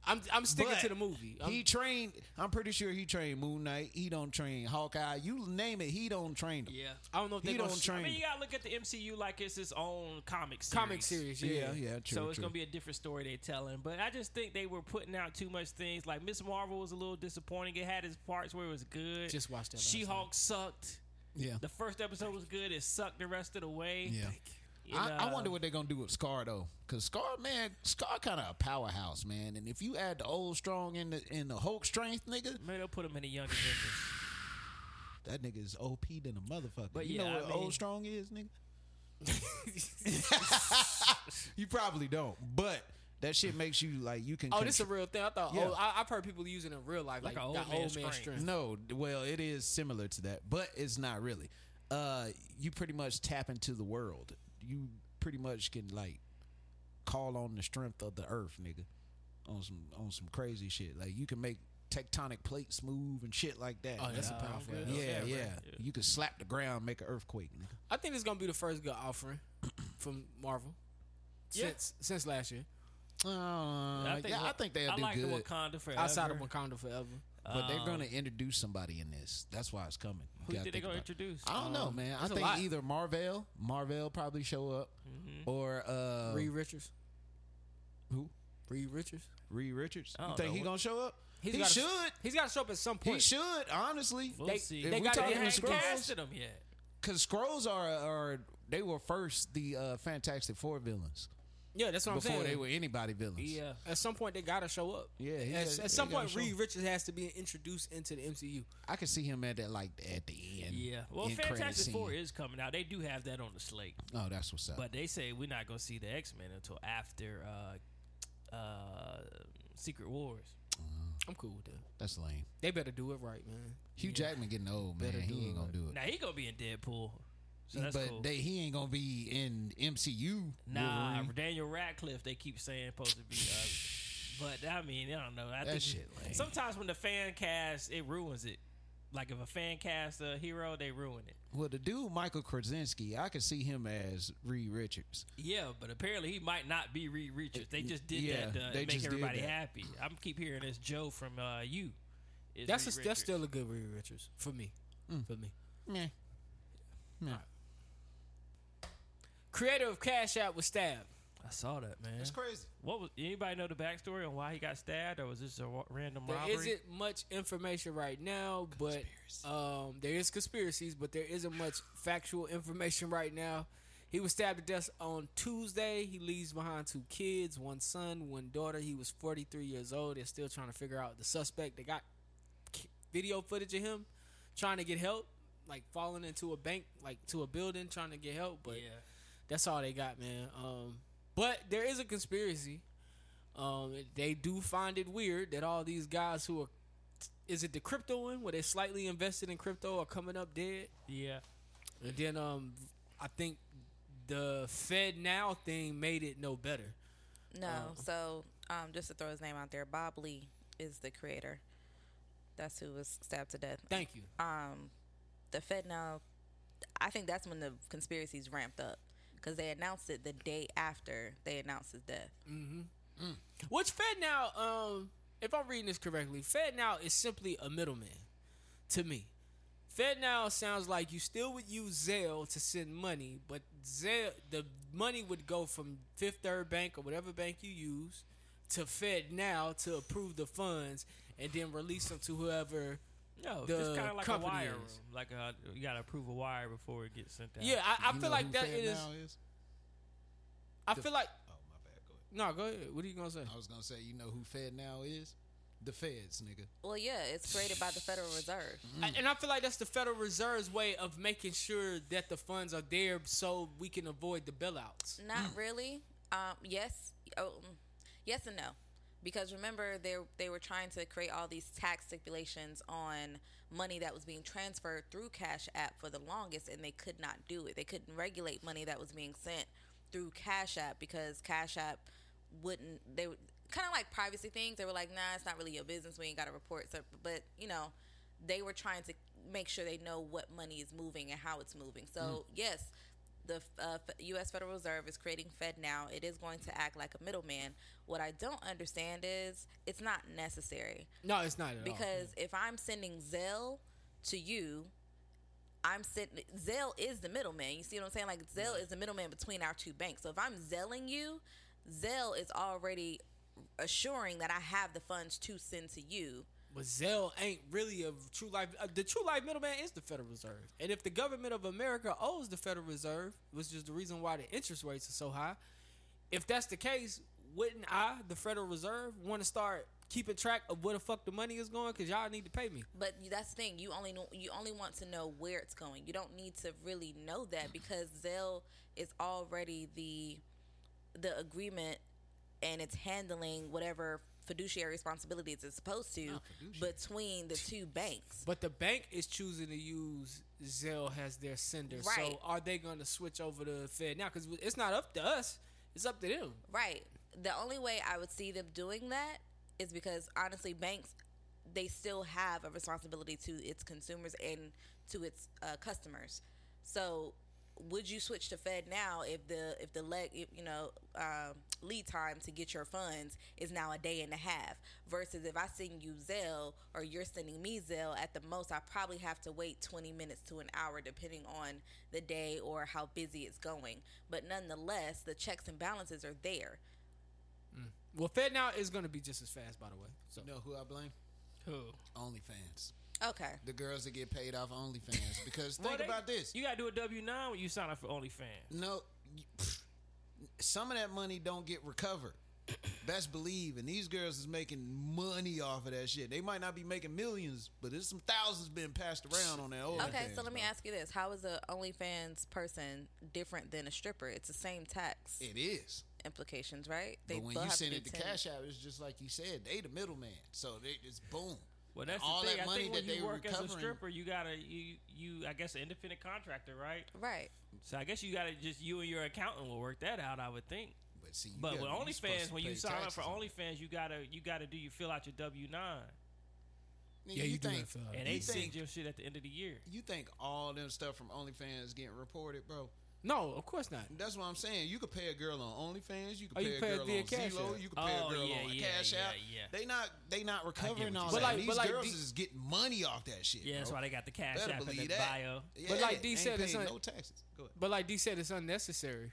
Speaker 5: I'm I'm sticking
Speaker 4: But
Speaker 5: to the movie. I'm-
Speaker 4: He trained. I'm pretty sure he trained Moon Knight. He don't train Hawkeye. You name it, he don't train them.
Speaker 3: Yeah.
Speaker 5: I don't know if
Speaker 4: he
Speaker 5: they
Speaker 4: don't
Speaker 5: gonna sh-
Speaker 3: I
Speaker 4: train.
Speaker 3: mean, you gotta look at the MCU like it's its own comic series.
Speaker 5: comic series.
Speaker 4: them. yeah,
Speaker 5: Yeah,
Speaker 4: yeah, true.
Speaker 3: so it's
Speaker 4: true.
Speaker 3: gonna be a different story they're telling. But I just think they were putting out too much things. Like Miss Marvel was a little disappointing. It had its parts where it was good.
Speaker 5: Just watched that last
Speaker 3: She Hulk sucked.
Speaker 4: yeah.
Speaker 3: The first episode was good. It sucked the rest of the way.
Speaker 4: Yeah.
Speaker 3: You
Speaker 4: I, I
Speaker 3: know.
Speaker 4: wonder what they're gonna do with Scar though, because Scar, man, Scar kind of a powerhouse, man. And if you add the old strong in the in the Hulk strength, nigga,
Speaker 3: Maybe they'll put him in the Young Avengers.
Speaker 4: that nigga is op than a motherfucker.
Speaker 3: But
Speaker 4: you
Speaker 3: yeah,
Speaker 4: know
Speaker 3: I
Speaker 4: what
Speaker 3: mean-
Speaker 4: old strong is, nigga. you probably don't, but that shit makes you like you can.
Speaker 5: Oh, this is a
Speaker 4: contr-
Speaker 5: real thing. I thought.
Speaker 4: Yeah.
Speaker 5: Oh, I, I've heard people using it in real life, like,
Speaker 3: Like a old
Speaker 5: that
Speaker 3: man
Speaker 5: old man
Speaker 3: strength.
Speaker 5: strength.
Speaker 4: No, d- well, it is similar to that, but it's not really. Uh, you pretty much tap into the world. You pretty much can like call on the strength of the earth, nigga. On some on some crazy shit. Like you can make tectonic plates move and shit like that.
Speaker 5: Oh, that's
Speaker 4: nigga.
Speaker 5: a powerful.
Speaker 3: good.
Speaker 5: idea.
Speaker 4: yeah,
Speaker 3: Yeah,
Speaker 4: yeah,
Speaker 3: right. Yeah.
Speaker 4: You can slap the ground, make an earthquake. Nigga.
Speaker 5: I think it's gonna be the first good offering from Marvel
Speaker 3: Yeah.
Speaker 5: since since last year.
Speaker 4: Uh, I think, yeah, I think they'll
Speaker 3: I
Speaker 4: do
Speaker 3: like
Speaker 4: good.
Speaker 3: the Wakanda forever.
Speaker 5: Outside of Wakanda Forever,
Speaker 4: but they're gonna introduce somebody in this. That's why it's coming. You
Speaker 3: um, Who
Speaker 4: gotta
Speaker 3: did they
Speaker 4: think
Speaker 3: gonna
Speaker 4: about it.
Speaker 3: introduce? Um,
Speaker 4: I don't know, man. I
Speaker 5: a
Speaker 4: think
Speaker 5: lot.
Speaker 4: either Marvel, Marvel probably show up,
Speaker 3: Mm-hmm.
Speaker 4: or uh,
Speaker 5: Reed Richards.
Speaker 4: Who?
Speaker 5: Reed Richards.
Speaker 4: Reed Richards.
Speaker 3: I
Speaker 4: You
Speaker 3: don't
Speaker 4: think
Speaker 3: know.
Speaker 4: he gonna show up?
Speaker 5: He's
Speaker 4: he
Speaker 5: gotta-
Speaker 4: should.
Speaker 5: He's got to show up at some
Speaker 4: he
Speaker 5: point.
Speaker 4: should. Honestly,
Speaker 3: We'll
Speaker 5: They-
Speaker 3: see.
Speaker 5: they
Speaker 4: If we
Speaker 5: gotta
Speaker 4: talking
Speaker 5: get him
Speaker 4: about
Speaker 5: in
Speaker 3: haven't
Speaker 5: Scrolls?
Speaker 3: casted him yet.
Speaker 4: because scrolls are are they were first the uh, Fantastic Four villains
Speaker 5: Yeah, that's what I'm
Speaker 4: before
Speaker 5: saying.
Speaker 4: they were anybody villains.
Speaker 3: Yeah.
Speaker 5: At some point, they got to show up.
Speaker 4: Yeah, he
Speaker 5: At,
Speaker 4: has-
Speaker 5: at
Speaker 4: he
Speaker 5: some
Speaker 4: gotta
Speaker 5: point,
Speaker 4: show
Speaker 5: Reed
Speaker 4: up.
Speaker 5: Richards has to be introduced into the MCU.
Speaker 4: I could see him at that like at the end.
Speaker 3: Yeah. Well,
Speaker 4: end credit
Speaker 3: Fantastic Four
Speaker 4: scene.
Speaker 3: is coming out. They do have that on the slate,
Speaker 4: Oh, that's what's up.
Speaker 3: but they say we're not gonna see the X Men until after uh, uh, Secret Wars.
Speaker 5: I'm cool with that.
Speaker 4: that's lame.
Speaker 5: They better do it right, man.
Speaker 4: Hugh Jackman getting old, man.
Speaker 5: Better
Speaker 4: He
Speaker 5: do
Speaker 4: ain't
Speaker 5: it.
Speaker 4: gonna do it.
Speaker 3: Now he gonna be in Deadpool, so that's
Speaker 4: but
Speaker 3: cool.
Speaker 4: they, he ain't gonna be in MCU.
Speaker 3: nah,
Speaker 4: Wolverine.
Speaker 3: Daniel Radcliffe. They keep saying supposed to be. Uh, but I mean, I don't know. I
Speaker 4: That
Speaker 3: think
Speaker 4: shit lame.
Speaker 3: sometimes when the fan cast, it ruins it. Like if a fan cast a hero, they ruin it.
Speaker 4: Well, the dude Michael Krasinski, I could see him as Reed Richards.
Speaker 3: Yeah, but apparently he might not be Reed Richards. They just did
Speaker 4: Yeah,
Speaker 3: that to
Speaker 4: they
Speaker 3: make
Speaker 4: just did
Speaker 3: everybody
Speaker 4: that.
Speaker 3: happy. I'm keep hearing this Joe from uh, you. is
Speaker 5: That's
Speaker 3: Reed
Speaker 5: a, that's
Speaker 3: Richards.
Speaker 5: still a good Reed Richards for me.
Speaker 4: Hmm.
Speaker 5: For me.
Speaker 4: Meh. Meh.
Speaker 5: Creator of Cash App was stabbed.
Speaker 3: I saw that man.
Speaker 4: crazy.
Speaker 3: What was anybody know the backstory on why he got stabbed or was this a wa- random
Speaker 5: There
Speaker 3: robbery?
Speaker 5: not much information right now, but um, there is conspiracies, but there isn't much factual information right now. He was stabbed to death on Tuesday. He leaves behind two kids, one son, one daughter. He was 43 years old. They're still trying to figure out the suspect. They got k- video footage of him trying to get help, like falling into a bank, like to a building, trying to get help. But
Speaker 3: Yeah.
Speaker 5: that's all they got, man. Um, but there is a conspiracy. Um, they do find it weird that all these guys who are is it the crypto one where they're slightly invested in crypto are coming up dead,
Speaker 3: Yeah.
Speaker 5: and then um, I think the Fed now thing made it no better.
Speaker 2: No,
Speaker 4: Oh.
Speaker 2: so um, just to throw his name out there, Bob Lee is the creator. That's who was stabbed to death.
Speaker 5: Thank you.
Speaker 2: um, the Fed now, I think that's when the conspiracies ramped up because they announced it the day after they announced his death.
Speaker 5: Which Fed now, um, if I'm reading this correctly, Fed now is simply a middleman to me. Fed now sounds like you still would use Zelle to send money, but Zelle the money would go from Fifth Third Bank or whatever bank you use to Fed now to approve the funds and then release them to whoever.
Speaker 3: No,
Speaker 5: The
Speaker 3: just kind of like a
Speaker 5: company
Speaker 3: wire room.
Speaker 5: is.
Speaker 3: Like a, you got to approve a wire before it gets sent out.
Speaker 5: Yeah, I, I
Speaker 4: You
Speaker 5: feel
Speaker 4: know who
Speaker 5: like that
Speaker 4: Fed
Speaker 5: is.
Speaker 4: now is.
Speaker 5: I feel like
Speaker 4: Oh my bad. Go ahead.
Speaker 5: no. Go ahead. What are you gonna say?
Speaker 4: I was gonna say, you know who Fed now is? The Feds, nigga.
Speaker 2: Well, yeah, it's created by the Federal Reserve.
Speaker 5: I- and I feel like that's the Federal Reserve's way of making sure that the funds are there so we can avoid the bailouts.
Speaker 2: Not really. Um, yes, oh, mm, yes and no, because remember they they were trying to create all these tax stipulations on money that was being transferred through Cash App for the longest, and they could not do it. They couldn't regulate money that was being sent through Cash App because Cash App wouldn't they would kind of like privacy things. They were like, nah, it's not really your business. We ain't got to report. So, but you know, they were trying to make sure they know what money is moving and how it's moving. So yes. The uh, F- U.S. Federal Reserve is creating Fed now. It is going to act like a middleman. What I don't understand is it's not necessary
Speaker 5: No, it's not at all.
Speaker 2: because if I'm sending Zelle to you, I'm sending Zelle is the middleman. You see what I'm saying? Like Zelle is the middleman between our two banks. So if I'm Zelling you, Zelle is already assuring that I have the funds to send to you.
Speaker 5: But Zelle ain't really a true life. Uh, the true life middleman is the Federal Reserve, and if the government of America owes the Federal Reserve, which is the reason why the interest rates are so high, if that's the case, wouldn't I, the Federal Reserve, want to start keeping track of where the fuck the money is going? Because y'all need to pay me.
Speaker 2: But you- that's the thing. You only know, you only want to know where it's going. You don't need to really know that because Zelle is already the the agreement and it's handling whatever fiduciary responsibilities it's supposed to between the two banks.
Speaker 5: But the bank is choosing to use Zelle as their sender.
Speaker 2: Right.
Speaker 5: So are they going to switch over to Fed now? Because it's not up to us; it's up to them.
Speaker 2: Right. The only way I would see them doing that is because honestly, banks they still have a responsibility to its consumers and to its uh, customers. So, would you switch to Fed now if the if the leg if, you know um, lead time to get your funds is now a day and a half versus if I send you Zelle or you're sending me Zelle at the most I probably have to wait 20 minutes to an hour depending on the day or how busy it's going. But nonetheless, the checks and balances are there.
Speaker 5: Well, Fed now is going to be just as fast, by the way. So
Speaker 4: You know who I blame?
Speaker 3: Who?
Speaker 4: OnlyFans.
Speaker 2: Okay.
Speaker 4: The girls that get paid off OnlyFans. Because think
Speaker 3: Well, they-
Speaker 4: about this.
Speaker 3: You gotta do a W nine when you sign up for OnlyFans.
Speaker 4: No, you- pfft, some of that money don't get recovered. Best believe, and these girls is making money off of that shit. They might not be making millions, but there's some thousands being passed around on that. OnlyFans,
Speaker 2: Okay, so let me
Speaker 4: bro.
Speaker 2: ask you this: How is a OnlyFans person different than a stripper? It's the same tax
Speaker 4: It is,
Speaker 2: implications, right? They
Speaker 4: but when
Speaker 2: both
Speaker 4: you
Speaker 2: have
Speaker 4: send
Speaker 2: do
Speaker 4: it to
Speaker 2: 10.
Speaker 4: Cash App, it's just like you said, they the middleman. So they, it's boom.
Speaker 3: Well,
Speaker 4: And
Speaker 3: that's
Speaker 4: all
Speaker 3: the thing.
Speaker 4: that
Speaker 3: I
Speaker 4: money
Speaker 3: think when
Speaker 4: that they
Speaker 3: you work as a
Speaker 4: recovering-
Speaker 3: stripper, you gotta you you I guess an independent contractor, right?
Speaker 2: right?
Speaker 3: So I guess you gotta just you and your accountant will work that out. I would think.
Speaker 4: But see, you
Speaker 3: But
Speaker 4: gotta-
Speaker 3: with
Speaker 4: you supposed
Speaker 3: OnlyFans,
Speaker 4: to
Speaker 3: when you
Speaker 4: pay
Speaker 3: sign up for
Speaker 4: taxes on
Speaker 3: OnlyFans, you gotta you gotta do you fill out your W nine,
Speaker 4: that.
Speaker 5: yeah,
Speaker 4: you,
Speaker 5: you, do
Speaker 4: think
Speaker 5: have to, uh,
Speaker 3: and they
Speaker 4: You
Speaker 3: send
Speaker 4: think-
Speaker 3: your shit at the end of the year.
Speaker 4: you think all them stuff from OnlyFans getting reported, bro?
Speaker 5: No, of course not.
Speaker 4: That's what I'm saying. You could pay a girl on OnlyFans. You could
Speaker 5: Oh,
Speaker 4: pay,
Speaker 5: you pay
Speaker 4: a
Speaker 5: it
Speaker 4: girl
Speaker 5: via
Speaker 4: on
Speaker 5: Cash
Speaker 4: Zillow.
Speaker 5: App.
Speaker 4: You could pay
Speaker 3: Oh,
Speaker 4: a girl
Speaker 3: yeah,
Speaker 4: on
Speaker 3: yeah,
Speaker 4: Cash
Speaker 3: yeah,
Speaker 4: App.
Speaker 3: yeah.
Speaker 4: They not they not recovering all
Speaker 5: But
Speaker 4: that.
Speaker 5: like-
Speaker 4: These
Speaker 5: but like
Speaker 4: girls
Speaker 5: the-
Speaker 4: is getting money off that shit.
Speaker 3: Yeah, that's
Speaker 4: bro.
Speaker 3: why they got the cash
Speaker 4: Better
Speaker 3: app and the
Speaker 4: believe that.
Speaker 3: bio.
Speaker 5: But like D
Speaker 4: ain't
Speaker 5: said, it's
Speaker 4: paying
Speaker 5: not-
Speaker 4: no taxes. Go ahead.
Speaker 5: But like D said, it's unnecessary.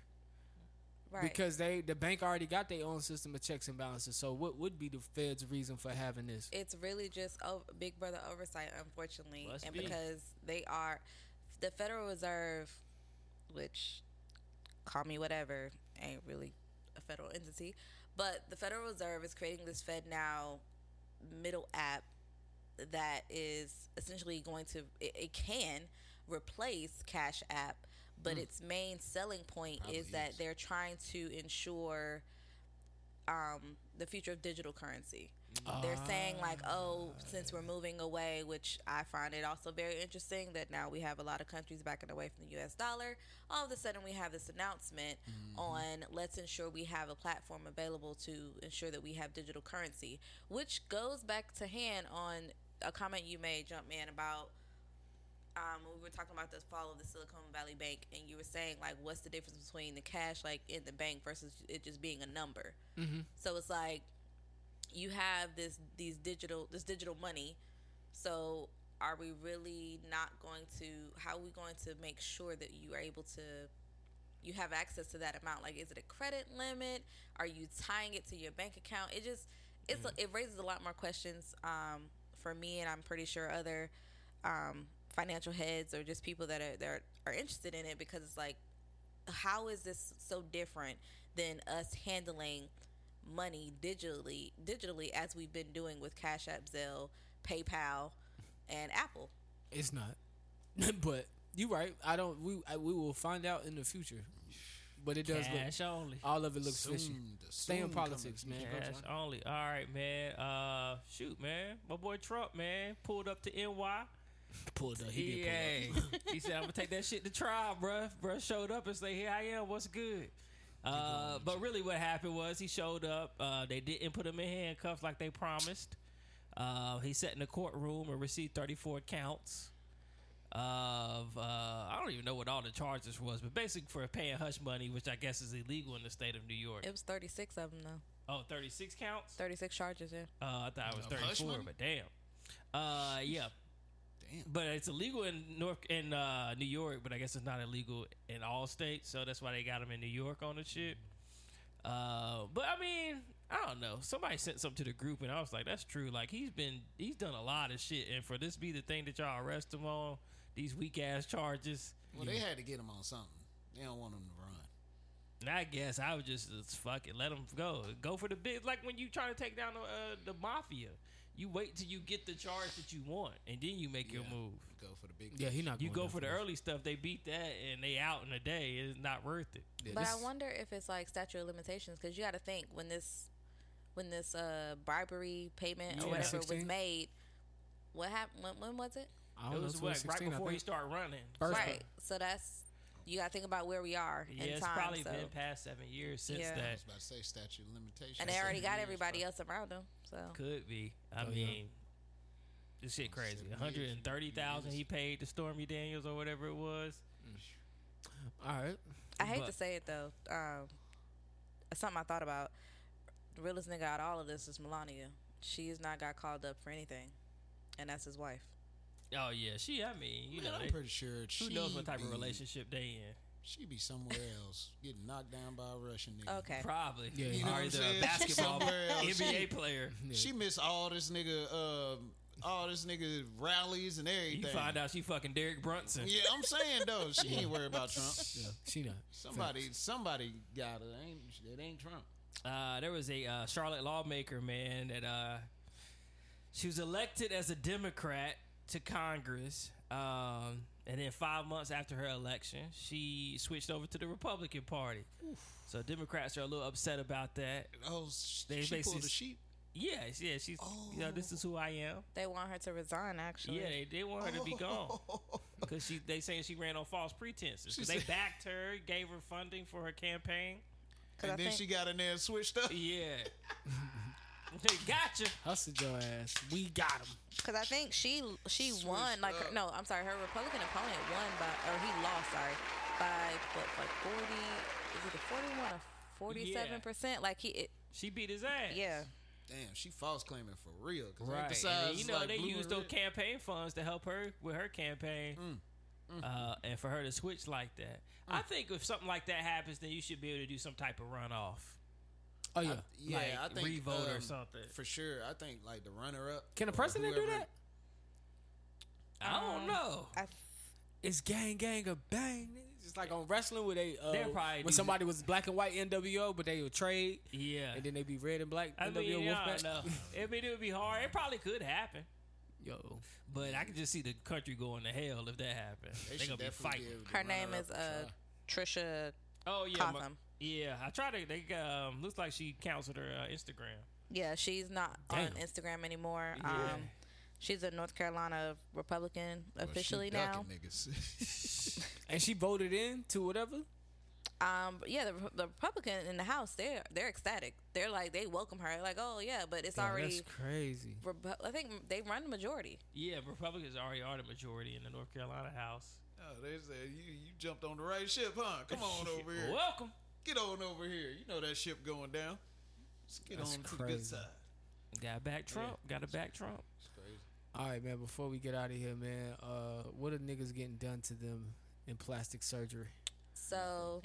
Speaker 2: Right.
Speaker 5: because they the bank already got their own system of checks and balances. So what would be the Fed's reason for having this?
Speaker 2: it's really just o Big Brother oversight, unfortunately,
Speaker 3: Must
Speaker 2: and
Speaker 3: be.
Speaker 2: because they are the Federal Reserve, which call me whatever, ain't really a federal entity, but the Federal Reserve is creating this Fed now middle app that is essentially going to it, it can replace Cash App, but its main selling point is that they're trying to ensure um, the future of digital currency. They're saying like, oh, since we're moving away, which I find it also very interesting that now we have a lot of countries backing away from the U.S. dollar. All of a sudden, we have this announcement on let's ensure we have a platform available to ensure that we have digital currency, which goes back to hand on a comment you made, Jumpman, about um, when we were talking about the fall of the Silicon Valley Bank, and you were saying like, what's the difference between the cash like in the bank versus it just being a number? So it's like you have this these digital this digital money. So are we really not going to? How are we going to make sure that you are able to? You have access to that amount. Like, is it a credit limit? Are you tying it to your bank account? It just it's it raises a lot more questions um, for me, and I'm pretty sure other um, financial heads or just people that are that are interested in it because it's like, how is this so different than us handling money digitally digitally as we've been doing with Cash App, Zelle, PayPal, and Apple?
Speaker 5: It's not. but you're right. I don't. We I, we will find out in the future. But it does
Speaker 3: Cash
Speaker 5: look.
Speaker 3: only.
Speaker 5: All of it looks
Speaker 4: Soon,
Speaker 5: fishy.
Speaker 4: the
Speaker 5: Stay in
Speaker 4: soon
Speaker 5: politics, man. Go,
Speaker 3: Cash
Speaker 5: John.
Speaker 3: only. All right, man. Uh, shoot, man. My boy Trump, man, pulled up to NY.
Speaker 5: Pulled up. He did pull
Speaker 3: Yeah. he said, "I'm gonna take that shit to trial, bruh. Bruh showed up and say, "Here I am. What's good?" Uh, but really, what happened was he showed up. Uh, they didn't put him in handcuffs like they promised. Uh, he sat in the courtroom and received 34 counts of uh, I don't even know what all the charges was, but basically for paying hush money, which I guess is illegal in the state of New York.
Speaker 2: It was 36 of them though.
Speaker 3: Oh, 36 counts.
Speaker 2: 36 charges, yeah.
Speaker 3: Uh, I thought it was
Speaker 4: Of hush
Speaker 3: 34,
Speaker 4: money?
Speaker 3: but damn. Uh, yeah.
Speaker 4: Damn.
Speaker 3: But it's illegal in North in uh, New York, but I guess it's not illegal in all states, so that's why they got him in New York on the shit. Uh, but I mean, I don't know. Somebody sent something to the group, and I was like, "That's true." Like he's been he's done a lot of shit, and for this be the thing that y'all arrest him on these weak ass charges.
Speaker 4: Well, they had to get him on something. They don't want him to run.
Speaker 3: And I guess I would just, just fuck it, let them go. Go for the big. Like when you try to take down the, uh, the mafia, you wait till you get the charge that you want, and then you make your
Speaker 4: Yeah.
Speaker 3: move.
Speaker 4: Go for the big.
Speaker 5: Yeah, he not.
Speaker 3: You
Speaker 5: going
Speaker 3: go
Speaker 5: down
Speaker 3: for the
Speaker 5: that.
Speaker 3: early stuff. They beat that, and they out in a day. It's not worth it.
Speaker 4: Yeah,
Speaker 2: But
Speaker 4: this-
Speaker 2: I wonder if it's like statute of limitations because you got to think when this when this uh bribery payment or
Speaker 5: Yeah.
Speaker 2: whatever
Speaker 5: 16?
Speaker 2: was made, what happened? When, when was it?
Speaker 5: I
Speaker 3: It
Speaker 5: don't know.
Speaker 3: was Oh, what, right
Speaker 5: 2016, I
Speaker 3: before you
Speaker 5: think.
Speaker 3: start running.
Speaker 5: First
Speaker 2: right.
Speaker 5: one.
Speaker 2: So that's you got to think about where we are
Speaker 3: Yeah,
Speaker 2: in
Speaker 3: it's
Speaker 2: time.
Speaker 3: probably
Speaker 2: so.
Speaker 3: been past seven years since
Speaker 2: Yeah.
Speaker 4: I
Speaker 3: that.
Speaker 4: was about to say statute of limitations.
Speaker 2: and they already got
Speaker 4: Years,
Speaker 2: everybody
Speaker 4: bro.
Speaker 2: else around them. So
Speaker 3: Could be. I
Speaker 5: Oh, yeah.
Speaker 3: mean, this shit crazy.
Speaker 4: seven
Speaker 3: One
Speaker 4: years,
Speaker 3: hundred and thirty thousand he paid to Stormy Daniels or whatever it was.
Speaker 5: All right.
Speaker 2: I hate to
Speaker 3: But-
Speaker 2: say it though. Um, something I thought about. The realest nigga out of all of this is Melania. She has not got called up for anything, and that's his wife.
Speaker 3: Oh yeah, she. I mean, you
Speaker 4: Man,
Speaker 3: know,
Speaker 4: I'm
Speaker 3: they-
Speaker 4: pretty sure
Speaker 3: who
Speaker 4: she
Speaker 3: knows what type
Speaker 4: be,
Speaker 3: of relationship they in.
Speaker 4: She be somewhere else, getting knocked down by a Russian nigga.
Speaker 2: Okay.
Speaker 3: Probably.
Speaker 5: Yeah, you
Speaker 4: know
Speaker 3: or
Speaker 4: what I'm
Speaker 3: either a
Speaker 4: saying?
Speaker 3: basketball
Speaker 4: Somewhere else.
Speaker 3: NBA player.
Speaker 4: She missed all this nigga, um, all this nigga rallies and everything.
Speaker 3: You find out she fucking Derek Brunson.
Speaker 4: Yeah, I'm saying though, she ain't worried about Trump.
Speaker 5: Yeah, she not.
Speaker 4: Somebody, somebody got her. Ain't it ain't Trump?
Speaker 3: Uh, there was a uh, Charlotte lawmaker, man, that uh, she was elected as a Democrat to Congress. Um, and then five months after her election, she switched over to the Republican Party. So Democrats are a little upset about that.
Speaker 4: Oh, sh-
Speaker 3: They
Speaker 4: she pulled
Speaker 3: basically-
Speaker 4: a sheep.
Speaker 3: Yes, yeah, she's, you know, this is who I am.
Speaker 2: They want her to resign. Actually.
Speaker 3: Yeah, they, they want her to be gone
Speaker 4: Oh.
Speaker 3: because she they saying she ran on false pretenses. 'Cause they
Speaker 4: said-
Speaker 3: backed her, gave her funding for her campaign.
Speaker 2: 'Cause
Speaker 4: And
Speaker 2: I
Speaker 4: then
Speaker 2: think-
Speaker 4: she got in there and switched up.
Speaker 3: Yeah, they gotcha.
Speaker 5: Hustled your ass. We got him.
Speaker 2: Because I think she she won like her, no, I'm sorry, her Republican opponent won by or he lost sorry by what like forty is it a forty one or forty seven percent? Like he it,
Speaker 3: She beat his ass.
Speaker 2: yeah
Speaker 4: Damn, she false claiming for real. Cause
Speaker 3: Right.
Speaker 4: right.
Speaker 3: And then, you know, they used those campaign funds to help her with her campaign. Uh, and for her to switch like that, I think if something like that happens, then you should be able to do some type of runoff.
Speaker 5: Oh yeah.
Speaker 4: yeah,
Speaker 3: like,
Speaker 4: I think
Speaker 3: revote or
Speaker 4: um,
Speaker 3: something.
Speaker 4: for sure. I think like the runner up.
Speaker 5: Can a president do that?
Speaker 3: I don't know.
Speaker 2: I,
Speaker 5: Um, It's gang, gang, a bang. It's just like on wrestling where they uh,
Speaker 3: They'll probably do
Speaker 5: when somebody was black and white NWO, but they would trade
Speaker 3: Yeah,
Speaker 5: and then they be red and black
Speaker 3: I
Speaker 5: NWO
Speaker 3: mean, yeah, I
Speaker 5: Wolfpack.
Speaker 3: know. I mean, it would be hard. It probably could happen,
Speaker 5: Yo,
Speaker 3: but I could just see the country going to hell if that happened. They,
Speaker 4: should
Speaker 3: gonna be
Speaker 4: definitely
Speaker 3: fighting.
Speaker 4: give the
Speaker 2: her name
Speaker 4: runner-up
Speaker 2: is
Speaker 4: a
Speaker 2: uh
Speaker 4: try.
Speaker 2: Trisha
Speaker 3: Oh yeah, my-
Speaker 2: Cotham.
Speaker 3: yeah. I tried to. They um, looks like she canceled her uh, Instagram.
Speaker 2: Yeah, she's not
Speaker 5: Damn.
Speaker 2: on Instagram anymore.
Speaker 3: Yeah.
Speaker 2: Um, she's a North Carolina Republican
Speaker 4: Well, she
Speaker 2: officially now.
Speaker 4: ducking Niggas.
Speaker 5: and she voted in to whatever.
Speaker 2: Um, but yeah, the, Re- the Republican in the House, they're they're ecstatic. They're like they welcome her, like oh yeah, but it's already.
Speaker 5: that's crazy.
Speaker 2: Repu- I think they run the majority.
Speaker 3: Yeah, Republicans already are the majority in the North Carolina House.
Speaker 4: oh, they said you you jumped on the right ship, huh? Come on over here.
Speaker 3: Welcome.
Speaker 4: Get on over here. You know that ship going down. Let's get
Speaker 5: That's
Speaker 4: on to the
Speaker 5: crazy.
Speaker 4: good side.
Speaker 3: Got to back Trump. Got to back Trump.
Speaker 5: All right, man. Before we get out of here, man, uh, what are niggas getting done to them in plastic surgery?
Speaker 2: So,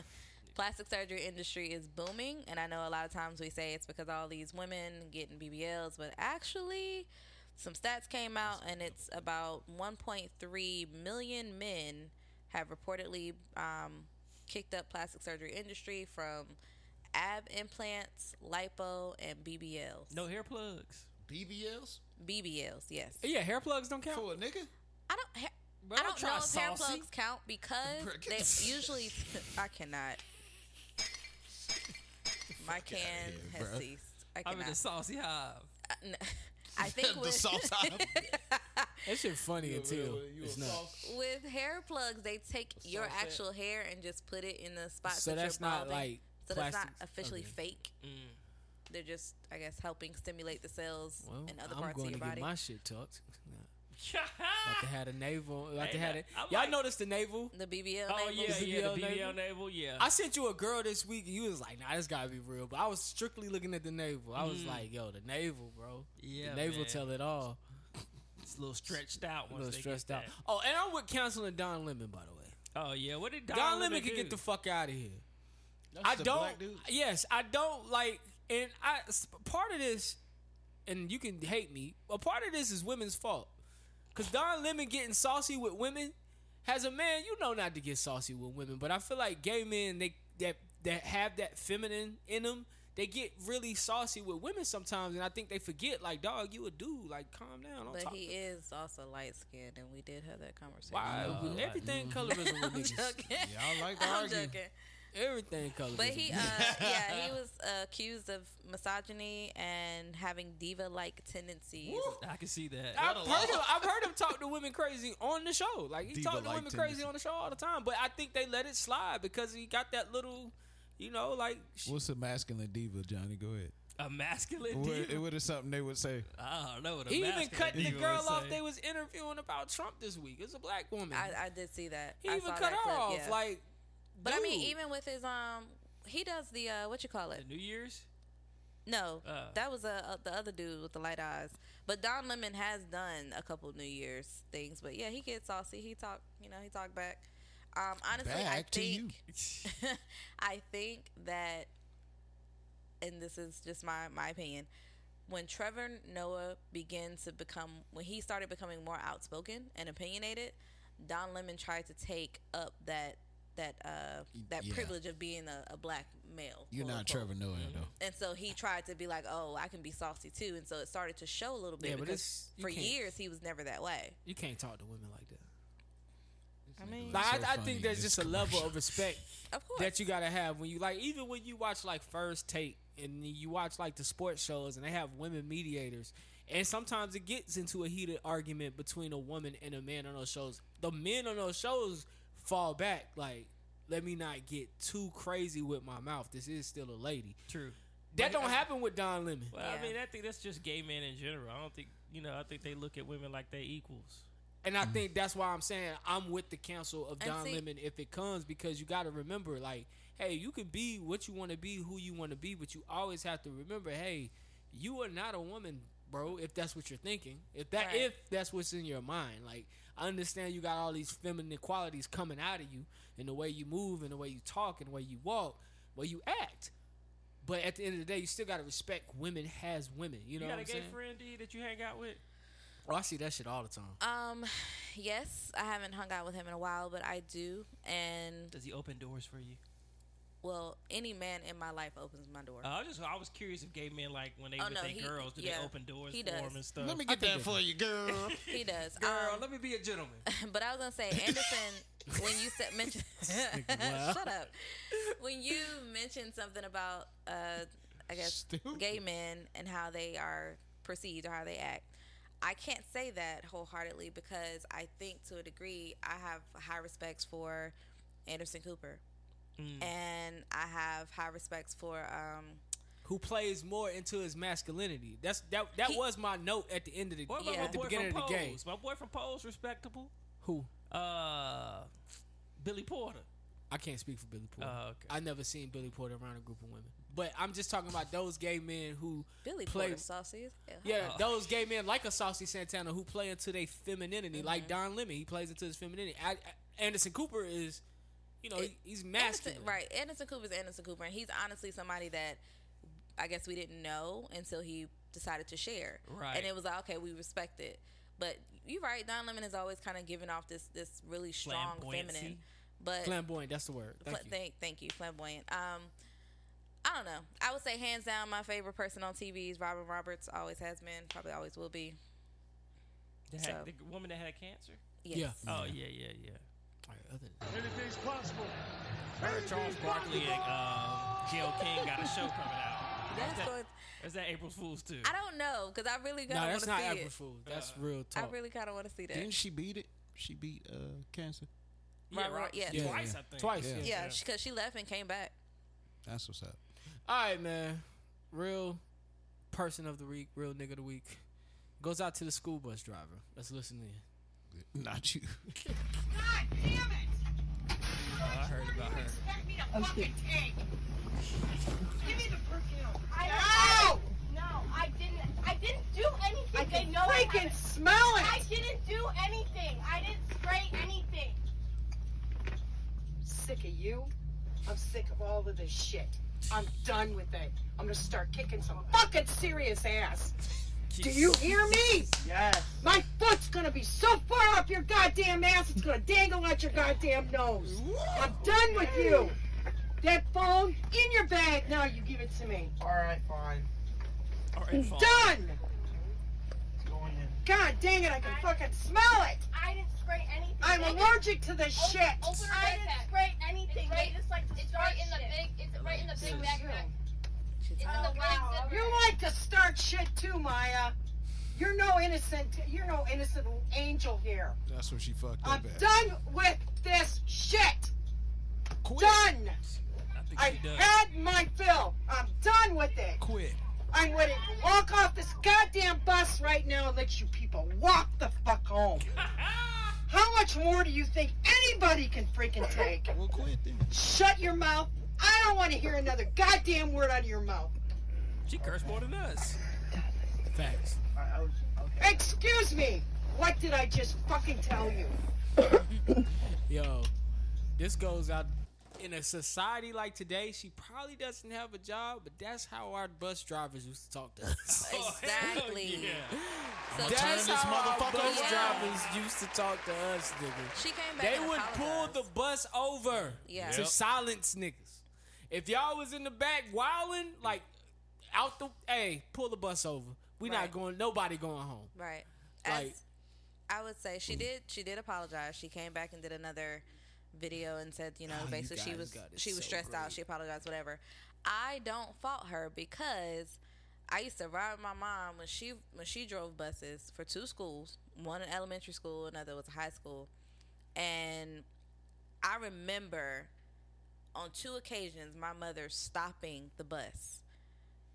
Speaker 2: plastic surgery industry is booming, and I know a lot of times we say it's because all these women getting BBLs, but actually, some stats came out, and it's about 1.3 million men have reportedly um, kicked up plastic surgery industry from ab implants, lipo, and BBLs.
Speaker 3: No hair plugs.
Speaker 4: BBLs
Speaker 2: BBLs, yes.
Speaker 5: Yeah, hair plugs don't count.
Speaker 4: for a nigga.
Speaker 2: I don't. ha-
Speaker 5: don't
Speaker 2: I don't
Speaker 5: try
Speaker 2: know if hair
Speaker 5: saucy.
Speaker 2: plugs count because
Speaker 4: Bruh, get
Speaker 2: they
Speaker 4: the-
Speaker 2: usually. I cannot. My can
Speaker 4: here,
Speaker 2: has
Speaker 4: bruh.
Speaker 2: ceased. I
Speaker 3: I'm in
Speaker 2: cannot.
Speaker 3: the saucy hive.
Speaker 2: I- n- I think
Speaker 4: the
Speaker 2: with
Speaker 4: sauce out of
Speaker 5: That shit funny until it's not.
Speaker 2: with hair plugs, they take your actual hair and just put it in the spots.
Speaker 5: So
Speaker 2: that
Speaker 5: that's
Speaker 2: you're
Speaker 5: not,
Speaker 2: balding.
Speaker 5: like,
Speaker 2: So that's not
Speaker 5: plastics.
Speaker 2: officially
Speaker 5: Okay.
Speaker 2: fake. They're just, I guess, helping stimulate the cells
Speaker 5: Well,
Speaker 2: and other
Speaker 5: I'm
Speaker 2: parts of
Speaker 5: going
Speaker 2: your
Speaker 5: to
Speaker 2: body.
Speaker 5: get my shit tucked. About to have a navel. About to
Speaker 3: Ain't
Speaker 5: have
Speaker 3: that-
Speaker 5: it.
Speaker 3: I'm
Speaker 5: Y'all
Speaker 3: like-
Speaker 5: noticed the navel?
Speaker 2: the BBL.
Speaker 3: oh
Speaker 2: label.
Speaker 3: yeah,
Speaker 5: The
Speaker 3: yeah, the
Speaker 5: BBL
Speaker 3: BBL
Speaker 5: navel?
Speaker 3: navel, yeah.
Speaker 5: I sent you a girl this week, and you was like, "Nah, this gotta be real." But I was strictly looking at the navel. I was like, "Yo, the navel, bro.
Speaker 3: Yeah,
Speaker 5: the navel
Speaker 3: man.
Speaker 5: tell it all."
Speaker 3: it's a little stretched out.
Speaker 5: A
Speaker 3: Once
Speaker 5: little
Speaker 3: they
Speaker 5: stressed
Speaker 3: get
Speaker 5: out. Oh, and I'm with counseling Don Lemon, by the way.
Speaker 3: That. Oh yeah, what did Don,
Speaker 5: Don, Lemon can
Speaker 3: do?
Speaker 5: get the fuck out of here. I
Speaker 4: the
Speaker 5: don't.
Speaker 4: black dude?
Speaker 5: Yes, I don't like. And I s- part of this, and you can hate me, but part of this is women's fault. Cause Don Lemon getting saucy with women, as a man, you know not to get saucy with women. But I feel like gay men, they that that have that feminine in them, they get really saucy with women sometimes, and I think they forget. Like, dog, you a dude. Like, calm down. Don't
Speaker 2: But
Speaker 5: talk
Speaker 2: he
Speaker 5: to-
Speaker 2: is also light skinned, and we did have that conversation.
Speaker 5: Why?
Speaker 3: No, like-
Speaker 5: everything colorism with
Speaker 2: I'm
Speaker 5: niggas.
Speaker 2: joking.
Speaker 4: Y'all like to
Speaker 2: I'm
Speaker 4: argue.
Speaker 2: joking.
Speaker 5: Everything colorism.
Speaker 2: But he, uh, yeah, he was uh, accused of misogyny and having diva-like tendencies.
Speaker 3: I can see that.
Speaker 5: I've heard, him, I've heard him talk to women crazy on the show. Like he
Speaker 4: Diva
Speaker 5: talked to
Speaker 4: like
Speaker 5: women crazy
Speaker 4: tendencies.
Speaker 5: on the show all the time. But I think they let it slide because he got that little, you know, like sh-
Speaker 4: What's a masculine diva, Johnny? Go ahead.
Speaker 3: A masculine
Speaker 4: What,
Speaker 3: diva.
Speaker 4: it would have something they would say.
Speaker 3: I don't know what a
Speaker 5: he even
Speaker 3: masculine
Speaker 5: cut the
Speaker 3: diva would
Speaker 5: girl off.
Speaker 3: say.
Speaker 5: They was interviewing about Trump this week. It was a black woman.
Speaker 2: I, I did see that.
Speaker 5: he
Speaker 2: I
Speaker 5: even
Speaker 2: saw
Speaker 5: cut
Speaker 2: that
Speaker 5: her
Speaker 2: clip,
Speaker 5: off.
Speaker 2: yeah.
Speaker 5: Like,
Speaker 2: but I mean,
Speaker 5: dude.
Speaker 2: even with his um, he does the uh, what you call it?
Speaker 3: The New Year's.
Speaker 2: No,
Speaker 3: Uh.
Speaker 2: that was uh, uh, the other dude with the light eyes. But Don Lemon has done a couple New Year's things. But yeah, he gets saucy. He talk, you know, he talk back. Um, honestly, I
Speaker 4: Back to you.
Speaker 2: think I think that, and this is just my my opinion. When Trevor Noah began to become, when he started becoming more outspoken and opinionated, Don Lemon tried to take up that that uh, that
Speaker 4: yeah.
Speaker 2: privilege of being a, a black male.
Speaker 4: You're
Speaker 2: quote,
Speaker 4: not
Speaker 2: unquote
Speaker 4: Trevor Noah though.
Speaker 2: and so he tried to be like, "Oh, I can be saucy too," and so it started to show a little bit
Speaker 5: Yeah, but
Speaker 2: because
Speaker 5: it's- you
Speaker 2: for
Speaker 5: can't-
Speaker 2: years he was never that way.
Speaker 5: you can't talk to women like that.
Speaker 2: I mean,
Speaker 5: Like,
Speaker 4: so
Speaker 5: I, I
Speaker 4: funny in
Speaker 5: think there's
Speaker 4: this
Speaker 5: just a level of respect
Speaker 2: of course,
Speaker 5: that you gotta have when you like even when you watch like first take and you watch like the sports shows and they have women mediators and sometimes it gets into a heated argument between a woman and a man on those shows the men on those shows fall back like let me not get too crazy with my mouth this is still a lady
Speaker 3: True.
Speaker 5: that don't happen with don lemon
Speaker 3: Well,
Speaker 2: Yeah.
Speaker 3: I mean, I think that's just gay men in general. I don't think you know. I think they look at women like they equals.
Speaker 5: and
Speaker 3: Mm-hmm.
Speaker 5: i think that's why i'm saying i'm with the counsel of
Speaker 2: And
Speaker 5: don
Speaker 2: see-
Speaker 5: lemon if it comes because you gotta remember like hey you can be what you want to be who you want to be but you always have to remember hey you are not a woman, bro. If that's what you're thinking, if that
Speaker 2: Right.
Speaker 5: if that's what's in your mind, like I understand you got all these feminine qualities coming out of you, and the way you move, and the way you talk, and the way you walk, the way you act. But at the end of the day, you still gotta respect women as women. You
Speaker 3: You,
Speaker 5: know
Speaker 3: got
Speaker 5: what
Speaker 3: a
Speaker 5: I'm
Speaker 3: gay
Speaker 5: saying?
Speaker 3: friend D that you hang out with?
Speaker 5: Oh, I see that shit all the time.
Speaker 2: um, yes, I haven't hung out with him in a while, but I do, and
Speaker 3: Does he open doors for you?
Speaker 2: well, any man in my life opens my door.
Speaker 3: Uh, I was just I was curious if gay men like when they
Speaker 2: Oh,
Speaker 3: with
Speaker 2: no,
Speaker 3: their
Speaker 2: he-
Speaker 3: girls do
Speaker 2: yeah,
Speaker 3: they open doors
Speaker 2: he
Speaker 3: for
Speaker 2: does.
Speaker 3: them and stuff.
Speaker 4: Let me get that for you, girl.
Speaker 2: he does,
Speaker 3: Girl,
Speaker 2: Um,
Speaker 3: let me be a gentleman.
Speaker 2: but I was gonna say Anderson when you said mention shut up when you mentioned something about uh I guess
Speaker 4: Mm-hmm.
Speaker 2: gay men and how they are perceived or how they act. I can't say that wholeheartedly because I think to a degree I have high respects for Anderson Cooper. And I have high respects for um
Speaker 5: Who plays more into his masculinity? That's that. That
Speaker 2: He-
Speaker 5: was my note at the end of the
Speaker 3: What about
Speaker 2: Yeah.
Speaker 3: my
Speaker 5: at the
Speaker 3: boy
Speaker 5: beginning of
Speaker 3: from
Speaker 5: the
Speaker 3: Pose?
Speaker 5: game.
Speaker 3: My boy from Pose, respectable.
Speaker 5: Who?
Speaker 3: Uh, Billy Porter.
Speaker 5: I can't speak for Billy Porter.
Speaker 3: Oh, okay.
Speaker 5: I never seen Billy Porter around a group of women. But I'm just talking about those gay men who
Speaker 2: Billy
Speaker 5: play.
Speaker 2: Porter Saucy. as hell.
Speaker 5: Yeah, those gay men like a Saucy Santana who play into their femininity, like
Speaker 2: Mm-hmm.
Speaker 5: Don Lemon. He plays into his femininity. I, I- Anderson Cooper is, you know,
Speaker 2: It-
Speaker 5: he- he's masculine.
Speaker 2: Anderson, right. Anderson Cooper is Anderson Cooper, and he's honestly somebody that I guess we didn't know until he decided to share.
Speaker 3: Right.
Speaker 2: And it was like, okay, we respect it. But you're right. Don Lemon has always kind of given off this this really strong feminine,
Speaker 3: Flamboyancy.
Speaker 2: but
Speaker 5: Flamboyant, that's the word.
Speaker 2: fla-
Speaker 5: Thank you.
Speaker 2: thank thank you, flamboyant. Um, I don't know. I would say hands down, my favorite person on TV is Robin Roberts. Always has been, probably always will be.
Speaker 3: That
Speaker 2: So-
Speaker 3: had, the woman that had cancer.
Speaker 2: Yes.
Speaker 5: Yeah.
Speaker 3: Oh yeah, yeah, yeah.
Speaker 5: All right, other than-
Speaker 3: Charles Barkley and uh, Gail King got a show coming out.
Speaker 2: That's what,
Speaker 3: Is that April Fool's too?
Speaker 2: I don't know because I really kind
Speaker 5: No,
Speaker 2: of want
Speaker 5: that's
Speaker 2: to
Speaker 5: not
Speaker 2: see
Speaker 5: April
Speaker 2: it.
Speaker 5: Fool's. That's
Speaker 3: Uh,
Speaker 5: real
Speaker 2: I
Speaker 5: talk.
Speaker 2: really kind of want to see that.
Speaker 4: Didn't she beat it? She beat uh cancer.
Speaker 3: Yeah,
Speaker 2: Right, right,
Speaker 3: right.
Speaker 2: yeah.
Speaker 5: Yeah.
Speaker 3: Twice, I think.
Speaker 5: Twice.
Speaker 4: Yeah.
Speaker 5: Yeah.
Speaker 2: yeah, because she left and came back.
Speaker 4: That's what's up.
Speaker 5: All right, man. Real person of the week, real nigga of the week, goes out to the school bus driver. Let's listen in.
Speaker 4: Not you.
Speaker 3: Oh, I heard about her.
Speaker 8: Oh, No! No, I didn't. I didn't do anything. I they know I can smell it. I didn't do anything. I didn't spray anything.
Speaker 10: sick of you. I'm sick of all of this shit. I'm done with it. I'm gonna start kicking some fucking serious ass. Do you hear me? Yes. My foot's gonna be so far up your goddamn ass, it's gonna dangle out your goddamn nose. I'm done with you. That phone in your bag now. You give it to me. All right, fine.
Speaker 3: All right, fine.
Speaker 10: Done. God dang it! I can fucking smell it.
Speaker 8: I didn't spray anything.
Speaker 10: I'm
Speaker 8: They
Speaker 10: allergic to this
Speaker 8: just-
Speaker 10: shit.
Speaker 8: Open, open her
Speaker 10: I
Speaker 8: backpack.
Speaker 10: didn't
Speaker 8: spray anything. It's right, it's like it's right in the big. It's Oh, right in the big backpack. It's in the big
Speaker 10: You like to start shit too, Maya. You're no innocent. You're no innocent angel here.
Speaker 4: That's what she fucked
Speaker 10: I'm
Speaker 4: up at.
Speaker 10: done with this shit.
Speaker 4: Quit.
Speaker 10: Done.
Speaker 3: I think
Speaker 10: I've
Speaker 3: she does.
Speaker 10: had my fill. I'm done with it.
Speaker 4: Quit.
Speaker 10: I'm ready to walk off this goddamn bus right now and let you people walk the fuck home. How much more do you think anybody can freaking take?
Speaker 4: Well, quit then.
Speaker 10: Shut your mouth. I don't want to hear another goddamn word out of your mouth.
Speaker 3: She cursed more than us.
Speaker 5: Facts.
Speaker 10: Excuse me. What did I just fucking tell you?
Speaker 5: Yo, this goes out in a society like today. She probably doesn't have a job, but that's how our bus drivers used to talk to us.
Speaker 2: Exactly.
Speaker 3: Yeah.
Speaker 2: So
Speaker 5: that's
Speaker 2: she,
Speaker 5: how our bus
Speaker 2: up.
Speaker 5: drivers used to talk to us, nigga.
Speaker 2: she came back.
Speaker 5: They
Speaker 2: and
Speaker 5: would pull
Speaker 2: apologized.
Speaker 5: the bus over
Speaker 2: Yeah.
Speaker 5: to
Speaker 2: Yep.
Speaker 5: silence niggas. If y'all was in the back wilding, like out the hey, pull the bus over. We
Speaker 2: Right.
Speaker 5: not going. Nobody going home.
Speaker 2: Right. As
Speaker 5: Like- mm.
Speaker 2: I would say she did she did apologize. She came back and did another video and said, you know,
Speaker 5: Oh, you
Speaker 2: basically she
Speaker 5: guys
Speaker 2: was
Speaker 5: got it
Speaker 2: she was
Speaker 5: so
Speaker 2: stressed out,
Speaker 5: great.
Speaker 2: she apologized, whatever. I don't fault her because I used to ride with my mom when she when she drove buses for two schools, one an elementary school, another was a high school. And I remember on two occasions my mother stopping the bus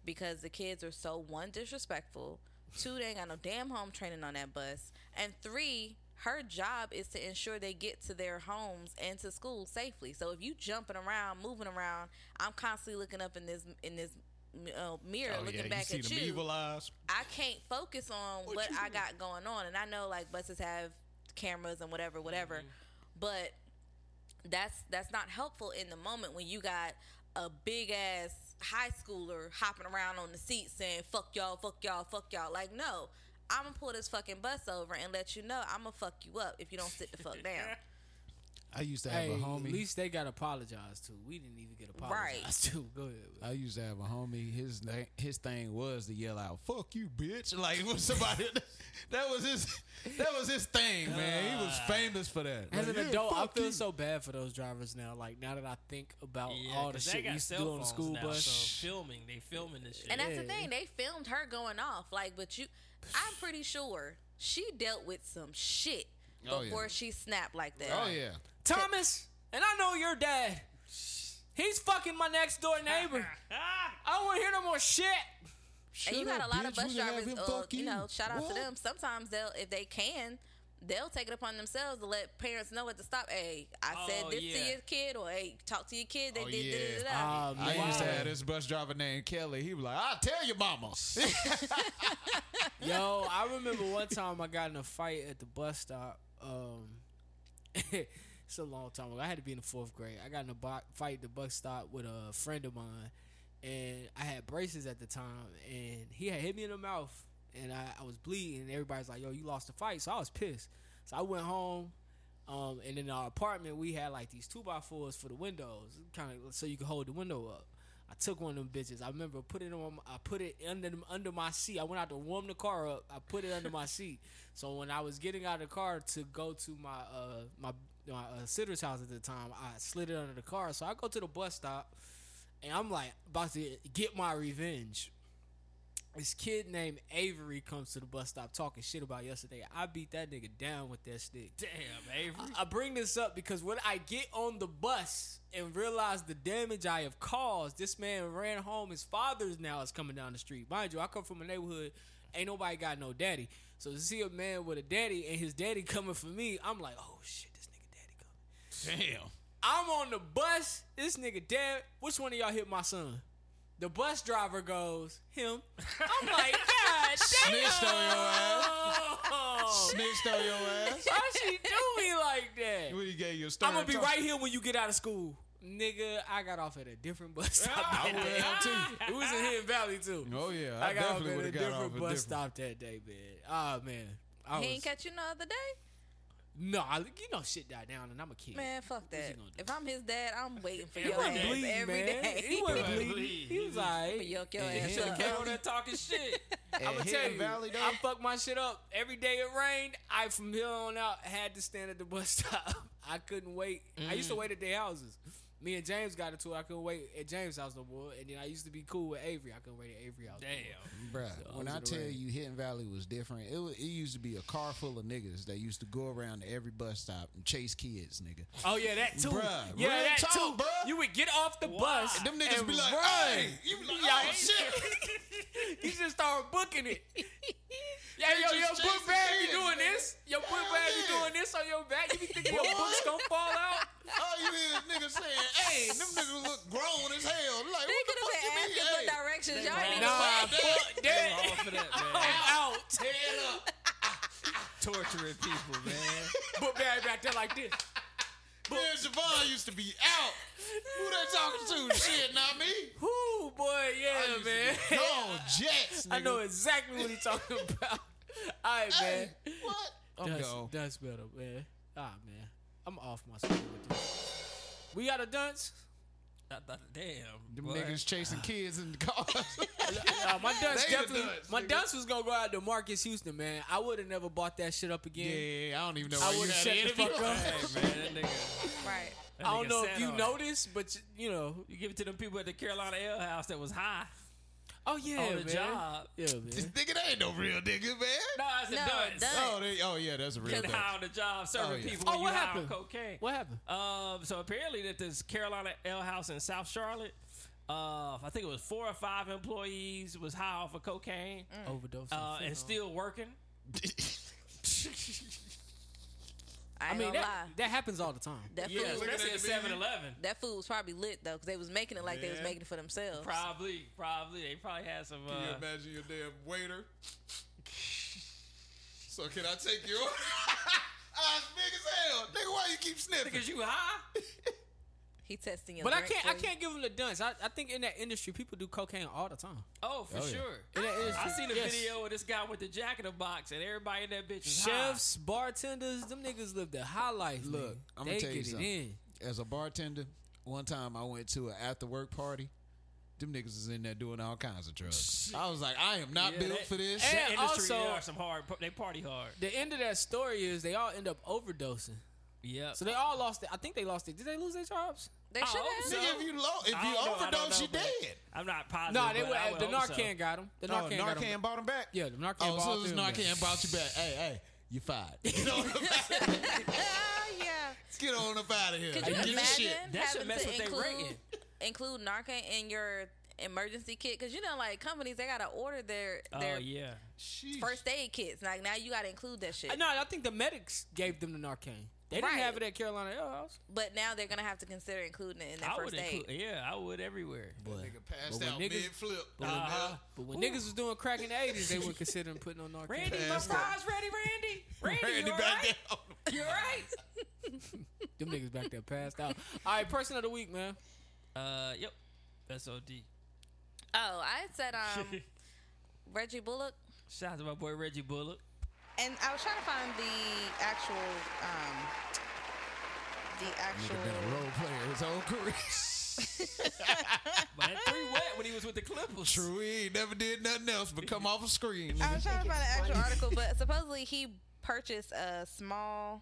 Speaker 2: because the kids were so one disrespectful, two they ain't got no damn home training on that bus, and three her job is to ensure they get to their homes and to school safely. So if you jumping around, moving around, I'm constantly looking up in this in this uh, mirror,
Speaker 4: Oh,
Speaker 2: looking
Speaker 4: yeah,
Speaker 2: back
Speaker 4: you
Speaker 2: at
Speaker 4: see them
Speaker 2: you.
Speaker 4: evil eyes.
Speaker 2: I can't focus on what, I got going on. And I know like buses have cameras and whatever, whatever. But that's that's not helpful in the moment when you got a big ass high schooler hopping around on the seat saying fuck y'all, fuck y'all, fuck y'all. Like no, I'm gonna pull this fucking bus over and let you know I'm gonna fuck you up if you don't sit the fuck down.
Speaker 4: I used to have
Speaker 5: Hey,
Speaker 4: a
Speaker 5: at
Speaker 4: homie.
Speaker 5: least they got apologized to. We didn't even get apologized to. Go ahead.
Speaker 4: I used to have a homie. His na- his thing was to yell out "fuck you, bitch!" Like when somebody that was his that was his thing, man. He was
Speaker 2: Ah.
Speaker 4: famous for that.
Speaker 5: As
Speaker 4: Like,
Speaker 5: an
Speaker 4: "Yeah,
Speaker 5: adult, I
Speaker 4: fuck
Speaker 5: feel
Speaker 4: you." Oh,
Speaker 5: so bad for those drivers now. Like now that I think about
Speaker 3: Yeah,
Speaker 5: all the
Speaker 3: 'cause they
Speaker 5: shit we
Speaker 3: got
Speaker 5: used to
Speaker 3: cell
Speaker 5: do on the
Speaker 3: phones
Speaker 5: school
Speaker 3: now,
Speaker 5: bus.
Speaker 3: So filming, they filming this shit.
Speaker 2: And that's the
Speaker 5: Yeah.
Speaker 2: thing, they filmed her going off. Like, but you, I'm pretty sure she dealt with some shit
Speaker 4: Oh, yeah.
Speaker 2: before she snapped like that.
Speaker 4: Oh yeah,
Speaker 5: Thomas, and I know your dad. He's fucking my next door neighbor. I don't want to hear no more shit.
Speaker 2: and you
Speaker 4: Shut
Speaker 2: got
Speaker 4: up,
Speaker 2: a lot of
Speaker 4: bitch.
Speaker 2: bus
Speaker 4: We gonna have
Speaker 2: drivers,
Speaker 4: him
Speaker 2: uh,
Speaker 4: fuck
Speaker 2: you know, shout out
Speaker 4: What?
Speaker 2: to them. Sometimes they'll, if they can, they'll take it upon themselves to let parents know at the stop. Hey, I said
Speaker 3: Oh,
Speaker 2: this
Speaker 3: yeah.
Speaker 2: to your kid, or hey, talk to your kid. They
Speaker 4: Oh,
Speaker 2: did da, da,
Speaker 4: yeah.
Speaker 2: da, da.
Speaker 5: Oh,
Speaker 4: I
Speaker 5: man.
Speaker 4: used to have this bus driver named Kelly. He was like, "I'll tell your mama."
Speaker 5: Yo, I remember one time I got in a fight at the bus stop. Um, it's a long time ago. I had to be in the fourth grade. I got in a bo- fight at the bus stop with a friend of mine, and I had braces at the time, and he had hit me in the mouth, and I, I was bleeding. And everybody's like, "Yo, you lost the fight," so I was pissed. So I went home. Um, and in our apartment, we had like these two by fours for the windows, kind of so you could hold the window up. I took one of them bitches. I remember putting it on. I put it under under my seat. I went out to warm the car up. I put it under my seat. So when I was getting out of the car to go to my uh my my uh, sitter's house at the time, I slid it under the car. So I go to the bus stop, and I'm like about to get my revenge. This kid named Avery comes to the bus stop talking shit about yesterday. I beat that nigga down with that stick.
Speaker 3: Damn, Avery.
Speaker 5: I I bring this up because when I get on the bus and realize the damage I have caused, this man ran home. His father's now is coming down the street. Mind you, I come from a neighborhood, ain't nobody got no daddy. So to see a man with a daddy and his daddy coming for me, I'm like, oh shit, this nigga daddy coming.
Speaker 3: Damn.
Speaker 5: I'm on the bus. This nigga dead. Which one of y'all hit my son? The bus driver goes, him. I'm like, God
Speaker 7: Snitched on your ass.
Speaker 5: damn.
Speaker 7: Snitched on your ass.
Speaker 5: How she do me like that?
Speaker 7: What you gave your story?
Speaker 5: I'm gonna be right here when you get out of school. Nigga, I got off at a different bus stop.
Speaker 7: I would have too.
Speaker 5: it was in Hidden Valley too.
Speaker 7: Oh yeah, I,
Speaker 5: I, got off
Speaker 7: definitely
Speaker 5: at
Speaker 7: would
Speaker 5: a
Speaker 7: have got
Speaker 5: different
Speaker 7: off a
Speaker 5: bus
Speaker 7: different.
Speaker 5: stop that day, man. Oh man. I
Speaker 2: He
Speaker 5: was,
Speaker 2: ain't catch you no other day?
Speaker 5: no, I, you know shit died down and I'm a kid.
Speaker 2: Man, fuck
Speaker 5: he
Speaker 2: that.
Speaker 5: gonna do?
Speaker 2: If I'm his dad, I'm waiting for
Speaker 3: He
Speaker 2: your
Speaker 3: wasn't
Speaker 2: ass every
Speaker 5: Bleed,
Speaker 2: day.
Speaker 5: man. He
Speaker 3: He
Speaker 5: wasn't
Speaker 3: wasn't
Speaker 5: bleeding.
Speaker 3: bleeding.
Speaker 5: He was like,
Speaker 2: I'ma yuck your
Speaker 4: And
Speaker 2: ass
Speaker 4: him-
Speaker 2: up.
Speaker 3: Came on there talking shit.
Speaker 5: I'm gonna
Speaker 4: At
Speaker 5: tell
Speaker 4: Hidden
Speaker 5: you,
Speaker 4: Valley, though,
Speaker 5: I fucked my shit up. Every day it rained. I from here on out had to stand at the bus stop. I couldn't wait. I used to wait at their houses. Me and James got into it. I couldn't wait at James' house no more. And then I used to be cool with Avery. I couldn't wait at Avery house. no
Speaker 3: Damn.
Speaker 5: more.
Speaker 4: Bruh, when
Speaker 5: was
Speaker 4: I
Speaker 5: it
Speaker 4: tell
Speaker 5: around?
Speaker 4: you Hidden Valley was different, it, was, it used to be a car full of niggas that used to go around to every bus stop and chase kids, nigga.
Speaker 5: Oh yeah, that too.
Speaker 7: Bruh,
Speaker 5: yeah,
Speaker 7: real
Speaker 5: that
Speaker 7: talk,
Speaker 5: too.
Speaker 7: bruh.
Speaker 5: You would get off the bus.
Speaker 7: Them niggas
Speaker 5: and
Speaker 7: be like,
Speaker 5: run.
Speaker 7: hey, you be like, oh shit.
Speaker 5: you just start booking it. Yeah, yo,
Speaker 7: just
Speaker 5: your
Speaker 7: chasing
Speaker 5: book bag be
Speaker 7: kids,
Speaker 5: doing
Speaker 7: man.
Speaker 5: this. Your book bag be
Speaker 7: yeah.
Speaker 5: doing this on your back. You be thinking your books gonna fall out.
Speaker 7: All you hear is niggas saying, hey, them niggas look grown as hell. Like, what
Speaker 2: They
Speaker 7: the
Speaker 2: could
Speaker 7: fuck you
Speaker 2: have
Speaker 7: mean?
Speaker 2: been asking
Speaker 7: Hey,
Speaker 2: for directions. Y'all ain't even
Speaker 5: Nah,
Speaker 2: wait.
Speaker 5: fuck
Speaker 3: They
Speaker 5: that.
Speaker 3: were all for that, man.
Speaker 5: I'm out.
Speaker 7: head up.
Speaker 3: Torturing people, man.
Speaker 5: Book bag back there like this.
Speaker 7: Me and Javon used to be out. Who they talking to? Shit, not me.
Speaker 5: Whoo, boy,
Speaker 7: I
Speaker 5: yeah,
Speaker 7: used to
Speaker 5: man.
Speaker 7: be gone, Jets.
Speaker 5: I know
Speaker 7: nigga.
Speaker 5: exactly what he's talking about. All right, man.
Speaker 7: Hey, what? I'm
Speaker 5: That's,
Speaker 7: gone.
Speaker 5: that's better, man. Ah, man. I'm off my screen with this. We got a dunce?
Speaker 3: I thought, damn.
Speaker 4: Them
Speaker 3: boy.
Speaker 4: niggas chasing kids in the cars.
Speaker 5: Uh, my dunce
Speaker 7: They the
Speaker 5: definitely.
Speaker 7: dunce,
Speaker 5: my
Speaker 7: nigga.
Speaker 5: dunce was gonna go out to Marcus Houston, man. I would have never bought that shit up
Speaker 4: yeah,
Speaker 5: again.
Speaker 4: I don't even know.
Speaker 5: I
Speaker 4: why you
Speaker 5: would have
Speaker 4: had
Speaker 5: shut
Speaker 4: it.
Speaker 5: the fuck up.
Speaker 3: Hey, man, that nigga.
Speaker 2: Right.
Speaker 3: That
Speaker 5: I don't
Speaker 3: nigga
Speaker 5: know
Speaker 3: sat
Speaker 5: if you
Speaker 3: on it.
Speaker 5: noticed, but you know.
Speaker 3: You give it to them people at the Carolina Ale House that was high
Speaker 5: Oh yeah,
Speaker 3: on the
Speaker 5: man.
Speaker 3: job.
Speaker 5: Yeah,
Speaker 7: This
Speaker 5: man.
Speaker 7: nigga, they ain't no real nigga, man.
Speaker 3: No, I said
Speaker 2: No,
Speaker 3: dunce.
Speaker 2: dunce.
Speaker 7: Oh, they, oh yeah, that's a real
Speaker 3: Been
Speaker 7: thing.
Speaker 3: high on the job serving
Speaker 7: Oh, yeah.
Speaker 3: people
Speaker 5: Oh,
Speaker 3: when
Speaker 5: what
Speaker 3: you high
Speaker 5: happened?
Speaker 3: on cocaine.
Speaker 5: What happened?
Speaker 3: Um, so apparently, at this Carolina L House in South Charlotte, uh, I think it was four or five employees was high off of cocaine
Speaker 5: Mm. Overdose.
Speaker 3: uh, and still working.
Speaker 2: I,
Speaker 5: I
Speaker 2: ain't
Speaker 5: mean,
Speaker 2: gonna
Speaker 5: that,
Speaker 2: lie.
Speaker 5: that happens all the time.
Speaker 2: That
Speaker 3: Yeah,
Speaker 2: food,
Speaker 3: especially at
Speaker 7: at the
Speaker 3: 7 Eleven.
Speaker 2: that food was probably lit though, because they was making it like they was
Speaker 7: Man.
Speaker 2: making it for themselves.
Speaker 3: Probably, probably. They probably had some.
Speaker 7: Can you
Speaker 3: Uh,
Speaker 7: imagine your damn waiter? so can I take your order? I'm big as hell. Nigga, why you keep sniffing?
Speaker 3: because you high?
Speaker 2: He testing your.
Speaker 5: But I
Speaker 2: drink
Speaker 5: can't. I
Speaker 2: for you.
Speaker 5: can't give him the dunce. I, I think in that industry, people do cocaine all the time. Ah,
Speaker 3: Oh, for sure.
Speaker 5: In that industry,
Speaker 3: I seen a
Speaker 5: yes.
Speaker 3: video of this guy with the jack in the box, and everybody in that bitch is
Speaker 5: Chefs, bartenders, them niggas live the high life.
Speaker 4: Look,
Speaker 5: nigga.
Speaker 4: I'm
Speaker 5: they
Speaker 4: gonna tell you
Speaker 5: get it in.
Speaker 4: something. As a bartender, one time I went to an after work party. Them niggas is in there doing all kinds of drugs. I was like, I am not
Speaker 3: Yeah,
Speaker 4: built
Speaker 3: that-
Speaker 4: for this.
Speaker 5: and
Speaker 3: high. That industry, they
Speaker 5: also-
Speaker 3: are some hard. They party hard.
Speaker 5: The end of that story is they all end up overdosing.
Speaker 3: Yep.
Speaker 5: So they all lost it. I think they lost it. Did they lose their jobs?
Speaker 2: They
Speaker 3: I
Speaker 2: should
Speaker 3: hope
Speaker 2: have.
Speaker 3: so.
Speaker 7: Nigga, if you low, if
Speaker 3: I
Speaker 7: you
Speaker 3: don't know, I don't
Speaker 7: overdose, you
Speaker 3: know, but
Speaker 7: dead.
Speaker 3: I'm not positive.
Speaker 5: No, they
Speaker 3: but
Speaker 5: were.
Speaker 3: I would
Speaker 5: The
Speaker 3: hope so.
Speaker 5: Narcan got them.
Speaker 4: Oh,
Speaker 5: The Narcan, got 'em.
Speaker 4: bought them back.
Speaker 5: Yeah, the Narcan.
Speaker 4: Oh,
Speaker 5: bought
Speaker 4: so this
Speaker 5: them back.
Speaker 4: Narcan brought you back. Hey, hey, you fired.
Speaker 7: Get on up out of here.
Speaker 2: Ah, yeah.
Speaker 7: Get on up out of here.
Speaker 2: Could you
Speaker 7: Get your
Speaker 2: imagine
Speaker 7: shit.
Speaker 3: That should
Speaker 2: having
Speaker 3: mess
Speaker 2: to
Speaker 3: with they
Speaker 2: include
Speaker 3: rating.
Speaker 2: include Narcan in your emergency kit? Because you know, like companies, they gotta order their
Speaker 3: Oh
Speaker 2: their
Speaker 3: yeah.
Speaker 7: Sheesh.
Speaker 2: first aid kits. Like now, you gotta include that shit.
Speaker 5: Uh, No, I think the medics gave them the Narcan. They didn't
Speaker 2: Right.
Speaker 5: have it at Carolina Ale House.
Speaker 2: But now they're gonna have to consider including it in their
Speaker 3: I would
Speaker 2: first aid.
Speaker 3: include. Yeah, I would everywhere.
Speaker 7: Nigga passed
Speaker 5: when
Speaker 7: out
Speaker 5: niggas-
Speaker 7: mid flip.
Speaker 3: Uh-huh.
Speaker 5: But when niggas was doing crack in the eighties, they were considering putting on Narcan.
Speaker 3: Randy, my
Speaker 7: Passed out.
Speaker 3: fries ready, Randy. Randy,
Speaker 7: Randy
Speaker 3: you all
Speaker 7: back
Speaker 3: right?
Speaker 7: down.
Speaker 3: You all right?
Speaker 5: Them niggas back there passed out. All right, person of the week, man.
Speaker 3: Uh, yep. That's od.
Speaker 2: Oh, I said um, Reggie Bullock,
Speaker 3: Shout out to my boy Reggie Bullock.
Speaker 2: and I was trying to find the actual um, the
Speaker 4: Nigga been a
Speaker 2: actual.
Speaker 4: role player his whole career.
Speaker 3: But that three wet when he was with the Clippers.
Speaker 7: True, he ain't never did nothing else but come off a screen.
Speaker 2: I was trying to find the actual article, but supposedly he purchased a small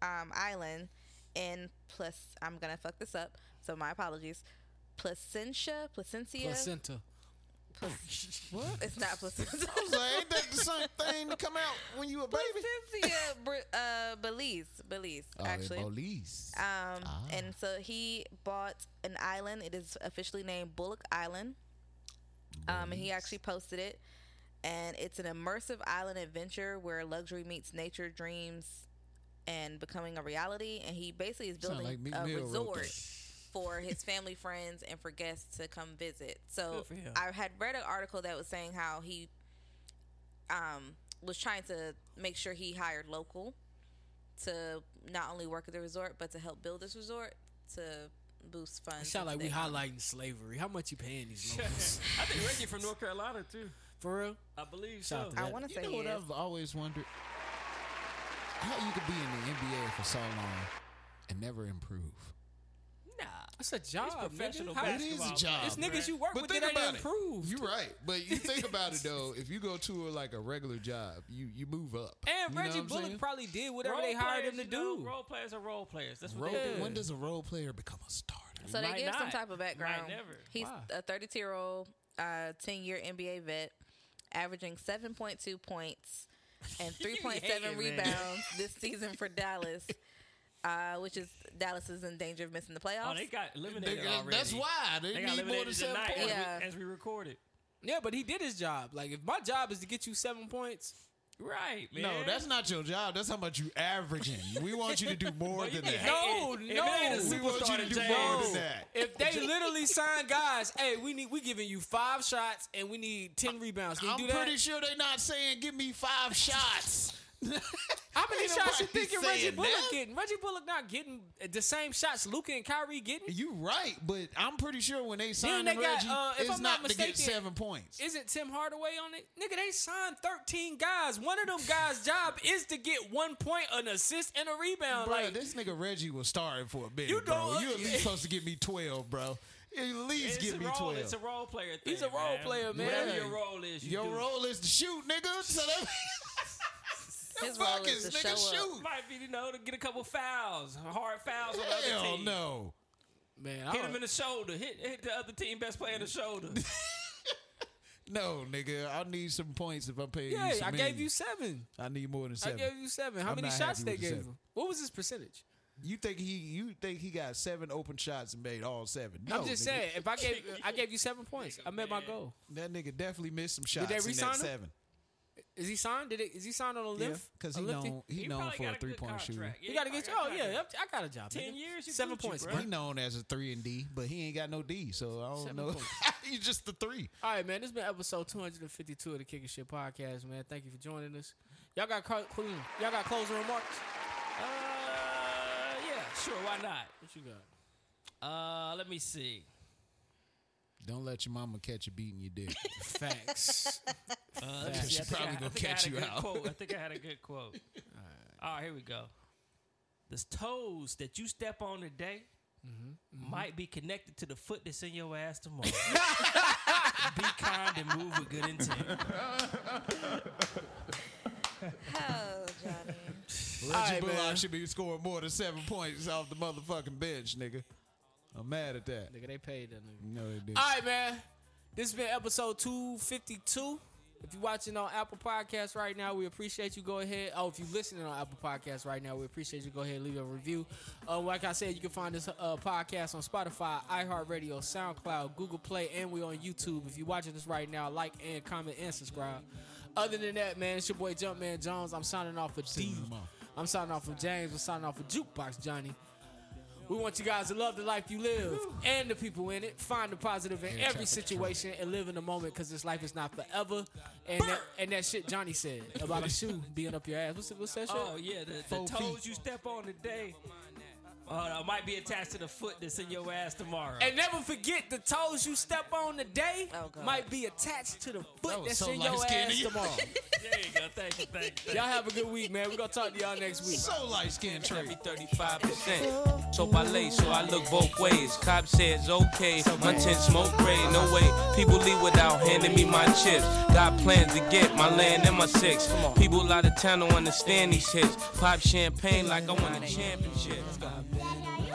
Speaker 2: um, island in plus. I'm gonna fuck this up, so my apologies. placentia, placentia,
Speaker 5: Placenta.
Speaker 2: what? It's not placentia.
Speaker 4: I was like, ain't that the same thing to come out when you a baby?
Speaker 2: Placentia, Br- uh, Belize, Belize,
Speaker 4: Oh,
Speaker 2: actually.
Speaker 4: Belize.
Speaker 2: Um,
Speaker 4: Ah.
Speaker 2: and so he bought an island. It is officially named Bullock Island. Um, and he actually posted it, and it's an immersive island adventure where luxury meets nature, dreams, and becoming a reality. And he basically is
Speaker 4: Sound
Speaker 2: building
Speaker 4: like Meek
Speaker 2: a
Speaker 4: Mill wrote
Speaker 2: resort
Speaker 4: that.
Speaker 2: for his family, friends, and for guests to come visit. So
Speaker 3: Good for him.
Speaker 2: I had read an article that was saying how he um, was trying to make sure he hired local to not only work at the resort but to help build this resort to boost funds.
Speaker 5: It sound
Speaker 2: into
Speaker 5: like we
Speaker 2: the
Speaker 5: highlighting slavery. How much you paying these
Speaker 3: I
Speaker 5: locals?
Speaker 3: think Reggie from North Carolina too.
Speaker 5: For real?
Speaker 3: I believe
Speaker 5: Shout
Speaker 3: so.
Speaker 5: out to
Speaker 2: economy. I
Speaker 5: that.
Speaker 2: want to say
Speaker 4: You know what
Speaker 2: yes.
Speaker 4: I've always wondered? How you could be in the NBA for so long and never improve?
Speaker 3: Nah,
Speaker 5: That's a job,
Speaker 3: it's professional
Speaker 5: nigga. How-
Speaker 4: It is a
Speaker 3: basketball.
Speaker 4: job.
Speaker 5: It's niggas you work
Speaker 4: But
Speaker 5: with that
Speaker 4: think
Speaker 5: ain't
Speaker 4: about it.
Speaker 5: improved.
Speaker 4: You're right, but you think about it though. If you go to a, like a regular job, you you move up.
Speaker 5: And
Speaker 4: You know
Speaker 5: Reggie
Speaker 4: what I'm
Speaker 5: Bullock
Speaker 4: saying?
Speaker 5: probably did whatever
Speaker 3: Role
Speaker 5: they hired
Speaker 3: players,
Speaker 5: him to
Speaker 3: you know,
Speaker 5: do.
Speaker 3: Role players are role players. That's what
Speaker 4: Role,
Speaker 3: they do.
Speaker 4: When does a role player become a starter?
Speaker 2: So they
Speaker 3: Might
Speaker 2: give some
Speaker 3: not.
Speaker 2: type of
Speaker 3: Might
Speaker 2: background.
Speaker 3: never.
Speaker 2: He's
Speaker 5: Why?
Speaker 2: a 32 year old, uh, 10 year NBA vet, averaging 7.2 points and 3.7
Speaker 5: hating, man.
Speaker 2: rebounds this season for Dallas, uh, which is Dallas is in danger of missing the playoffs.
Speaker 3: Oh, they got
Speaker 4: They
Speaker 3: eliminated
Speaker 4: got-
Speaker 3: already.
Speaker 4: that's why they,
Speaker 3: they got
Speaker 4: need more than
Speaker 3: eliminated
Speaker 4: seven
Speaker 3: tonight
Speaker 4: points.
Speaker 2: Yeah.
Speaker 3: as, we, as we recorded.
Speaker 5: Yeah, but he did his job. Like, if my job is to get you seven points,
Speaker 3: Right, man.
Speaker 4: No, that's not your job. That's how much you averaging. We want you to do more than that.
Speaker 5: No,
Speaker 3: If
Speaker 5: no.
Speaker 3: it ain't a
Speaker 5: We
Speaker 4: want you
Speaker 3: superstar
Speaker 4: to do
Speaker 3: today,
Speaker 4: more
Speaker 5: Bro,
Speaker 4: than that.
Speaker 5: if they literally sign guys, hey, we need we giving you five shots and we need ten rebounds. Can you
Speaker 4: I'm
Speaker 5: do that?
Speaker 4: pretty sure they're not saying give me five shots.
Speaker 5: How many
Speaker 4: Ain't
Speaker 5: shots you
Speaker 4: nobody
Speaker 5: thinking Reggie
Speaker 4: saying
Speaker 5: Bullock
Speaker 4: that.
Speaker 5: getting? Reggie Bullock not getting the same shots Luca and Kyrie getting.
Speaker 4: You right, but I'm pretty sure when they signed
Speaker 5: they
Speaker 4: him,
Speaker 5: got,
Speaker 4: Reggie,
Speaker 5: uh, if
Speaker 4: it's
Speaker 5: I'm
Speaker 4: not,
Speaker 5: not
Speaker 4: to get
Speaker 5: mistaken-
Speaker 4: seven points.
Speaker 5: Isn't Tim Hardaway on it? Nigga, they signed 13 guys. One of them guys' job is to get one point, an assist, and a rebound.
Speaker 4: Bro,
Speaker 5: like
Speaker 4: this nigga Reggie was starting for a bit,
Speaker 5: You
Speaker 4: bro.
Speaker 5: don't-
Speaker 4: You at least supposed to give me twelve, bro. At least
Speaker 3: it's
Speaker 4: give
Speaker 3: a
Speaker 4: me
Speaker 3: role.
Speaker 4: twelve.
Speaker 3: It's a role player. Thing,
Speaker 5: He's a role
Speaker 3: man.
Speaker 5: player, man.
Speaker 3: Whatever
Speaker 4: Yeah.
Speaker 3: your role is, you
Speaker 4: Your
Speaker 3: do.
Speaker 4: role is to shoot, nigga. So that
Speaker 2: His
Speaker 4: fuck
Speaker 2: role
Speaker 4: is
Speaker 2: is to show
Speaker 4: nigga
Speaker 2: up.
Speaker 4: shoot.
Speaker 3: might be you know to get a couple fouls, hard fouls on the other
Speaker 4: Hell
Speaker 3: team.
Speaker 4: no.
Speaker 5: man,
Speaker 3: Hit him in the shoulder. Hit, hit the other team best player in the shoulder.
Speaker 4: No, nigga. I need some points if I'm paying
Speaker 5: yeah,
Speaker 4: you some
Speaker 5: I gave
Speaker 4: millions.
Speaker 5: you seven.
Speaker 4: I need more than seven.
Speaker 5: I gave you seven. How
Speaker 4: I'm
Speaker 5: many
Speaker 4: not
Speaker 5: shots
Speaker 4: happy
Speaker 5: they
Speaker 4: with the
Speaker 5: gave
Speaker 4: seven.
Speaker 5: him? What was his percentage?
Speaker 4: You think he you think he got seven open shots and made all seven. No,
Speaker 5: I'm just
Speaker 4: nigga.
Speaker 5: saying, if I gave I gave you seven points, I met my goal.
Speaker 4: That nigga definitely missed some shots.
Speaker 5: they
Speaker 4: in
Speaker 5: re-sign
Speaker 4: that
Speaker 5: him?
Speaker 4: seven.
Speaker 5: Is he signed? Did it, is he signed on a lift?
Speaker 4: because
Speaker 5: A
Speaker 4: he
Speaker 5: lifty?
Speaker 4: known he,
Speaker 3: You
Speaker 4: known
Speaker 3: probably
Speaker 4: for
Speaker 3: got
Speaker 4: a
Speaker 3: good
Speaker 4: three point
Speaker 3: contract.
Speaker 4: shooter.
Speaker 5: You got to get your.
Speaker 3: probably
Speaker 5: Oh yeah,
Speaker 3: got-
Speaker 5: I'm- I got a job.
Speaker 3: Ten
Speaker 5: nigga.
Speaker 3: years, you
Speaker 5: seven
Speaker 3: Gucci,
Speaker 5: points,
Speaker 3: bro.
Speaker 5: bro.
Speaker 4: He known as a three and D, but he ain't got no D, so I don't
Speaker 5: Seven
Speaker 4: know.
Speaker 5: points.
Speaker 4: He's just the three.
Speaker 5: All right, man. This has been episode 252 of the Kicking Shit Podcast, man. Thank you for joining us. Y'all got clo- clo- y'all got closing remarks?
Speaker 3: Uh, yeah, sure, why not?
Speaker 5: What you got?
Speaker 3: Uh, let me see.
Speaker 4: Don't let your mama catch you beating your dick.
Speaker 5: Facts.
Speaker 3: Uh, let me
Speaker 5: Facts.
Speaker 3: see. I
Speaker 4: She
Speaker 3: think I-
Speaker 4: probably
Speaker 3: I
Speaker 4: gonna
Speaker 3: think I had
Speaker 4: catch
Speaker 3: a
Speaker 4: you
Speaker 3: good
Speaker 4: out.
Speaker 3: Quote. I think I had a good quote. All right, here we go. The toes that you step on today
Speaker 4: Mm-hmm.
Speaker 3: might be connected to the foot that's in your ass tomorrow. be kind and move with good intent.
Speaker 2: Oh, Johnny.
Speaker 4: Reggie
Speaker 5: right,
Speaker 4: Bullock
Speaker 5: man.
Speaker 4: should be scoring more than seven points off the motherfucking bench, nigga. I'm mad at that. Ah,
Speaker 5: nigga, they paid that nigga.
Speaker 4: No, they did.
Speaker 5: All right, man. This has been episode 252. If you're watching on Apple Podcasts right now, we appreciate you. Go ahead. Oh, if you're listening on Apple Podcasts right now, we appreciate you. Go ahead and leave a review. Uh, like I said, you can find this uh, podcast on Spotify, iHeartRadio, SoundCloud, Google Play, and we're on YouTube. If you're watching this right now, like and comment and subscribe. Other than that, man, it's your boy Jumpman Jones. I'm signing off for D.
Speaker 4: them off.
Speaker 5: I'm signing off for James. We're signing off for Jukebox Johnny. We want you guys to love the life you live and the people in it. Find the positive in every situation and live in the moment because this life is not forever. And that, and that shit Johnny said about a shoe being up your ass. What's, what's that shit?
Speaker 3: Oh yeah, the, the
Speaker 4: Four
Speaker 3: toes you step on today uh, that might be attached to the foot that's in your ass tomorrow.
Speaker 5: And never forget the toes you step on today
Speaker 2: Oh, God.
Speaker 5: might be attached to the foot
Speaker 4: was
Speaker 5: that's
Speaker 4: so
Speaker 5: in your
Speaker 4: light-skinned
Speaker 5: ass
Speaker 4: of you.
Speaker 5: tomorrow.
Speaker 3: there you go. Thank you. Thank you. Thank you.
Speaker 5: y'all have a good week, man. We're going to talk to y'all next week.
Speaker 4: So light skinned trade.
Speaker 6: Thirty-five percent. So I lay, so I look both ways. Cop says okay, my tent smoke gray, no way. People leave without handing me my chips. Got plans to get my land and my six. People out of town don't understand these hits. Pop champagne like I won a championship.
Speaker 8: Daddy, are you